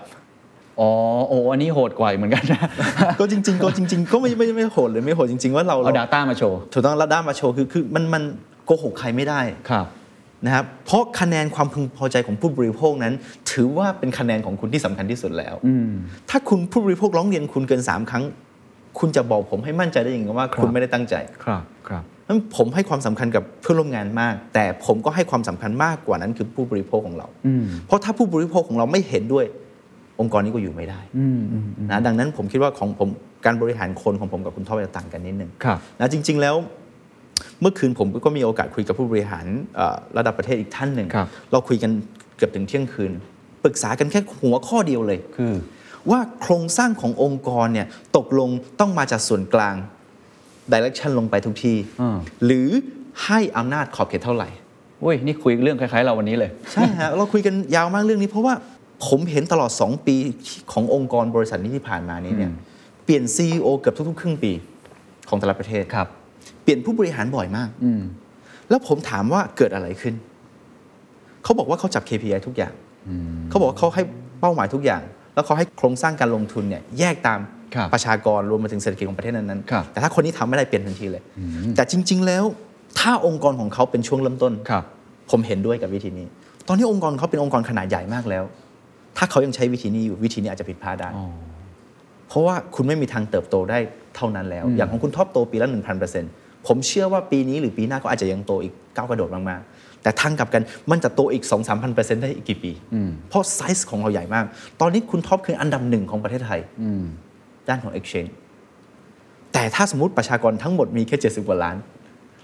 Speaker 1: อ๋อ โอ้ อันนี้โหดกว่าอีกเหมือนกันนะ
Speaker 3: ก็จริง ๆ ก็จริง ๆ ก็ไม่ไม่ไม่โหดเลยไม่โหดจริง ๆ ว่าเรา
Speaker 1: เอา Data มาโชว์
Speaker 3: ถูกต้องแล้วด้ามาโชว์คือคือมันมันโกหกใครไม่ได้
Speaker 1: ครับ
Speaker 3: นะครับเพราะคะแนนความพึงพอใจของผู้บริโภคนั้น ถือว่าเป็นคะแนนของคุณที่สำคัญที่สุดแล้ว
Speaker 1: อืม
Speaker 3: ถ้าคุณผู้บริโภคร้องเรียนคุณเกิน 3 ครั้ง คุณจะบอกผมให้มั่นใจได้ยังไงว่าคุณไม่ได้ตั้งใจ
Speaker 1: ครับ ครับ
Speaker 3: นั้นผมให้ความสำคัญกับเพื่อนร่วมงานมาก แต่ผมก็ให้ความสำคัญมากกว่านั้นคือผู้บริโภคของเรา
Speaker 1: อืม
Speaker 3: เพราะถ้าผู้บริโภคของเราไม่เห็นด้วย องค์กรนี้ก็อยู่ไม่ได้นะดังนั้นผมคิดว่าของผมการบริหารคนของผมกับคุณท็อปจะต่างกันนิดนึง
Speaker 1: ครับ
Speaker 3: นะจริง ๆ แล้วเมื่อคืนผมก็มีโอกาสคุยกับผู้บริหารเอ่อระดับประเทศอีกท่านหนึ่ง
Speaker 1: ครับ
Speaker 3: เราคุยกันเกือบถึงเที่ยงคืน ปรึกษากันแค่หัวข้อเดียวเลย
Speaker 1: คือ
Speaker 3: ว่าโครงสร้างขององค์กรเนี่ยตกลงต้องมาจากส่วนกลางดิเรกชันลงไปทุกที่
Speaker 1: อ่า
Speaker 3: หรือให้อำนาจขอบเขตเท่าไหร่
Speaker 1: อุ้ยนี่คุยเรื่องคล้ายๆเราวันนี้เลย
Speaker 3: ใช่ฮะ เราคุยกันยาวมากเรื่องนี้ เพราะว่าผมเห็นตลอด 2 ปีขององค์กรบริษัทนี้ที่ผ่านมานี้เนี่ยเปลี่ยน CEO เกือบทุกๆ ครึ่งปีของแต่ละประเทศ
Speaker 1: ครับ
Speaker 3: เปลี่ยนผู้บริหารบ่อยมาก
Speaker 1: อืม
Speaker 3: แล้วผมถามว่าเกิดอะไรขึ้น เขาบอกว่าเขาจับ KPI ทุกอย่าง เขาบอกว่าเขาให้เป้าหมายทุกอย่าง แล้วเขาให้โครงสร้างการลงทุนเนี่ยแยกตาม
Speaker 1: ครับ
Speaker 3: ประชากรรวมมาถึงเศรษฐกิจของประเทศนั้น
Speaker 1: ครับ
Speaker 3: ๆแต่ถ้าคนนี้ทำไม่ได้เปลี่ยนทันทีเลย แต่จริง ๆ แล้วถ้าองค์กรของเขาเป็นช่วงเริ่มต้น
Speaker 1: ครับ
Speaker 3: ผมเห็นด้วยกับวิธีนี้ ตอนที่องค์กรเขาเป็นองค์กรขนาดใหญ่มากแล้ว ถ้าเขายังใช้วิธีนี้อยู่วิธีนี้อาจจะผิดพลาดได้
Speaker 1: อ๋อ
Speaker 3: เพราะว่าคุณไม่มีทางเติบโตได้เท่านั้นแล้ว อย่างของคุณท็อปโตปีละ 1,000%ผมเชื่อว่าปีนี้หรือปีหน้าก็อาจจะยังโตอีกก้าวกระโดดมากๆแต่ทางกลับกันมันจะโตอีก 2 3 0 0 0 ได้อีกกี่ปี เพราะไซส์ของเราใหญ่มาก ตอนนี้คุณท็อปคืออันดับหนึ่งของประเทศไทยด้านของ Exchange แต่ถ้าสมมติประชากรทั้งหมดมีแค่ 70กว่าล้าน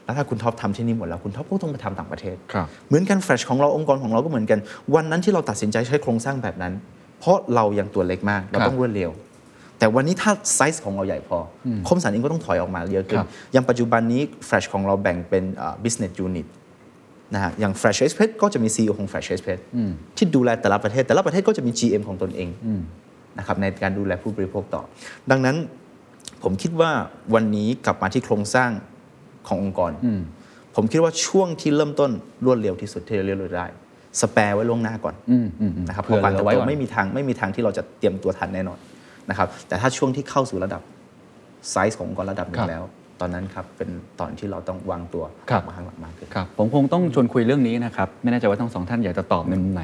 Speaker 3: แล้วถ้าคุณท็อปทำที่นี่หมดแล้วคุณท็อปก็ต้องไปทำต่างประเทศ
Speaker 1: ครับ
Speaker 3: เหมือนกันแฟลชของเราองค์กรของเราก็เหมือนกัน วันนั้นที่เราตัดสินใจใช้โครงสร้างแบบนั้น เพราะเรายังตัวเล็กมาก เรา
Speaker 1: ครับ
Speaker 3: ต้องรวดเร็ว แต่วันนี้ถ้าไซส์ของเราใหญ่พออคมสันเองก็ต้องถอยออกมาเยอะขึ้
Speaker 1: คน รับ
Speaker 3: อย่างปัจจุบันนี้แฟลชของเราแบ่งเป็นเอ่อ business unit นะฮะอย่าง Fresh e x p r e s s ก็จะมี CEO ของ Fresh e x p r e s s ที่ดูแลแต่ละประเทศ แต่ละประเทศก็จะมี GM ของตนเองนะครับในการดูแลผู้บริโภคต่อ ดังนั้นผมคิดว่าวันนี้กลับมาที่โครงสร้างขององค์กร ผมคิดว่าช่วงที่เริ่มต้นรวดเร็วที่สุดที่จะเรียกได้ สแปร์ไว้ล่วงหน้าก่อน
Speaker 1: อืมอืมอืม
Speaker 3: นะครับเพ
Speaker 1: เผื่อ
Speaker 3: ราะการ
Speaker 1: เหลื
Speaker 3: เติ
Speaker 1: อบ ไว้
Speaker 3: โต
Speaker 1: ก่อน
Speaker 3: ไม่มีทางไม่มีทางที่เราจะเตรียมตัวทันแน่นอนนะครับแต่ถ้าช่วงที่เข้าสู่ระดับไซส์ขององค์กรระดับหนึ่
Speaker 1: ครั
Speaker 3: ง
Speaker 1: บ
Speaker 3: แล้ว ตอนนั้นครับเป็นตอนที่เราต้องวางตัว
Speaker 1: ครับ
Speaker 3: ออกมาข้างหลังมากขึ้น
Speaker 1: ครับผมคงต้องชวนคุยเรื่องนี้นะครับ ไม่แน่ใจว่าทั้งสองท่านอยากจะตอบในมุมไหน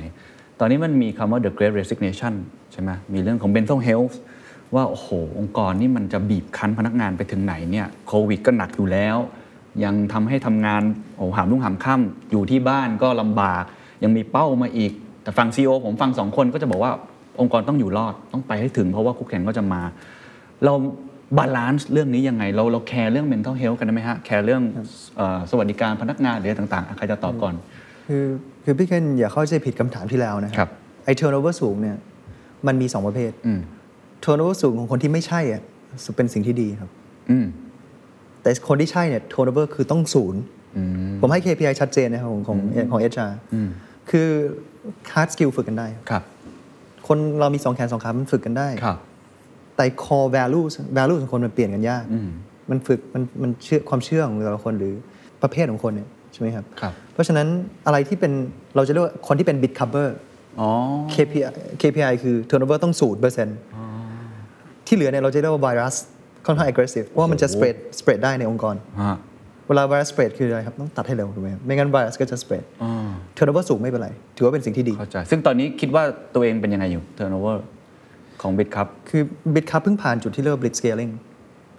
Speaker 1: ตอนนี้มันมีคำว่า the great resignation ใช่ไหมมีเรื่องของ mental health ว่า โอ้โห องค์กรนี่มันจะบีบคั้นพนักงานไปถึงไหนเนี่ยโควิดก็หนักอยู่แล้ว ยังทำให้ทำงานโอ้โหหามรุ่งหามค่ำอยู่ที่บ้านก็ลำบาก ยังมีเป้ามาอีก แต่ฟังซีอผมฟังสองคนก็จะบอกว่าองค์กรต้องอยู่รอดต้องไปให้ถึงเพราะว่าคู่แข่งก็จะมา เราบาลานซ์เรื่องนี้ยังไง เราเราแคร์เรื่อง mental health กันได้ไหมฮะ แคร์เรื่องเอ่อสวัสดิการพนักงานหรืออะไรต่างๆอ่ะใครจะตอบก่อน
Speaker 2: คือคือพี่เคนอย่าเข้าใจผิดคำถามที่แล้วนะค
Speaker 1: ครั
Speaker 2: รับ ไอเทอร์โนเวอร์สูงเนี่ยมันมี 2 ประเภท
Speaker 1: อืม
Speaker 2: เทอร์โนเวอร์สูงของคนที่ไม่ใช่อะเป็นสิ่งที่ดีครับ
Speaker 1: อืม
Speaker 2: แต่คนที่ใช่เนี่ยเทอร์โนเวอร์คือต้องศูนย์ ผมให้ KPI ชัดเจนนะครับของของของ HR คือ hard skill ฝึกกันได้
Speaker 1: ครับ
Speaker 2: คนเรามีสองแขนสองขา มันฝึกกันได้
Speaker 1: ครับ
Speaker 2: แต่ core values values ของคนมันเปลี่ยนกันยาก
Speaker 1: อืม
Speaker 2: มันฝึกมันมันเชื่อความเชื่อของแต่ละคนหรือประเภทของคนเนี่ยใช่ไหมครับ
Speaker 1: ครับ
Speaker 2: เพราะฉะนั้นอะไรที่เป็นเราจะเรียกว่าคนที่เป็น bit cover
Speaker 1: อ๋อ
Speaker 2: KPI KPI คือ turnover ต้องศูนย์เปอร์เซ็นต์ที่เหลือเนี่ยเราจะเรียกว่าไวรัสค่อนข้าง aggressive เพราะว่ามันจะ spread spread ได้ในองค์กร
Speaker 1: ฮะ
Speaker 2: เวลาไวรัสสเปรดคืออะไรครับ ต้องตัดให้เร็วถูกไหมครับไม่งั้นไวรัสก็จะสเปรด
Speaker 1: อ๋อ
Speaker 2: เทอร์โนเวอร์สูงไม่เป็นไร ถือว่าเป็นสิ่งที่ดี
Speaker 1: เข้าใจ ซึ่งตอนนี้คิดว่าตัวเองเป็นยังไงอยู่ turnover ของ bit ครับ
Speaker 2: คือบิตคัพเพิ่งผ่านจุดที่เรียกว่าบิตสเกลิง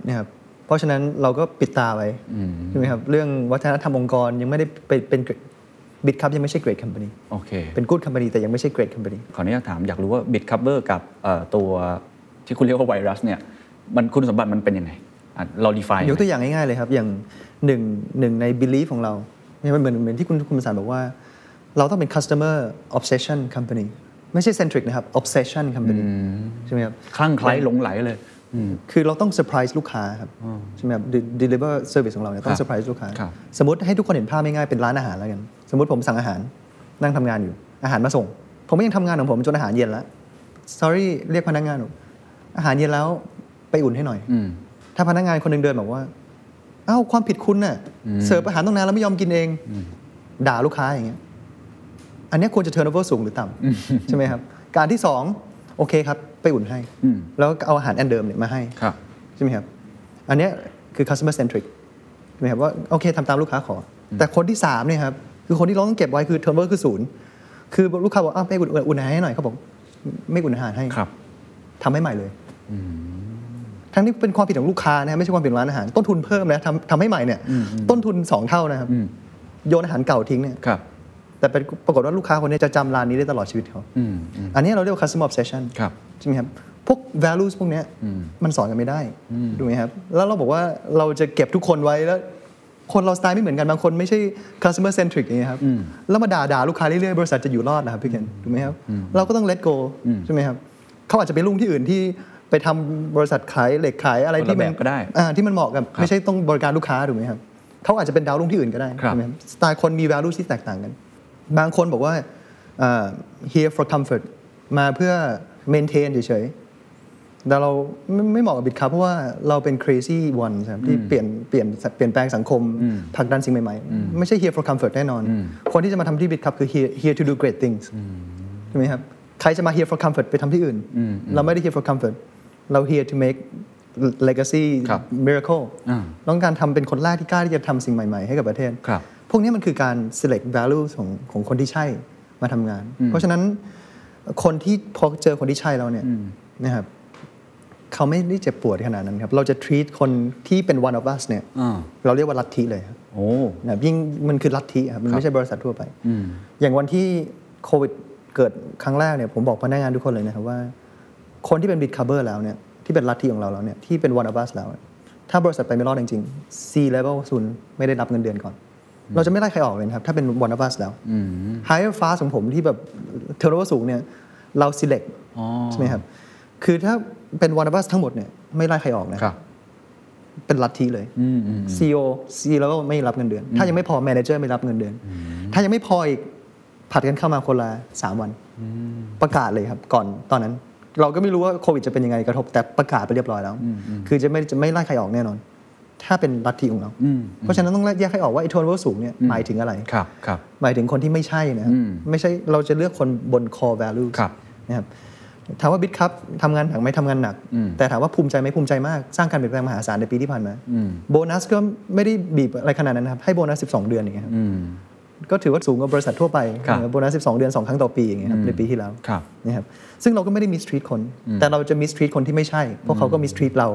Speaker 2: นะครับเพราะฉะนั้นเราก็ปิดตาไว้ใช่ไหมครับ เรื่องวัฒนธรรมองค์กรยังไม่ได้เป็นเป็นบิตคัพยังไม่ใช่เกรด c o m p a n y
Speaker 1: โอเค
Speaker 2: เป็นกู๊ด c o m p a n y แต่ยังไม่ใช่เกรด c o m p a n y
Speaker 1: ขออนุญาตถามอยากรู้ว่า bit cover กับเอ่อตัวที่คุณเรียกว่าไวรัสเนี่ย มันคุณสมบัติมันเป็นยังไงอ่ะเรา define
Speaker 2: ยกตัวอย่างง่ายๆเลยครับ อย่างหนึ่งหนึ่งใน belief ของเราเนี่ยมันเหมือนเหมือนที่คุณคุณประสารบอกว่า เราต้องเป็น customer obsession company ไม่ใช่ centric นะครับ obsession company ใช่ไหมครับ
Speaker 1: คลั่งไคล้หลงไหลเลย
Speaker 2: คือเราต้องเซอร์ไพรส์ลูกค้าครับใช่ไหมครับ De- deliver service ของเราเนี่ยต้
Speaker 1: ค
Speaker 2: อ
Speaker 1: รั
Speaker 2: ง
Speaker 1: บ
Speaker 2: เซอร์ไพรส์ลูกค้า
Speaker 1: ครับ
Speaker 2: สมมติให้ทุกคนเห็นภาพง่ายๆเป็นร้านอาหารแล้วกัน สมมติผมสั่งอาหารนั่งทำงานอยู่ อาหารมาส่ง ผมก็ยังทำงานของผมจนอาหารเย็นแล้ว sorry เรียกพนักงานบอกอาหารเย็นแล้วไปอุ่นให้หน่อย
Speaker 1: อืม
Speaker 2: ถ้าพนักงานคนหนึงเดินบอกว่า เอ้าความผิดคุณน่ะ เสิร์ฟอาหารตั้งนานแล้วไม่ยอมกินเอง ด่าลูกค้าอย่างเงี้ย อันเนี้ยควรจะเทอร์โนเวอร์สูงหรือต่ ำใช่ไหมครับ การที่สองโอเคครับ ไปอุ่นให้
Speaker 1: อืม
Speaker 2: แล้วก็เอาอาหารอันเดิมเนี่ยมาให้
Speaker 1: ครับ
Speaker 2: ใช่ไหมครับ อันเนี้ยคือ customer centric ใช่ไหมครับว่าโอเคทำตามลูกค้าขออแต่คนที่3เนี่ยครับคือคนที่เราต้องเก็บไว้คือ turnover คือศูนย์คือลูกค้าบอกอ้าวไปอุ่นอุ่นอาหารให้หน่อยเขาบอกไม่อุ่นอาหารให้
Speaker 1: ครับ
Speaker 2: ทำให้ใหม่เลย ทั้งที่เป็นความผิดของลูกค้านะไม่ใช่ความผิดของร้านอาหาร ต้นทุนเพิ่มนะทำทำให้ใหม่เนี่ย ต้นทุน 2 เท่านะครับ โยนอาหารเก่าทิ้งเนี่ย
Speaker 1: ครับ
Speaker 2: แต่เป็นปรากฏว่าลูกค้าคนนี้จะจำร้านนี้ได้ตลอดชีวิตเขา
Speaker 1: อืมอืม
Speaker 2: อันนี้เราเรียกว่า customer obsession
Speaker 1: ครับ
Speaker 2: ใช่ไหมครับ พวก values พวกเนี้ยมันสอนกันไม่ได้ถูกไหมครับ แล้วเราบอกว่าเราจะเก็บทุกคนไว้แล้ว คนเราสไตล์ไม่เหมือนกันบางคนไม่ใช่ customer centric อย่างเงี้ยครับ แล้วมาด่าด่าลูกค้าเรื่อยๆ บริษัทจะอยู่รอดนะครับพี่เคนถูกไหมครับ เราก็ต้อง let go ใช่ไหมครับ เขาอาจจะไปลุ่งที่อื่นที่ไปทำบริษัทขายเหล็กขายอะไรที่
Speaker 1: ค
Speaker 2: มั
Speaker 1: น นละแบบก็ได้
Speaker 2: อ่าที่มันเหมาะกับไม่ใช่ต้องบริการลูกค้าถูกไหมครับเขาอาจจะเป็นดาวรุ่งที่อื่นก็ได้
Speaker 1: ครับ
Speaker 2: ใช่ไหมครับสไตล์คนมี value ที่แตกต่างกัน บางคนบอกว่าอ่า here for comfort มาเพื่อ maintain เฉยๆ แต่เราไม่ไม่เหมาะกับบิดครับ เพราะว่าเราเป็น crazy one ครับที่เปลี่ยนเปลี่ยนเปลี่ยนแปลงสังคมผลักดันสิ่งใหม่ ๆ ไม่ใช่ here for comfort แน่นอน คนที่จะมาทำที่บิดครับคือ here here to do great things ใช่ไหมครับ ใครจะมา here for comfort ไปทำที่อื่น เราไม่ได้ here for comfort เรา here to make legacy
Speaker 1: ครับ
Speaker 2: miracle
Speaker 1: อ่า
Speaker 2: ต้องการทำเป็นคนแรกที่กล้าที่จะทำสิ่งใหม่ ๆ ให้กับประเทศ
Speaker 1: ครับ
Speaker 2: พวกนี้มันคือการ select value ของของคนที่ใช่มาทำงาน เพราะฉะนั้นคนที่พอเจอคนที่ใช่แล้วเนี่ยนะครับเขาไม่ได้เจ็บปวดขนาดนั้นครับ เราจะ treat คนที่เป็น one of us เนี่ย
Speaker 1: อ่า
Speaker 2: เราเรียกว่าลัทธิเลยครับ
Speaker 1: โอ้
Speaker 2: นะครับยิ่งมันคือลัทธิครับมันไม่ใช่บริษัททั่วไป อย่างวันที่โควิดเกิดครั้งแรกเนี่ยผมบอกพนักงานทุกคนเลยนะครับว่า คนที่เป็นบิดคาร์เบอร์แล้วเนี่ยที่เป็นลัทธิของเราแล้วเนี่ยที่เป็นวันอบัสแล้วเนี่ยถ้าบริษัทไปไม่รอดจริงๆ C level ศูนย์ไม่ได้รับเงินเดือนก่อน เราจะไม่ไล่ใครออกเลยนะครับ ถ้าเป็นวันอบัสแล้ว higher fast ของผมที่แบบเทอร์โนสูงเนี่ยเรา select ใช่ไหมครับคือถ้าเป็นวันอบัสทั้งหมดเนี่ยไม่ไล่ใครออกนะ
Speaker 1: ครับ
Speaker 2: เป็นลัทธิเลยซีโอซีแล้วก็ไม่รับเงินเดือน ถ้ายังไม่พอแมเนเจอร์ไม่รับเงินเดือน ถ้ายังไม่พออีกผัดกันเข้ามาคนละสามวัน ประกาศเลยครับ ก่อนตอนนั้น เราก็ไม่รู้ว่าโควิดจะเป็นยังไงกระทบแต่ประกาศไปเรียบร้อยแล้ว คือจะไม่จะไม่ไล่ใครออกแน่นอน ถ้าเป็นลัทธิของเรา เพราะฉะนั้นต้องแยกให้ออกว่าไอ้ทนเวอร์สูงเนี่ยหมายถึงอะไร
Speaker 1: ครับครับ
Speaker 2: หมายถึงคนที่ไม่ใช่นะครับ
Speaker 1: อืม
Speaker 2: ไม่ใช่เราจะเลือกคนบน core value
Speaker 1: ครับ
Speaker 2: นะครับถามว่าบิ t ครับทำงานหนักไหมทำงานหนัก แต่ถามว่าภูมิใจไหมภูมิใจมาก สร้างการเปลี่ยนแปลงมหาศาลในปีที่ผ่านมาโบนัสก็ไม่ได้บีบอะไรขนาดนั้นนะครับ ให้โบนัส 12 เดือนอย่างเงี้ยครับก็ถือว่าสูงกว่าบริษัททั่วไป
Speaker 1: ครับ
Speaker 2: นะครับโบนัส 12 เดือน 2 ครั้งต่อปีอย่างเงี้ยครับในปีที่แล้ว
Speaker 1: ครับ
Speaker 2: นะครับซึ่งเราก็ไม่ได้มิสทรีตคน แต่เราจะมิสทรีตคนที่ไม่ใช่เพราะเขาก็มิสทรีตเรา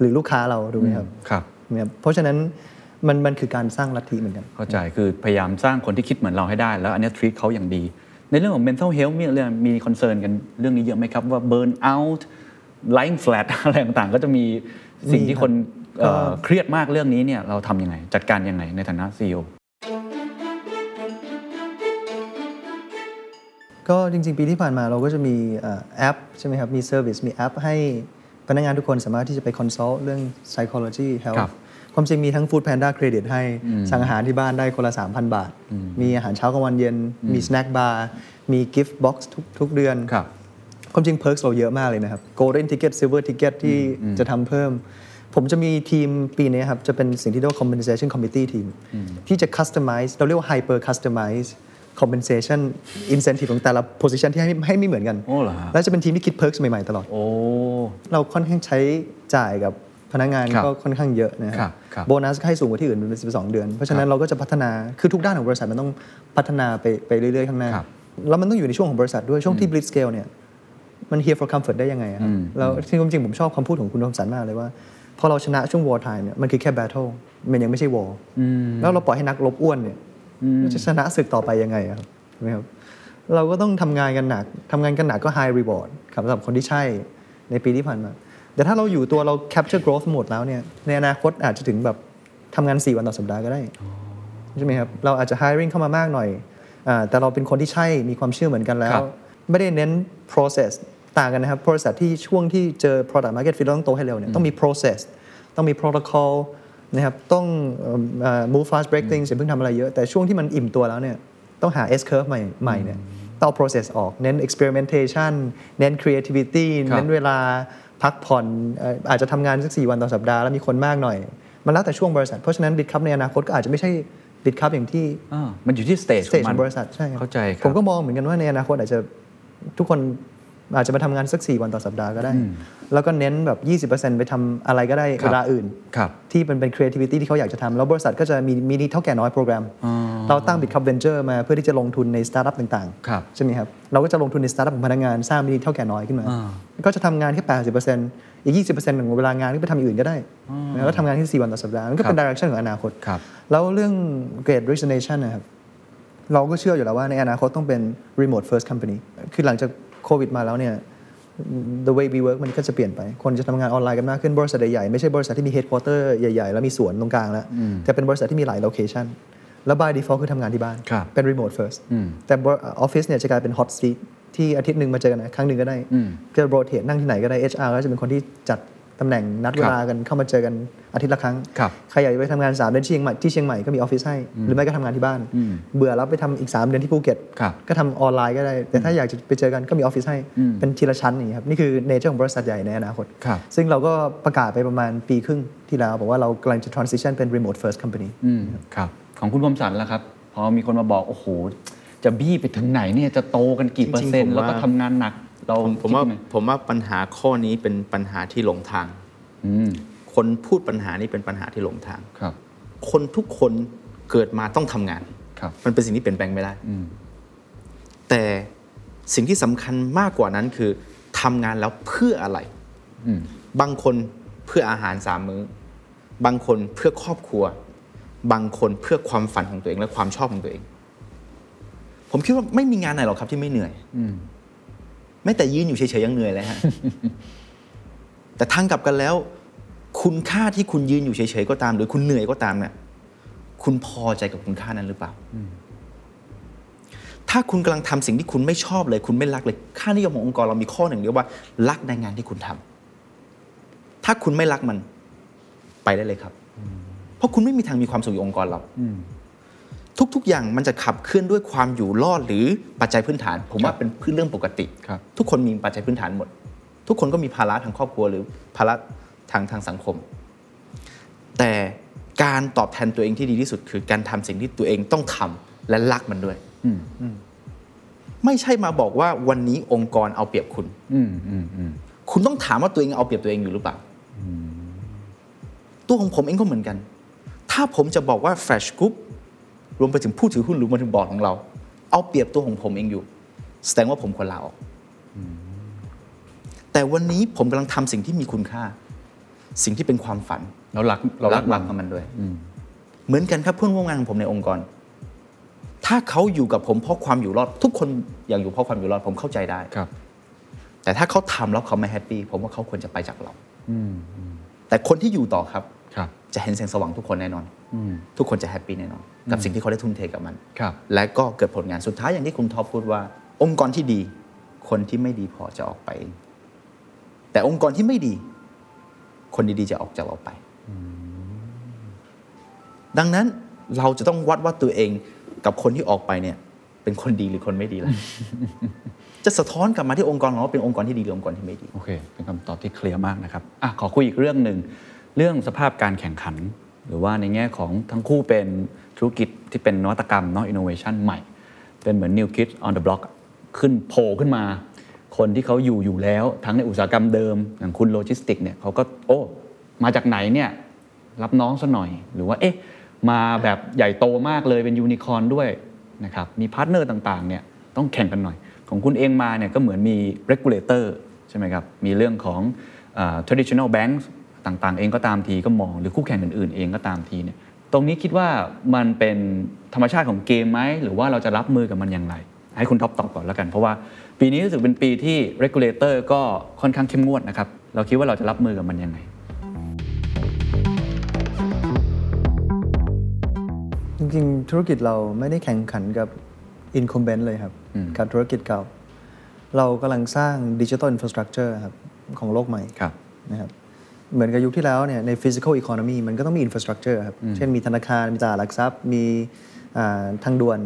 Speaker 2: หรือลูกค้าเราถูกไหมครับ
Speaker 1: ครับ
Speaker 2: นะครับเพราะฉะนั้นมันมันคือการสร้างลัทธิเหมือนกัน
Speaker 1: เข้าใจคือพยายามสร้างคนที่คิดเหมือนเราให้ได้ แล้วอันเนี้ทรีตเขาอย่างดี ในเรื่องของ mental health มีเรื่องมีคอนเซิร์นกันเรื่องนี้เยอะไหมครับ ว่า burn out lying flat อะไรต่างๆ ก็จะมีสิ่งที่คนเอ่อเครียดมากเรื่องนี้เนี่ยเราทำยังไง จัดการยังไงในฐานะ CEO
Speaker 2: ก็จริง ๆ ปีที่ผ่านมาเราก็จะมีเอ่อแอป ใช่ไหมครับ มีเซอร์วิสมีแอปให้พนักงานทุกคนสามารถที่จะไปคอนซัลท์เรื่อง psychology
Speaker 1: ครั
Speaker 2: health
Speaker 1: บ
Speaker 2: ความจริงมีทั้ง Food Panda เครดิตให้ สั่งอาหารที่บ้านได้คนละ 3,000 บาท มีอาหารเช้ากลางวันเย็น มีสแน็คบาร์มีกิฟต์บ็อกซ์ทุกๆเดือน
Speaker 1: ครับ
Speaker 2: ความจริงเพิร์กเราเยอะมากเลยนะครับ Golden Ticket Silver Ticket ที่จะทำเพิ่ม ผมจะมีทีมปีนี้ครับ จะเป็นสิ่งที่เรียกว่า compensation committee team ที่จะ customize เราเรียกว่า hyper customize compensation incentive ของแต่ละ position ที่ให้ให้ไม่เหมือนกัน
Speaker 1: โอ้เหรอฮะ
Speaker 2: และจะเป็นทีมที่คิด perks ใหม่ ๆ ตลอด
Speaker 1: โอ้
Speaker 2: เราค่อนข้างใช้จ่ายกับพนักงาน
Speaker 1: ครับ
Speaker 2: ก็ค่อนข้างเยอะนะค
Speaker 1: ครั
Speaker 2: รับบ
Speaker 1: ครับ
Speaker 2: โบนัสก็ให้สูงกว่าที่อื่นเป็น 12 เดือน เพราะฉะนั้นเราก็จะพัฒนาคือทุกด้านของบริษัทมันต้องพัฒนาไปไปเรื่อยๆ ข้างหน้า
Speaker 1: ครับ
Speaker 2: แล้วมันต้องอยู่ในช่วงของบริษัทด้วยช่วงที่ blitz scale เนี่ยมัน here for comfort ได้ยังไงอะครับแล้วที่ความจริงผมชอบคำพูดของคุณคมสันมากเลยว่า พอเราชนะช่วง war time เนี่ยมันคือแค่ battle มันยังไม่ใช่ war แล้วเราปล่อยให้นักรบอ้วนเนี่ยมันจะชนะศึกต่อไปยังไงอะครับใช่ไหมครับเราก็ต้องทำงานกันหนักทำงานกันหนักก็ high reward ครับสำหรับคนที่ใช่ในปีที่ผ่านมา แต่ถ้าเราอยู่ตัวเรา capture growth หมดแล้วเนี่ยในอนาคตอาจจะถึงแบบทำงาน 4 วันต่อสัปดาห์ก็ได้ ใช่ไหมครับ เราอาจจะ hiring เข้ามามากหน่อยอาแต่เราเป็นคนที่ใช่ มีความเชื่อเหมือนกันแล้
Speaker 1: คว รับ
Speaker 2: ไม่ได้เน้น process ต่างกันนะครับ process ที่ช่วงที่เจอ product market fit เราต้องโตให้เร็วเนี่ย ต้องมี process ต้องมี protocol นะครับ ต้องเอิ่มเอ่อ move fast break things อย่าเพิ่งทำอะไรเยอะ แต่ช่วงที่มันอิ่มตัวแล้วเนี่ย ต้องหา S curve ใหม่ใหม่เนี่ย ต้องเอา process ออก เน้น experimentation เน้น creativity
Speaker 1: ครับ
Speaker 2: เน้นเวลาพักผ่อนเอ่ออาจจะทำงานสักสี่วันต่อสัปดาห์แล้วมีคนมากหน่อย มันแล้วแต่ช่วงบริษัท เพราะฉะนั้นบิดคัพในอนาคตก็อาจจะไม่ใช่บิดคัพอย่างที่
Speaker 1: อ่ามันอยู่ที่สเตจ
Speaker 2: ส
Speaker 1: ข
Speaker 2: เต
Speaker 1: อ
Speaker 2: จ
Speaker 1: ง
Speaker 2: ข
Speaker 1: มั
Speaker 2: อน งบริษัทใช่ครับ
Speaker 1: เข้าใจครั
Speaker 2: ผ
Speaker 1: บ
Speaker 2: มก็มองเหมือนกันว่าในอนาคตอาจจะทุกคนอาจจะมาทำงานสัก 4 วันต่อสัปดาห์ก็ได้ แล้วก็เน้นแบบ 20%ไปทำอะไรก็ได้
Speaker 1: ครับ
Speaker 2: เวลาอื่น
Speaker 1: ครับ
Speaker 2: ที่มันเป็น creativity ที่เขาอยากจะทำแล้วบริษัทก็จะมีมินิเท่าแก่น้อยโปรแกรม เราตั้ง Bit Cup Venture มาเพื่อที่จะลงทุนในสตาร์ทอัพต่าง
Speaker 1: ครับ
Speaker 2: ๆ ใช่ไหมครับ เราก็จะลงทุนในสตาร์ทอัพของพนักงานสร้างมินิเท่าแก่น้อยขึ้นมา ก็จะทำงานแค่ 80%อีก 20%ของเวลางานก็ไปทำอย่างอื่นก็ได้แล้วก็ทำงานแค่4วันต่อสัปดาห์มันก็เป็น direction ของอนาคต
Speaker 1: ครับ
Speaker 2: แล้วเรื่อง grade resignation นะครับ เราก็เชื่ออยู่แล้วว่าในอนาคตต้องเป็น remote first company คือหลังจากโควิดมาแล้วเนี่ย the way we work มันก็จะเปลี่ยนไป คนจะทำงานออนไลน์กันมากขึ้น บริษัทใหญ่ๆ ไม่ใช่บริษัทที่มี headquarter ใหญ่ ๆ แล้วมีสวนตรงกลางแล้ว แต่เป็นบริษัทที่มีหลาย location แล้ว by default คือทำงานที่บ้าน
Speaker 1: ครับ
Speaker 2: เป็น remote first แต่บริ office เนี่ยจะกลายเป็น hot seat ที่อาทิตย์หนึ่งมาเจอกันนะครั้งหนึ่งก็ได้
Speaker 1: อืม
Speaker 2: ก็โรเตทนั่งที่ไหนก็ได้ HR ก็จะเป็นคนที่จัดตำแหน่งนัดเวลากันเข้ามาเจอกันอาทิตย์ละครั้ง
Speaker 1: ครับ
Speaker 2: ใครอยากจะไปทำงานสามเดือนที่เชียงใหม่ที่เชียงใหม่ก็มีออฟฟิศให้หรือไม่ก็ทำงานที่บ้าน
Speaker 1: อืม
Speaker 2: เบื่อแล้วไปทำอีกสามเดือนที่ภูเก็ต
Speaker 1: ครับ
Speaker 2: ก็ทำออนไลน์ก็ได้ แต่ถ้าอยากจะไปเจอกันก็มีออฟฟิศให้
Speaker 1: อืม
Speaker 2: เป็นทีละชั้นอย่างนี้ครับนี่คือเนเจอร์ของบริษัทใหญ่ในอนาคต
Speaker 1: ครับ
Speaker 2: ซึ่งเราก็ประกาศไปประมาณปีครึ่งที่แล้วบอกว่าเรากำลังจะ transition เป็น remote first company
Speaker 1: อืมครับ ของคุณคมสันล่ะครับ พอมีคนมาบอก โอ้โห จะบี้ไปถึงไหนเนี่ยจะโตกันกี่เปอร์เซ็นต์
Speaker 3: จริงๆผม
Speaker 1: แล้ว
Speaker 3: ว่า
Speaker 1: ก็ทำงานหนัก เรา
Speaker 3: ผมผมว่า
Speaker 1: คิดยังไง
Speaker 3: ผมว่าปัญหาข้อนี้เป็นปัญหาที่หลงทาง
Speaker 1: อืม
Speaker 3: คนพูดปัญหานี้เป็นปัญหาที่หลงทาง
Speaker 1: ครับ
Speaker 3: คนทุกคนเกิดมาต้องทำงาน
Speaker 1: ครับ
Speaker 3: มันเป็นสิ่งที่เปลี่ยนแปลงไม่ได้
Speaker 1: อืม
Speaker 3: แต่สิ่งที่สำคัญมากกว่านั้นคือทำงานแล้วเพื่ออะไร
Speaker 1: อืม
Speaker 3: บางคนเพื่ออาหารสามมื้อ บางคนเพื่อครอบครัว บางคนเพื่อความฝันของตัวเองและความชอบของตัวเอง ผมคิดว่าไม่มีงานไหนหรอกครับที่ไม่เหนื่อย
Speaker 1: อืม
Speaker 3: แม้แต่ยืนอยู่เฉยๆยังเหนื่อยเลย ฮะ แต่ทางกลับกันแล้ว คุณค่าที่คุณยืนอยู่เฉยๆก็ตาม หรือคุณเหนื่อยก็ตามเนี่ยคุณพอใจกับคุณค่านั้นหรือเปล่า ถ้าคุณกำลังทำสิ่งที่คุณไม่ชอบเลย คุณไม่รักเลย ค่านิยมขององค์กรเรามีข้อหนึ่งเรียกว่า รักในงานที่คุณทำถ้าคุณไม่รักมันไปได้เลยครับ เพราะคุณไม่มีทางมีความสุขอยู่องค์กรเราทุกๆ อย่างมันจะขับเคลื่อนด้วยความอยู่รอดหรือปัจจัยพื้นฐาน ผมว่าเป็นพื้นเรื่องปกติ
Speaker 1: ครับ
Speaker 3: ทุกคนมีปัจจัยพื้นฐานหมด ทุกคนก็มีภาระทางครอบครัวหรือภาระทางทางสังคม แต่การตอบแทนตัวเองที่ดีที่สุด คือการทำสิ่งที่ตัวเองต้องทำและรักมันด้วย
Speaker 1: อืม
Speaker 3: ไม่ใช่มาบอกว่าวันนี้องค์กรเอาเปรียบคุณ
Speaker 1: อืม อืม อืม
Speaker 3: คุณต้องถามว่าตัวเองเอาเปรียบตัวเองอยู่หรือเปล่า ตัวของผมเองก็เหมือนกัน ถ้าผมจะบอกว่าแฟชกรุ๊ปรวมไปถึงผู้ถือหุ้นหรือมาถึงบอร์ดของเรา เอาเปรียบตัวของผมเองอยู่ แสดงว่าผมควรลาออกแต่วันนี้ผมกำลังทำสิ่งที่มีคุณค่า สิ่งที่เป็นความฝัน
Speaker 1: เรารัก เรารัก
Speaker 3: มั
Speaker 1: มัน
Speaker 3: กับมันด้วย
Speaker 1: อืม
Speaker 3: เหมือนกันครับเพื่อนร่วมงานของผมในองค์กร ถ้าเขาอยู่กับผมเพราะความอยู่รอด ทุกคนอยากอยู่เพราะความอยู่รอดผมเข้าใจได้
Speaker 1: ครับ
Speaker 3: แต่ถ้าเขาทำแล้วเขาไม่แฮปปี้ผมว่าเขาควรจะไปจากเรา
Speaker 1: อืม
Speaker 3: แต่คนที่อยู่ต่อครับ
Speaker 1: ครับ
Speaker 3: จะเห็นแสงสว่างทุกคนแน่นอน
Speaker 1: อืม
Speaker 3: ทุกคนจะแฮปปี้แน่นอน กับสิ่งที่เขาได้ทุ่มเทกับมัน
Speaker 1: ครับ
Speaker 3: และก็เกิดผลงานสุดท้ายอย่างที่คุณท็อปพูดว่า องค์กรที่ดี คนที่ไม่ดีพอจะออกไปเองแต่องค์กรที่ไม่ดี คนดีๆจะออกจากเราไป ดังนั้นเราจะต้องวัดว่าตัวเองกับคนที่ออกไปเนี่ย เป็นคนดีหรือคนไม่ ดีล่ะ จะสะท้อนกลับมาที่องค์กรของเราว่าเป็นองค์กรที่ดีหรือองค์กรที่ไม่ดี
Speaker 1: โอเค เป็นคำตอบที่เคลียร์มากนะครับ อ่ะ ขอคุยอีกเรื่องหนึ่ง เรื่องสภาพการแข่งขัน หรือว่าในแง่ของทั้งคู่เป็นธุรกิจที่เป็นนวัตกรรมเนาะ innovation ใหม่ เป็นเหมือน new kids on the block ขึ้นโผล่ขึ้นมา คนที่เขาอยู่อยู่แล้ว ทั้งในอุตสาหกรรมเดิม อย่างคุณโลจิสติกเนี่ยเขาก็ โอ้ มาจากไหนเนี่ย รับน้องซะหน่อย หรือว่า เอ๊ะ มาแบบใหญ่โตมากเลยเป็นยูนิคอร์นด้วยนะครับ มีพาร์ทเนอร์ต่างๆ เนี่ยต้องแข่งกันหน่อย ของคุณเองมาเนี่ยก็เหมือนมี regulator ใช่ไหมครับ มีเรื่องของเออ traditional banks ต่างๆ เองก็ตามทีก็มอง หรือคู่แข่งอื่นๆ เองก็ตามทีเนี่ย ตรงนี้คิดว่ามันเป็นธรรมชาติของเกมไหม หรือว่าเราจะรับมือกับมันอย่างไร ให้คุณท็อปตอบก่อนแล้วกัน เพราะว่าปีนี้รู้สึกเป็นปีที่ regulator ก็ค่อนข้างเข้มงวดนะครับ เราคิดว่าเราจะรับมือกับมันยังไง
Speaker 2: จริงๆ ธุรกิจเราไม่ได้แข่งขันกับ incumbent เลยครับ
Speaker 1: อืม
Speaker 2: กับธุรกิจเก่า เรากำลังสร้าง digital infrastructure ครับของโลกใหม่
Speaker 1: ครับ
Speaker 2: นะครับเหมือนกับยุคที่แล้วเนี่ยใน physical economy มันก็ต้องมี infrastructure ครับ เช่นมีธนาคาร มีตลาดหลักทรัพย์ มีอ่าทางด่วน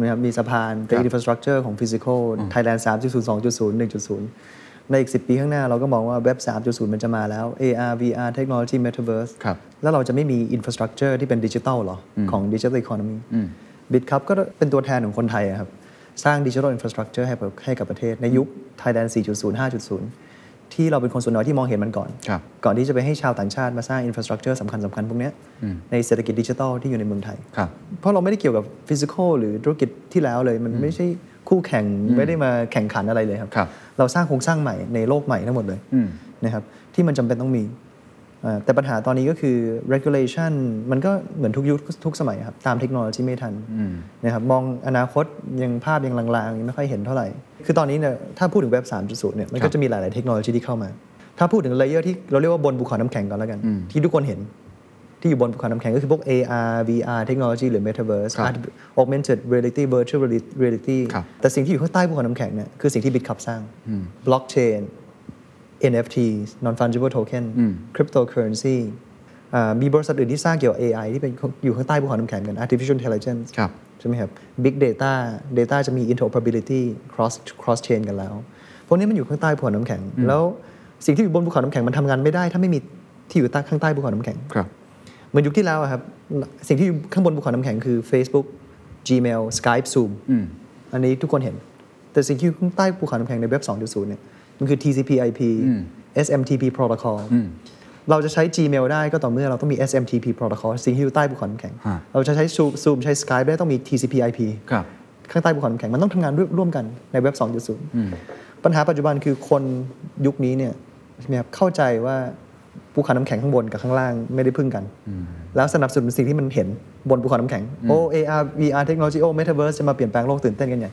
Speaker 2: นะครับมีสะพานแต่ infrastructure ของ physical Thailand 3.0 2.0 1.0 ในอีก 10 ปีข้างหน้าเราก็มองว่าเว็บ 3.0 มันจะมาแล้ว AR VR technology metaverse
Speaker 1: ครับ
Speaker 2: แล้วเราจะไม่มี infrastructure ที่เป็นดิจิ t a ลหรอ ของ digital economy
Speaker 1: อืม
Speaker 2: บิตครับก็เป็นตัวแทนของคนไทยอะครับ สร้างดิจิทัลอินฟ a าสตรักเจอร์ให้กับให้กับประเทศ ในยุค Thailand 4.0 5.0 ที่เราเป็นคนส่วนน้อยที่มองเห็นมันก่อน
Speaker 1: ครับ
Speaker 2: ก่อนที่จะไปให้ชาวต่างชาติมาสร้างอินฟ a าสตรักเจอร์สำคัญสำคัญพวกเนี้ยในเศรษฐกิจดิจิทัลที่อยู่ในเมืองไทย
Speaker 1: ครับ
Speaker 2: เพราะเราไม่ได้เกี่ยวกับฟิสิก a l หรือธุรกิจที่แล้วเลย มันไม่ใช่คู่แข่งไม่ได้มาแข่งขันอะไรเลยครับ
Speaker 1: ครับ
Speaker 2: เราสร้างโครงสร้างใหม่ในโลกใหม่ทั้งหมดเลย
Speaker 1: อืม
Speaker 2: นะครับที่มันจำเป็นต้องมีเอ่อแต่ปัญหาตอนนี้ก็คือ regulation มันก็เหมือนทุกยุคทุกสมัยครับตามเทคโนโลยีไม่ทันนะครับมองอนาคตยังภาพยังลางๆยังไม่ค่อยเห็นเท่าไหร่ คือตอนนี้เนี่ยถ้าพูดถึงเว็บ 3.0เนี่ยมันก็จะมีหลาย ๆ เทคโนโลยีที่เข้ามา ถ้าพูดถึงเลเยอร์ที่เราเรียกว่าบนภูเขาน้ำแข็งก่อนแล้วกัน ที่ทุกคนเห็น ที่ ที่อยู่บนภูเขาน้ำแข็งก็คือพวก AR VR เทคโนโลยีหรือ Metaverse
Speaker 1: ครับ
Speaker 2: Art- Augmented Reality Virtual Reality
Speaker 1: ครับ
Speaker 2: แต่สิ่งที่อยู่ข้างใต้ภูเขาน้ำแข็งเนี่ยคือสิ่งที่บิตคับสร้าง Blockchain NFTs non fungible token cryptocurrency อ่ามีบริษัทอื่นที่สร้างเกี่ยวกับ AI ที่เป็นอยู่ข้างใต้ภูเขาน้ำแข็งกัน artificial intelligence
Speaker 1: ครับ
Speaker 2: ใช่ไหมครับ big data data จะมี interoperability cross cross chain กันแล้ว พวกนี้มันอยู่ข้างใต้ภูเขาน้ำแข็ง แล้วสิ่งที่อยู่บนภูเขาน้ำแข็งมันทำงานไม่ได้ ถ้าไม่มีที่อยู่ใต้ข้างใต้ภูเขาน้ำแข็ง
Speaker 1: ครับ
Speaker 2: เหมือนยุคที่แล้วอะครับ สิ่งที่อยู่ข้างบนภูเขาน้ำแข็งคือ Facebook Gmail Skype Zoom อันนี้ทุกคนเห็น แต่สิ่งที่อยู่ข้างใต้ภูเขาน้ำแข็งในเว็บ 2.0 เนี่ย มันคือ TCP/IP SMTP protocol เราจะใช้ Gmail ได้ก็ต่อเมื่อเราต้องมี SMTP protocol สิ่งที่อยู่ใต้ภูเขาน้ำแข็ง
Speaker 1: ฮะ
Speaker 2: เราจะใช้ Zoom Zoom ใช้ Skype ได้ต้องมี TCP/IP
Speaker 1: ครับ
Speaker 2: ข้างใต้ภูเขาน้ำแข็งมันต้องทำงานร่วมกันในเว็บ 2.0 ปัญหาปัจจุบันคือคนยุคนี้เนี่ยใช่ไหมครับเข้าใจว่าภูเขาน้ำแข็งข้างบนกับข้างล่างไม่ได้พึ่งกัน แล้วสนับสนุนสิ่งที่มันเห็นบนภูเขาน้ำแข็งโอ้ AR VR เทคโนโลยีโอ้ Metaverse จะมาเปลี่ยนแปลงโลกตื่นเต้นกันใหญ่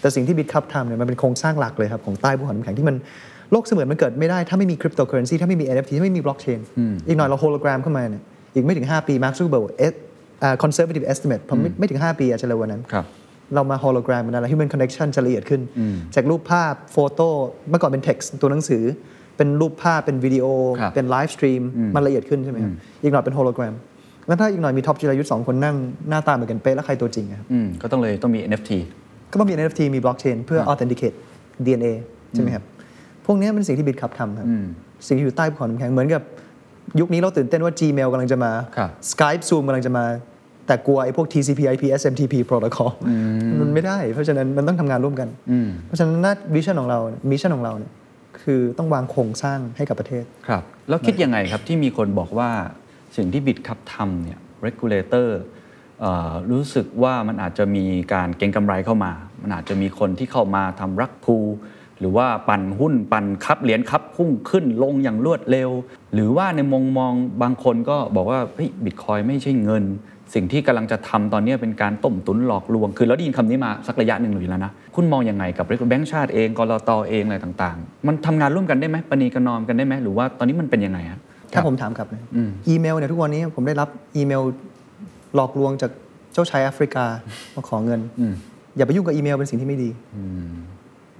Speaker 2: แต่สิ่งที่บิตคัพทำเนี่ยมันเป็นโครงสร้างหลักเลยครับของใต้ภูเขาน้ำแข็งที่มันโลกเสมือนมันเกิดไม่ได้ถ้าไม่มีคริปโตเคอเรนซีถ้าไม่มี NFT ถ้าไม่มีบล็อกเชนอีกหน่อยเราโฮโลแกรมเข้ามาเนี่ยอีกไม่ถึงห้าปีมาร์คซูเบิร์กเอสคอนเซอร์วทีฟเอสติเมตผมไม่ไม่ถึงห้าปีอาจจะเร็วกว่านั้น
Speaker 1: ครับ
Speaker 2: เรามา hologram มันอะไร human connection จะละเอียดขึ้น จากรูปภาพโฟโต้เมื่อก่อนเป็น text ตัวหนังสือ เป็นรูปภาพเป็นวิดีโอ
Speaker 1: ครับ
Speaker 2: เป็นไลฟ์สตรีมมันละเอียดขึ้นใช่ไหมครับอีกหน่อยเป็น hologram งั้นถ้าอีกหน่อยมีท็อปจิรายุทธ์สองคนนั่งหน้าตาเหมือนกันเป๊ะแล้วใครตัวจริงอะครับ
Speaker 1: อืมก็ต้องเลยต้องมี NFT
Speaker 2: ก็ต้องมี NFT มี blockchain เพื่อ authenticate DNA ใช่ไหมครับ พวกเนี้ยเป็นสิ่งที่บิตคับทำครับ สิ่งที่อยู่ใต้ภูเขาน้ำแข็งเหมือนกับยุคนี้เราตื่นเต้นว่า Gmail กำลังจะมา
Speaker 1: ครับ
Speaker 2: Skype Zoom กำลังจะมา แต่กลัวไอ้พวก TCP/IP SMTP protocol มันไม่ได้ เพราะฉะนั้นมันต้องทำงานร่วมกัน เพราะฉะนั้นหน้าวิชั่นของเรามิชั่นของเราเนี่ยคือต้องวางโครงสร้างให้กับประเทศ
Speaker 1: ครับ แล้วคิดยังไงครับที่มีคนบอกว่าสิ่งที่บิดครับทำเนี่ย regulator เอ่อรู้สึกว่ามันอาจจะมีการเก็งกำไรเข้ามา มันอาจจะมีคนที่เข้ามาทำรักพูลหรือว่าปั่นหุ้นปั่นคับเหรียญคับพุ่งขึ้นลงอย่างรวดเร็ว หรือว่าในมองมองบางคนก็บอกว่าเฮ้ยบิตคอยไม่ใช่เงิน สิ่งที่กำลังจะทำตอนนี้เป็นการต้มตุนหลอกลวง คือเราได้ยินคำนี้มาสักระยะหนึ่งอยู่แล้วนะ คุณมองยังไงกับแบงก์ชาติเองกรตเองอะไรต่างๆ มันทำงานร่วมกันได้ไหมปณีกนอมกันได้ไหมหรือว่าตอนนี้มันเป็นยังไงฮะ
Speaker 2: ถ้าผมถามกลับนะอีเมลเนี่ยทุกวันนี้ผมได้รับอีเมลหลอกลวงจากเจ้าชายแอฟริกามาขอเงิน อย่าไปยุ่งกับอีเมลเป็นสิ่งที่ไม่ดี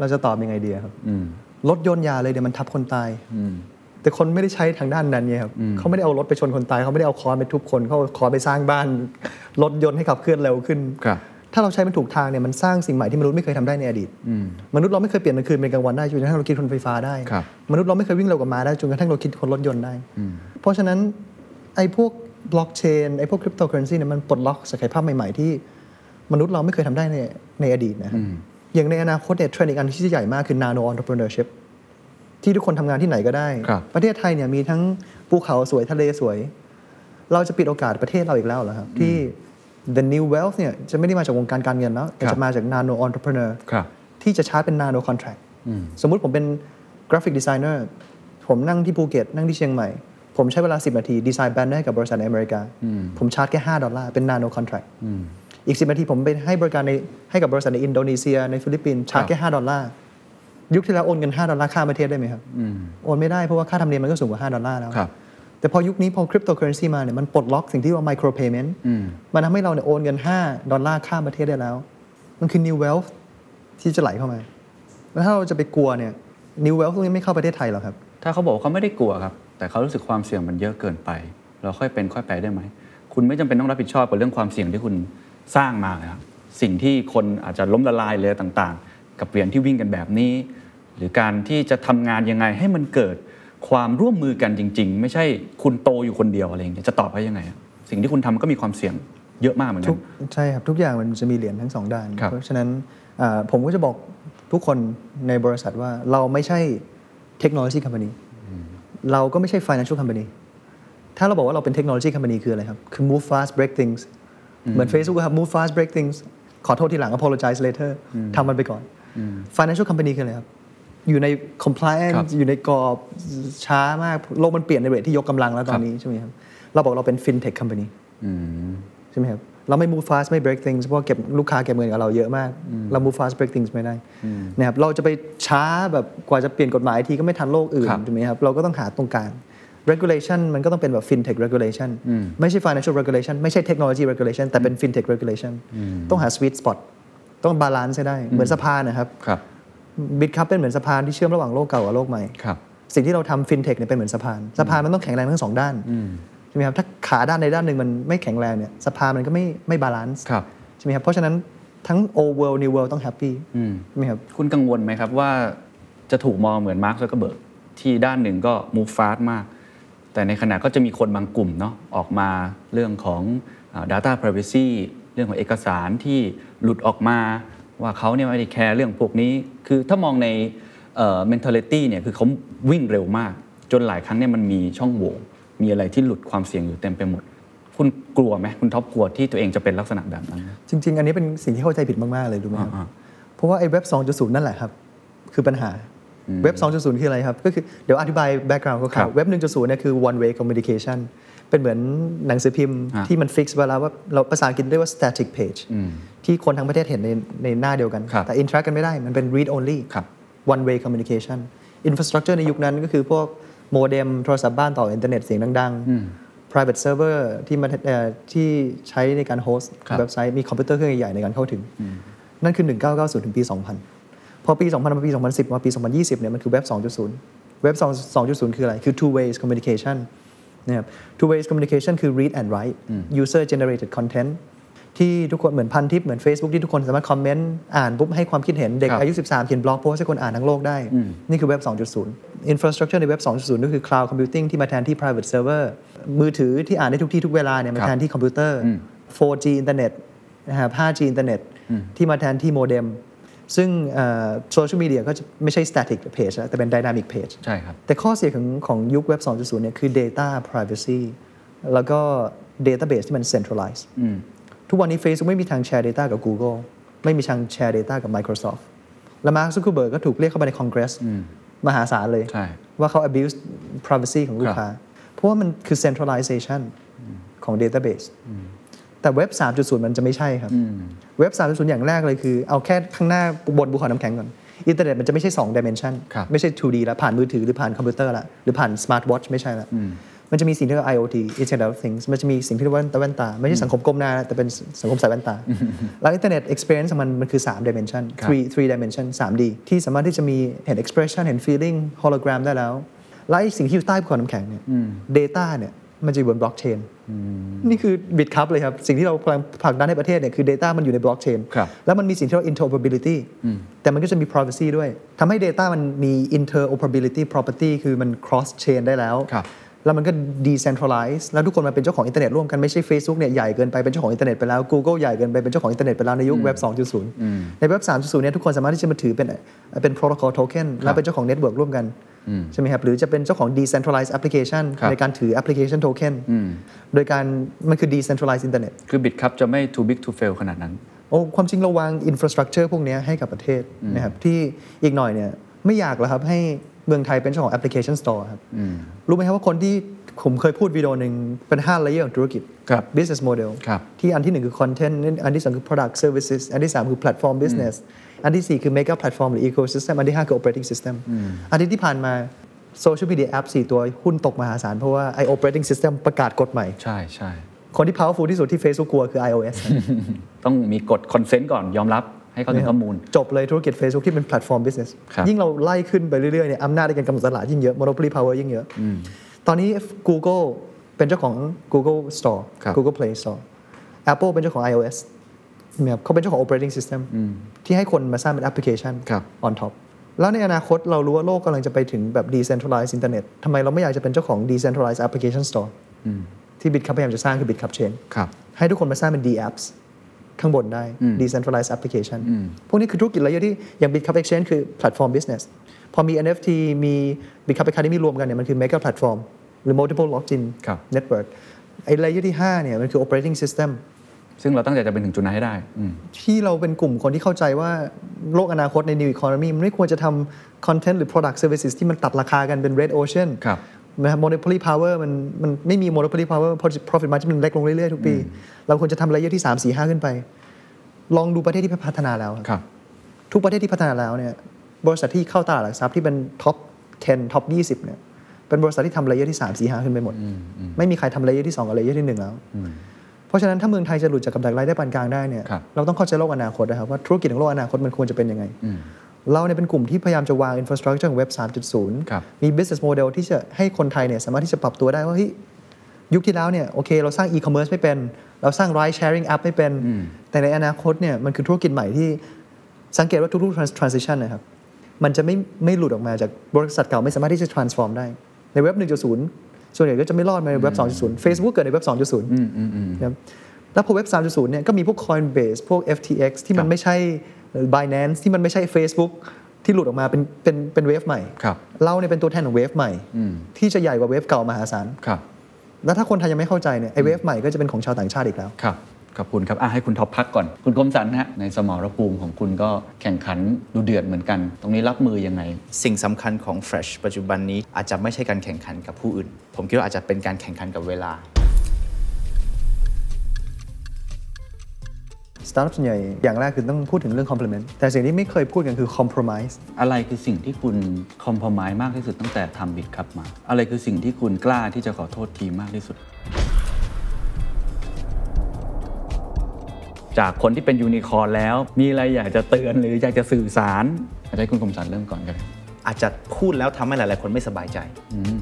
Speaker 2: เราจะตอบยังไงดีอะครับรถยนต์อยาเลยเดี๋ยวมันทับคนตายแต่คนไม่ได้ใช้ทางด้านนั้นไงครับเขาไม่ได้เอารถไปชนคนตายเขาไม่ได้เอาค้อนไปทุบคนเขาเอาค้อนไปสร้างบ้าน รถยนต์ให้ขับเคลื่อนเร็วขึ้น
Speaker 1: ครับ
Speaker 2: ถ้าเราใช้มันถูกทางเนี่ยมันสร้างสิ่งใหม่ที่มนุษย์ไม่เคยทำได้ในอดีตมนุษย์เราไม่เคยเปลี่ยนกลางคืนเป็นกลางวันได้จนกระทั่งเราคิดคนไฟฟ้าได้
Speaker 1: ครับ
Speaker 2: มนุษย์เราไม่เคยวิ่งเร็วกว่าม้าได้จนกระทั่งเราคิดคนรถยนต์ได้ เพราะฉะนั้นไอ้พวกบล็อกเชนไอ้พวกคริปโตเคอเรนซีเนี่ยมันปลดล็อกศักยภาพใหม่ ๆ ที่มนุษย์เราไม่เคยทำได้ในในอดีตนะครับอย่างในอนาคตเนี่ยเทรนด์อีกอันที่ใหญ่มากคือ nano entrepreneurship ที่ทุกคนทำงานที่ไหนก็ได้
Speaker 1: ครับ
Speaker 2: ประเทศไทยเนี่ยมีทั้งภูเขาสวยทะเลสวย เราจะปิดโอกาสประเทศเราอีกแล้วเหรอครับ ที่ the new wealth เนี่ยจะไม่ได้มาจากวงการการเงินแล้ว แต่
Speaker 1: ครับ
Speaker 2: จะมาจาก nano entrepreneur
Speaker 1: ครับ
Speaker 2: ที่จะชาร์จเป็น nano contract สมมุติผมเป็นกราฟิกดีไซเนอร์ผมนั่งที่ภูเก็ต นั่งที่เชียงใหม่ ผมใช้เวลา 10 นาทีดีไซน์แบรนด์ให้กับบริษัทในอเมริกา ผมชาร์จแค่ 5 ดอลลาร์ เป็น nano contract อีก 10 นาทีผมไปให้บริการในให้กับบริษัทในอินโดนีเซีย ในฟิลิปปินส์ชาร์จแค่ 5 ดอลลาร์ ยุคที่แล้วโอนเงิน 5 ดอลลาร์ข้ามประเทศได้ไหมครับโอนไม่ได้เพราะว่าค่าธรรมเนียมมันก็สูงกว่า 5 ดอลลาร์แล้ว
Speaker 1: ครับ
Speaker 2: แต่พอยุคนี้พอคริปโตเคอเรนซีมาเนี่ยมันปลดล็อกสิ่งที่เรียกว่า micro payment มันทำให้เราเนี่ยโอนเงิน 5 ดอลลาร์ข้ามประเทศได้แล้ว มันคือ new wealth ที่จะไหลเข้ามา แล้วถ้าเราจะไปกลัวเนี่ย new wealth พวกนี้ไม่เข้าประเทศไทยหรอกครับ
Speaker 1: ถ้าเขาบอกว่าเขาไม่ได้กลัวครับ แต่เขารู้สึกความเสี่ยงมันเยอะเกินไป เราค่อยเป็นค่อยไปได้ไหม คุณไม่จำเป็นต้องรับผิดชอบกับเรื่องความเสี่ยงที่คุณสร้างมาเลยครับสิ่งที่คนอาจจะล้มละลายเลยต่างๆ กับเหรียญที่วิ่งกันแบบนี้ หรือการที่จะทำงานยังไงให้มันเกิดความร่วมมือกันจริง ๆ ไม่ใช่คุณโตอยู่คนเดียวอะไรอย่างเงี้ยจะตอบให้ยังไงอะสิ่งที่คุณทำก็มีความเสี่ยงเยอะมากเหมือนกั
Speaker 2: ทุ
Speaker 1: น
Speaker 2: กใช่ครับทุกอย่างมันจะมีเหรียญทั้งสองด้าน
Speaker 1: ครับ
Speaker 2: เพราะฉะนั้นอ่าผมก็จะบอกทุกคนในบริษัทว่าเราไม่ใช่เทคโนโลยี company เราก็ไม่ใช่ financial company ถ้าเราบอกว่าเราเป็นเทคโนโลยี company คืออะไรครับ คือ move fast break things เหมือน Facebook ครับ move fast break things ขอโทษทีหลัง apologize later ทำมันไปก่อน financial company คืออะไรครับ อยู่ใน compliance
Speaker 1: ครับ
Speaker 2: อยู่ในกรอบช้ามากโลกมันเปลี่ยนในเรทที่ยกกำลังแล้วตอนนี้ใช่ไหมครับเราบอกเราเป็น fintech company ใช่ไหมครับ เราไม่ move fast ไม่ break things เพราะว่าเก็บลูกค้าเก็บเงินกับเราเยอะมาก เรา move fast break things ไม่ได้นะครับเราจะไปช้าแบบกว่าจะเปลี่ยนกฎหมายทีก็ไม่ทันโลกอื่น
Speaker 1: ครับ
Speaker 2: ถูกไหมครับ เราก็ต้องหาตรงกลาง regulation มันก็ต้องเป็นแบบ fintech regulation ไม่ใช่ financial regulation ไม่ใช่ technology regulation แต่เป็น fintech regulation ต้องหา sweet spot ต้อง balance ให้ได้ เหมือนสะพานนะครับ
Speaker 1: ครับ
Speaker 2: บิตคัพเป็นเหมือนสะพานที่เชื่อมระหว่างโลกเก่ากับโลกใหม่
Speaker 1: ครับ
Speaker 2: สิ่งที่เราทำฟินเทคเนี่ยเป็นเหมือนสะพาน สะพานมันต้องแข็งแรงทั้งสองด้านใช่ไหมครับถ้าขาด้านใดด้านหนึ่งมันไม่แข็งแรงเนี่ยสะพานมันก็ไม่ไม่บาลานซ์
Speaker 1: ครับ
Speaker 2: ใช่ไหมครับเพราะฉะนั้นทั้ง old world new world ต้องแฮปปี้ใช่ไหมครับ
Speaker 1: คุณกังวลไหมครับว่าจะถูกมองเหมือนมาร์คแล้วก็เบิร์กที่ด้านหนึ่งก็มูฟฟาสมาก แต่ในขณะก็จะมีคนบางกลุ่มเนาะออกมาเรื่องของอ่า Data Privacy เรื่องของเอกสารที่หลุดออกมาว่าเขาเนี่ยไม่ได้แคร์เรื่องพวกนี้ คือถ้ามองในเอ่อ mentality เนี่ยคือเขาวิ่งเร็วมาก จนหลายครั้งเนี่ยมันมีช่องโหว่มีอะไรที่หลุดความเสี่ยงอยู่เต็มไปหมด คุณกลัวไหมคุณท็อปกลัวที่ตัวเองจะเป็นลักษณะแบบนั้นไหม
Speaker 2: จริง ๆ อันนี้เป็นสิ่งที่เข้าใจผิดมาก ๆ เลยรู้ไหมครับ
Speaker 1: อ่า
Speaker 2: เพราะว่าไอ้เว็บ 2.0 นั่นแหละครับ คือปัญหาเว็บ 2.0 คืออะไรครับ ก็คือเดี๋ยวอธิบายแบ็กกราวด์คร่าวๆเว็บ 1.0 เนี่ยคือ one way communication เป็นเหมือนหนังสือพิมพ์
Speaker 1: ฮะ
Speaker 2: ที่มันฟิกซ์เวลาว่าเราภาษาอังกฤษเรียกว่า static page ที่คนทั้งประเทศเห็นในในหน้าเดียวกัน
Speaker 1: ครับ
Speaker 2: แต่ interact กันไม่ได้มันเป็น read only
Speaker 1: ครับ
Speaker 2: one way communication infrastructure ในยุคนั้นก็คือพวกโมเด็มโทรศัพท์บ้านต่ออินเทอร์เน็ตเสียงดัง ๆ private server ที่มันเอ่อที่ใช้ในการโฮสต์
Speaker 1: ครับ
Speaker 2: เว็บไซต์มีคอมพิวเตอร์เครื่องใหญ่ ๆ ในการเข้าถึง นั่นคือ 1990 ถึงปี 2000 พอปี 2000มาปี 2010 มาปี 2020 เนี่ยมันคือเว็บ 2.0 เว็บ 2.0 คืออะไร คือ two ways communication นะครับ two ways communication คือ read and write user generated content ที่ทุกคนเหมือนพันทิปเหมือน Facebook ที่ทุกคนสามารถคอมเมนต์อ่านปุ๊บให้ความคิดเห็นเด็ก
Speaker 1: ครับ
Speaker 2: อายุ 13 เขียนบล็อกโพสให้คนอ่านทั้งโลกได้ นี่คือเว็บ 2.0 infrastructure ในเว็บ 2.0 ก็คือ cloud computing ที่มาแทนที่ private server มือถือที่อ่านได้ทุกที่ทุกเวลาเนี่ยมาแทนที่คอมพิวเตอร์ 4G อินเทอร์เน็ตนะครับ 5G อินเทอร์เน็ตที่มาแทนที่โมเด็มซึ่งโซเชียลมีเดียก็จะไม่ใช่ static page แล้วแต่เป็น dynamic page
Speaker 1: ใช่ครับ
Speaker 2: แต่ข้อเสียของของยุคเว็บ 2.0 เนี่ยคือ data privacy แล้วก็ database ที่มัน centralized ทุกวันนี้ Facebook ไม่มีทางแชร์ data กับ Google ไม่มีทางแชร์ data กับ Microsoft และ Mark Zuckerberg ก็ถูกเรียกเข้าไปใน Congress มหาศาลเลย
Speaker 1: ใช่
Speaker 2: ว่าเขา abuse privacy ของลูกค้า เพราะว่ามันคือ centralization ของ database แต่เว็บ 3.0 มันจะไม่ใช่ครับ เว็บ 3.0 อย่างแรกเลยคือ เอาแค่ข้างหน้าบนบุคอน้ำแข็งก่อน อินเทอร์เน็ตมันจะไม่ใช่ 2 dimension
Speaker 1: ครับ
Speaker 2: ไม่ใช่ 2D แล้ว ผ่านมือถือหรือผ่านคอมพิวเตอร์ละหรือผ่าน smart watch ไม่ใช่ละมันจะมีสิ่งที่เรียกว่า IoT Internet of Things มันจะมีสิ่งที่เรียกว่าแว่นตา ไม่ใช่สังคมก้มหน้านะแต่เป็นสังคมสายแว่นตา แล้วอินเทอร์เน็ต experience ของมันมันคือ 3 dimension 3 3 dimension 3D ที่สามารถที่จะมีเห็น expression เห็น feeling hologram ได้แล้ว และไอ้สิ่งที่อยู่ใต้ภูเขาน้ำแข็งเนี่ย data เนี่ยมันจะอยู่บน blockchain นี่คือบิตคัพเลยครับ สิ่งที่เรากำลังผลักดันให้ประเทศเนี่ยคือ Data มันอยู่ในบล็อกเชน
Speaker 1: ครับ
Speaker 2: แล้วมันมีสิ่งที่เรียกว่า interoperability แต่มันก็จะมี privacy ด้วยทำให้ Data มันมี interoperability property คือมัน cross chain ได้แล้ว
Speaker 1: ครับ
Speaker 2: แล้วมันก็ decentralize แล้วทุกคนมาเป็นเจ้าของอินเทอร์เน็ตร่วมกัน ไม่ใช่ Facebook เนี่ยใหญ่เกินไปเป็นเจ้าของอินเทอร์เน็ตไปแล้ว Google ใหญ่เกินไปเป็นเจ้าของอินเทอร์เน็ตไปแล้วในยุคเว็บ 2.0 ในเว็บ 3.0 เนี่ยทุกคนสามารถที่จะมาถือเป็นเป็น protocol token แล้วเป็นเจ้าของ network ร่วมกันใช่ไหมครับหรือจะเป็นเจ้าของ decentralized application
Speaker 1: ครับ
Speaker 2: ในการถือ application token โดยการมันคือ decentralized internet
Speaker 1: คือบิตครับจะไม่ too big to fail ขนาดนั้น
Speaker 2: โอ้ความจริงเราวาง infrastructure พวกเนี้ยให้กับประเทศนะครับที่อีกหน่อยเนี่ยไม่อยากหรอกครับให้เมืองไทยเป็นเจ้าของ application store ครับรู้ไหมครับว่าคนที่ผมเคยพูดวิดีโอหนึ่งเป็น5 layer ของธุรกิจ
Speaker 1: ครับ
Speaker 2: business model
Speaker 1: ครับ
Speaker 2: ที่อันที่หนึ่งคือ content อันที่สองคือ product services อันที่สามคือ platform business อันที่สี่คือ mega platform หรือ ecosystem อันที่ห้าคือ operating system อาทิตย์ที่ผ่านมา social media app สี่ตัวหุ้นตกมหาศาลเพราะว่าไอ operating system ประกาศกฎใหม่
Speaker 1: ใช่ใช่
Speaker 2: คนที่ powerful ที่สุดที่ Facebook กลัวคือ iOS ครับ
Speaker 1: ต้องมีกฎคอนเซนต์ก่อนยอมรับให้เขาถึงข้อมูล
Speaker 2: จบเลยธุรกิจ Facebook ที่เป็นแพลตฟอร์ม business
Speaker 1: ครับ
Speaker 2: ยิ่งเราไล่ขึ้นไปเรื่อยๆเนี่ยอำนาจในการกำหนดตลาดยิ่งเยอะ monopoly power ยิ่งเยอะ ตอนนี้ Google เป็นเจ้าของ Google Store Google Play Store Apple เป็นเจ้าของ iOS ใช่ไหมครับเขาเป็นเจ้าของ operating system ที่ให้คนมาสร้างเป็นแอปพลิเคชัน on top แล้วในอนาคตเรารู้ว่าโลกกำลังจะไปถึงแบบ decentralized internet ทำไมเราไม่อยากจะเป็นเจ้าของ decentralized application store ที่บิตคัพพยายามจะสร้างคือบิตคัพเชน
Speaker 1: ครับ
Speaker 2: ให้ทุกคนมาสร้างเป็น D apps ข้างบนได้ decentralized application พวกนี้คือธุรกิจระยะที่อย่าง Bitcup Exchange คือ platform business พอมี NFT มี Bitcup Academy รวมกันเนี่ยมันคือ mega platform หรือ multiple blockchain
Speaker 1: ครับ
Speaker 2: network ไอ้ระยะที่ 5 เนี่ยมันคือ operating system
Speaker 1: ซึ่งเราตั้งใจจะเป็นถึงจุดนั้นให้ได้อืม
Speaker 2: ที่เราเป็นกลุ่มคนที่เข้าใจว่าโลกอนาคตใน new economy มันไม่ควรจะทำ content หรือ product services ที่มันตัดราคากันเป็น red ocean
Speaker 1: ครับ
Speaker 2: นะครับ monopoly power มันมันไม่มี monopoly power profit- profit margin มันเล็กลงเรื่อยๆ ทุกปี เราควรจะทำ layer ที่ 3 4 5 ขึ้นไป ลองดูประเทศที่พัฒนาแล้ว
Speaker 1: ครับ
Speaker 2: ทุกประเทศที่พัฒนาแล้วเนี่ยบริษัทที่เข้าตลาดหลักทรัพย์ที่เป็น top 10 top 20เนี่ย เป็นบริษัทที่ทำเลเยอร์ที่3 4 5ขึ้นไปหมด ไม่มีใครทำเลเยอร์ที่2กับเลเยอร์ที่ 1 แล้ว
Speaker 1: อืม
Speaker 2: เพราะฉะนั้นถ้าเมืองไทยจะหลุดจากกับดักรายได้ปานกลางได้เนี่ย
Speaker 1: ครับ
Speaker 2: เราต้องเข้าใจโลกอนาคตนะครับว่าธุรกิจของโลกอนาคตมันควรจะเป็นยังไง
Speaker 1: อืม
Speaker 2: เราเนี่ยเป็นกลุ่มที่พยายามจะวาง infrastructure ของเว็บ
Speaker 1: ครับ
Speaker 2: 3.0 มี business model ที่จะให้คนไทยเนี่ยสามารถที่จะปรับตัวได้ว่าเฮ้ยยุคที่แล้วเนี่ยโอเค เราสร้าง e-commerce ไม่เป็น เราสร้าง ride sharing app ไม่เป็น แต่ในอนาคตเนี่ยมันคือธุรกิจใหม่ที่สังเกตว่าทุกๆ trans- transition นะครับมันจะไม่ไม่หลุดออกมาจากบริษัทเก่าไม่สามารถที่จะ transform ได้ในเว็บ 1.0 ส่วนใหญ่ก็จะไม่รอดมาในเว็บ 2.0 Facebook เกิดในเว็บ 2.0
Speaker 1: อืมอืมอืม
Speaker 2: นะครับแล้วพอเว็บ 3.0 เนี่ยก็มีพวก Coinbase พวก FTX ที่มันไม่ใช่ Binance ที่มันไม่ใช่ Facebook ที่หลุดออกมาเป็นเป็นเป็นเวฟใหม่
Speaker 1: ครับ
Speaker 2: เราเนี่ยเป็นตัวแทนของเวฟใหม่
Speaker 1: อืม
Speaker 2: ที่จะใหญ่กว่าเวฟเก่ามหาศาล
Speaker 1: ครับ
Speaker 2: แล้วถ้าคนไทยยังไม่เข้าใจเนี่ยไอเวฟใหม่ก็จะเป็นของชาวต่างชาติอีกแล้ว
Speaker 1: ครับ ขอบคุณครับอ่ะให้คุณท็อปพักก่อน คุณคมสันนะฮะ ในสมรภูมิของคุณก็แข่งขันดูเดือดเหมือนกัน ตรงนี้รับมือยังไง
Speaker 3: สิ่งสำคัญของ Fresh ปัจจุบันนี้อาจจะไม่ใช่การแข่งขันกับผู้อื่น ผมคิดว่าอาจจะเป็นการแข่งขันกับเวลา
Speaker 2: สตาร์ทอัพส่วนใหญ่อย่างแรกคือต้องพูดถึงเรื่อง complement แต่สิ่งที่ไม่เคยพูดกันคือ compromise
Speaker 1: อะไรคือสิ่งที่คุณคอมพอมายมากที่สุดตั้งแต่ทำบิดครับมา อะไรคือสิ่งที่คุณกล้าที่จะขอโทษทีมมากที่สุด จากคนที่เป็นยูนิคอร์นแล้ว มีอะไรอยากจะเตือนหรืออยากจะสื่อสารอาจจะให้คุณคมสันเริ่มก่อนกัน
Speaker 3: อาจจะพูดแล้วทำให้หลาย ๆ คนไม่สบายใจ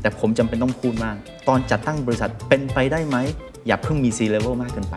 Speaker 3: แต่ผมจำเป็นต้องพูดมาก ตอนจัดตั้งบริษัทเป็นไปได้ไหม อย่าเพิ่งมี C level มากเกินไป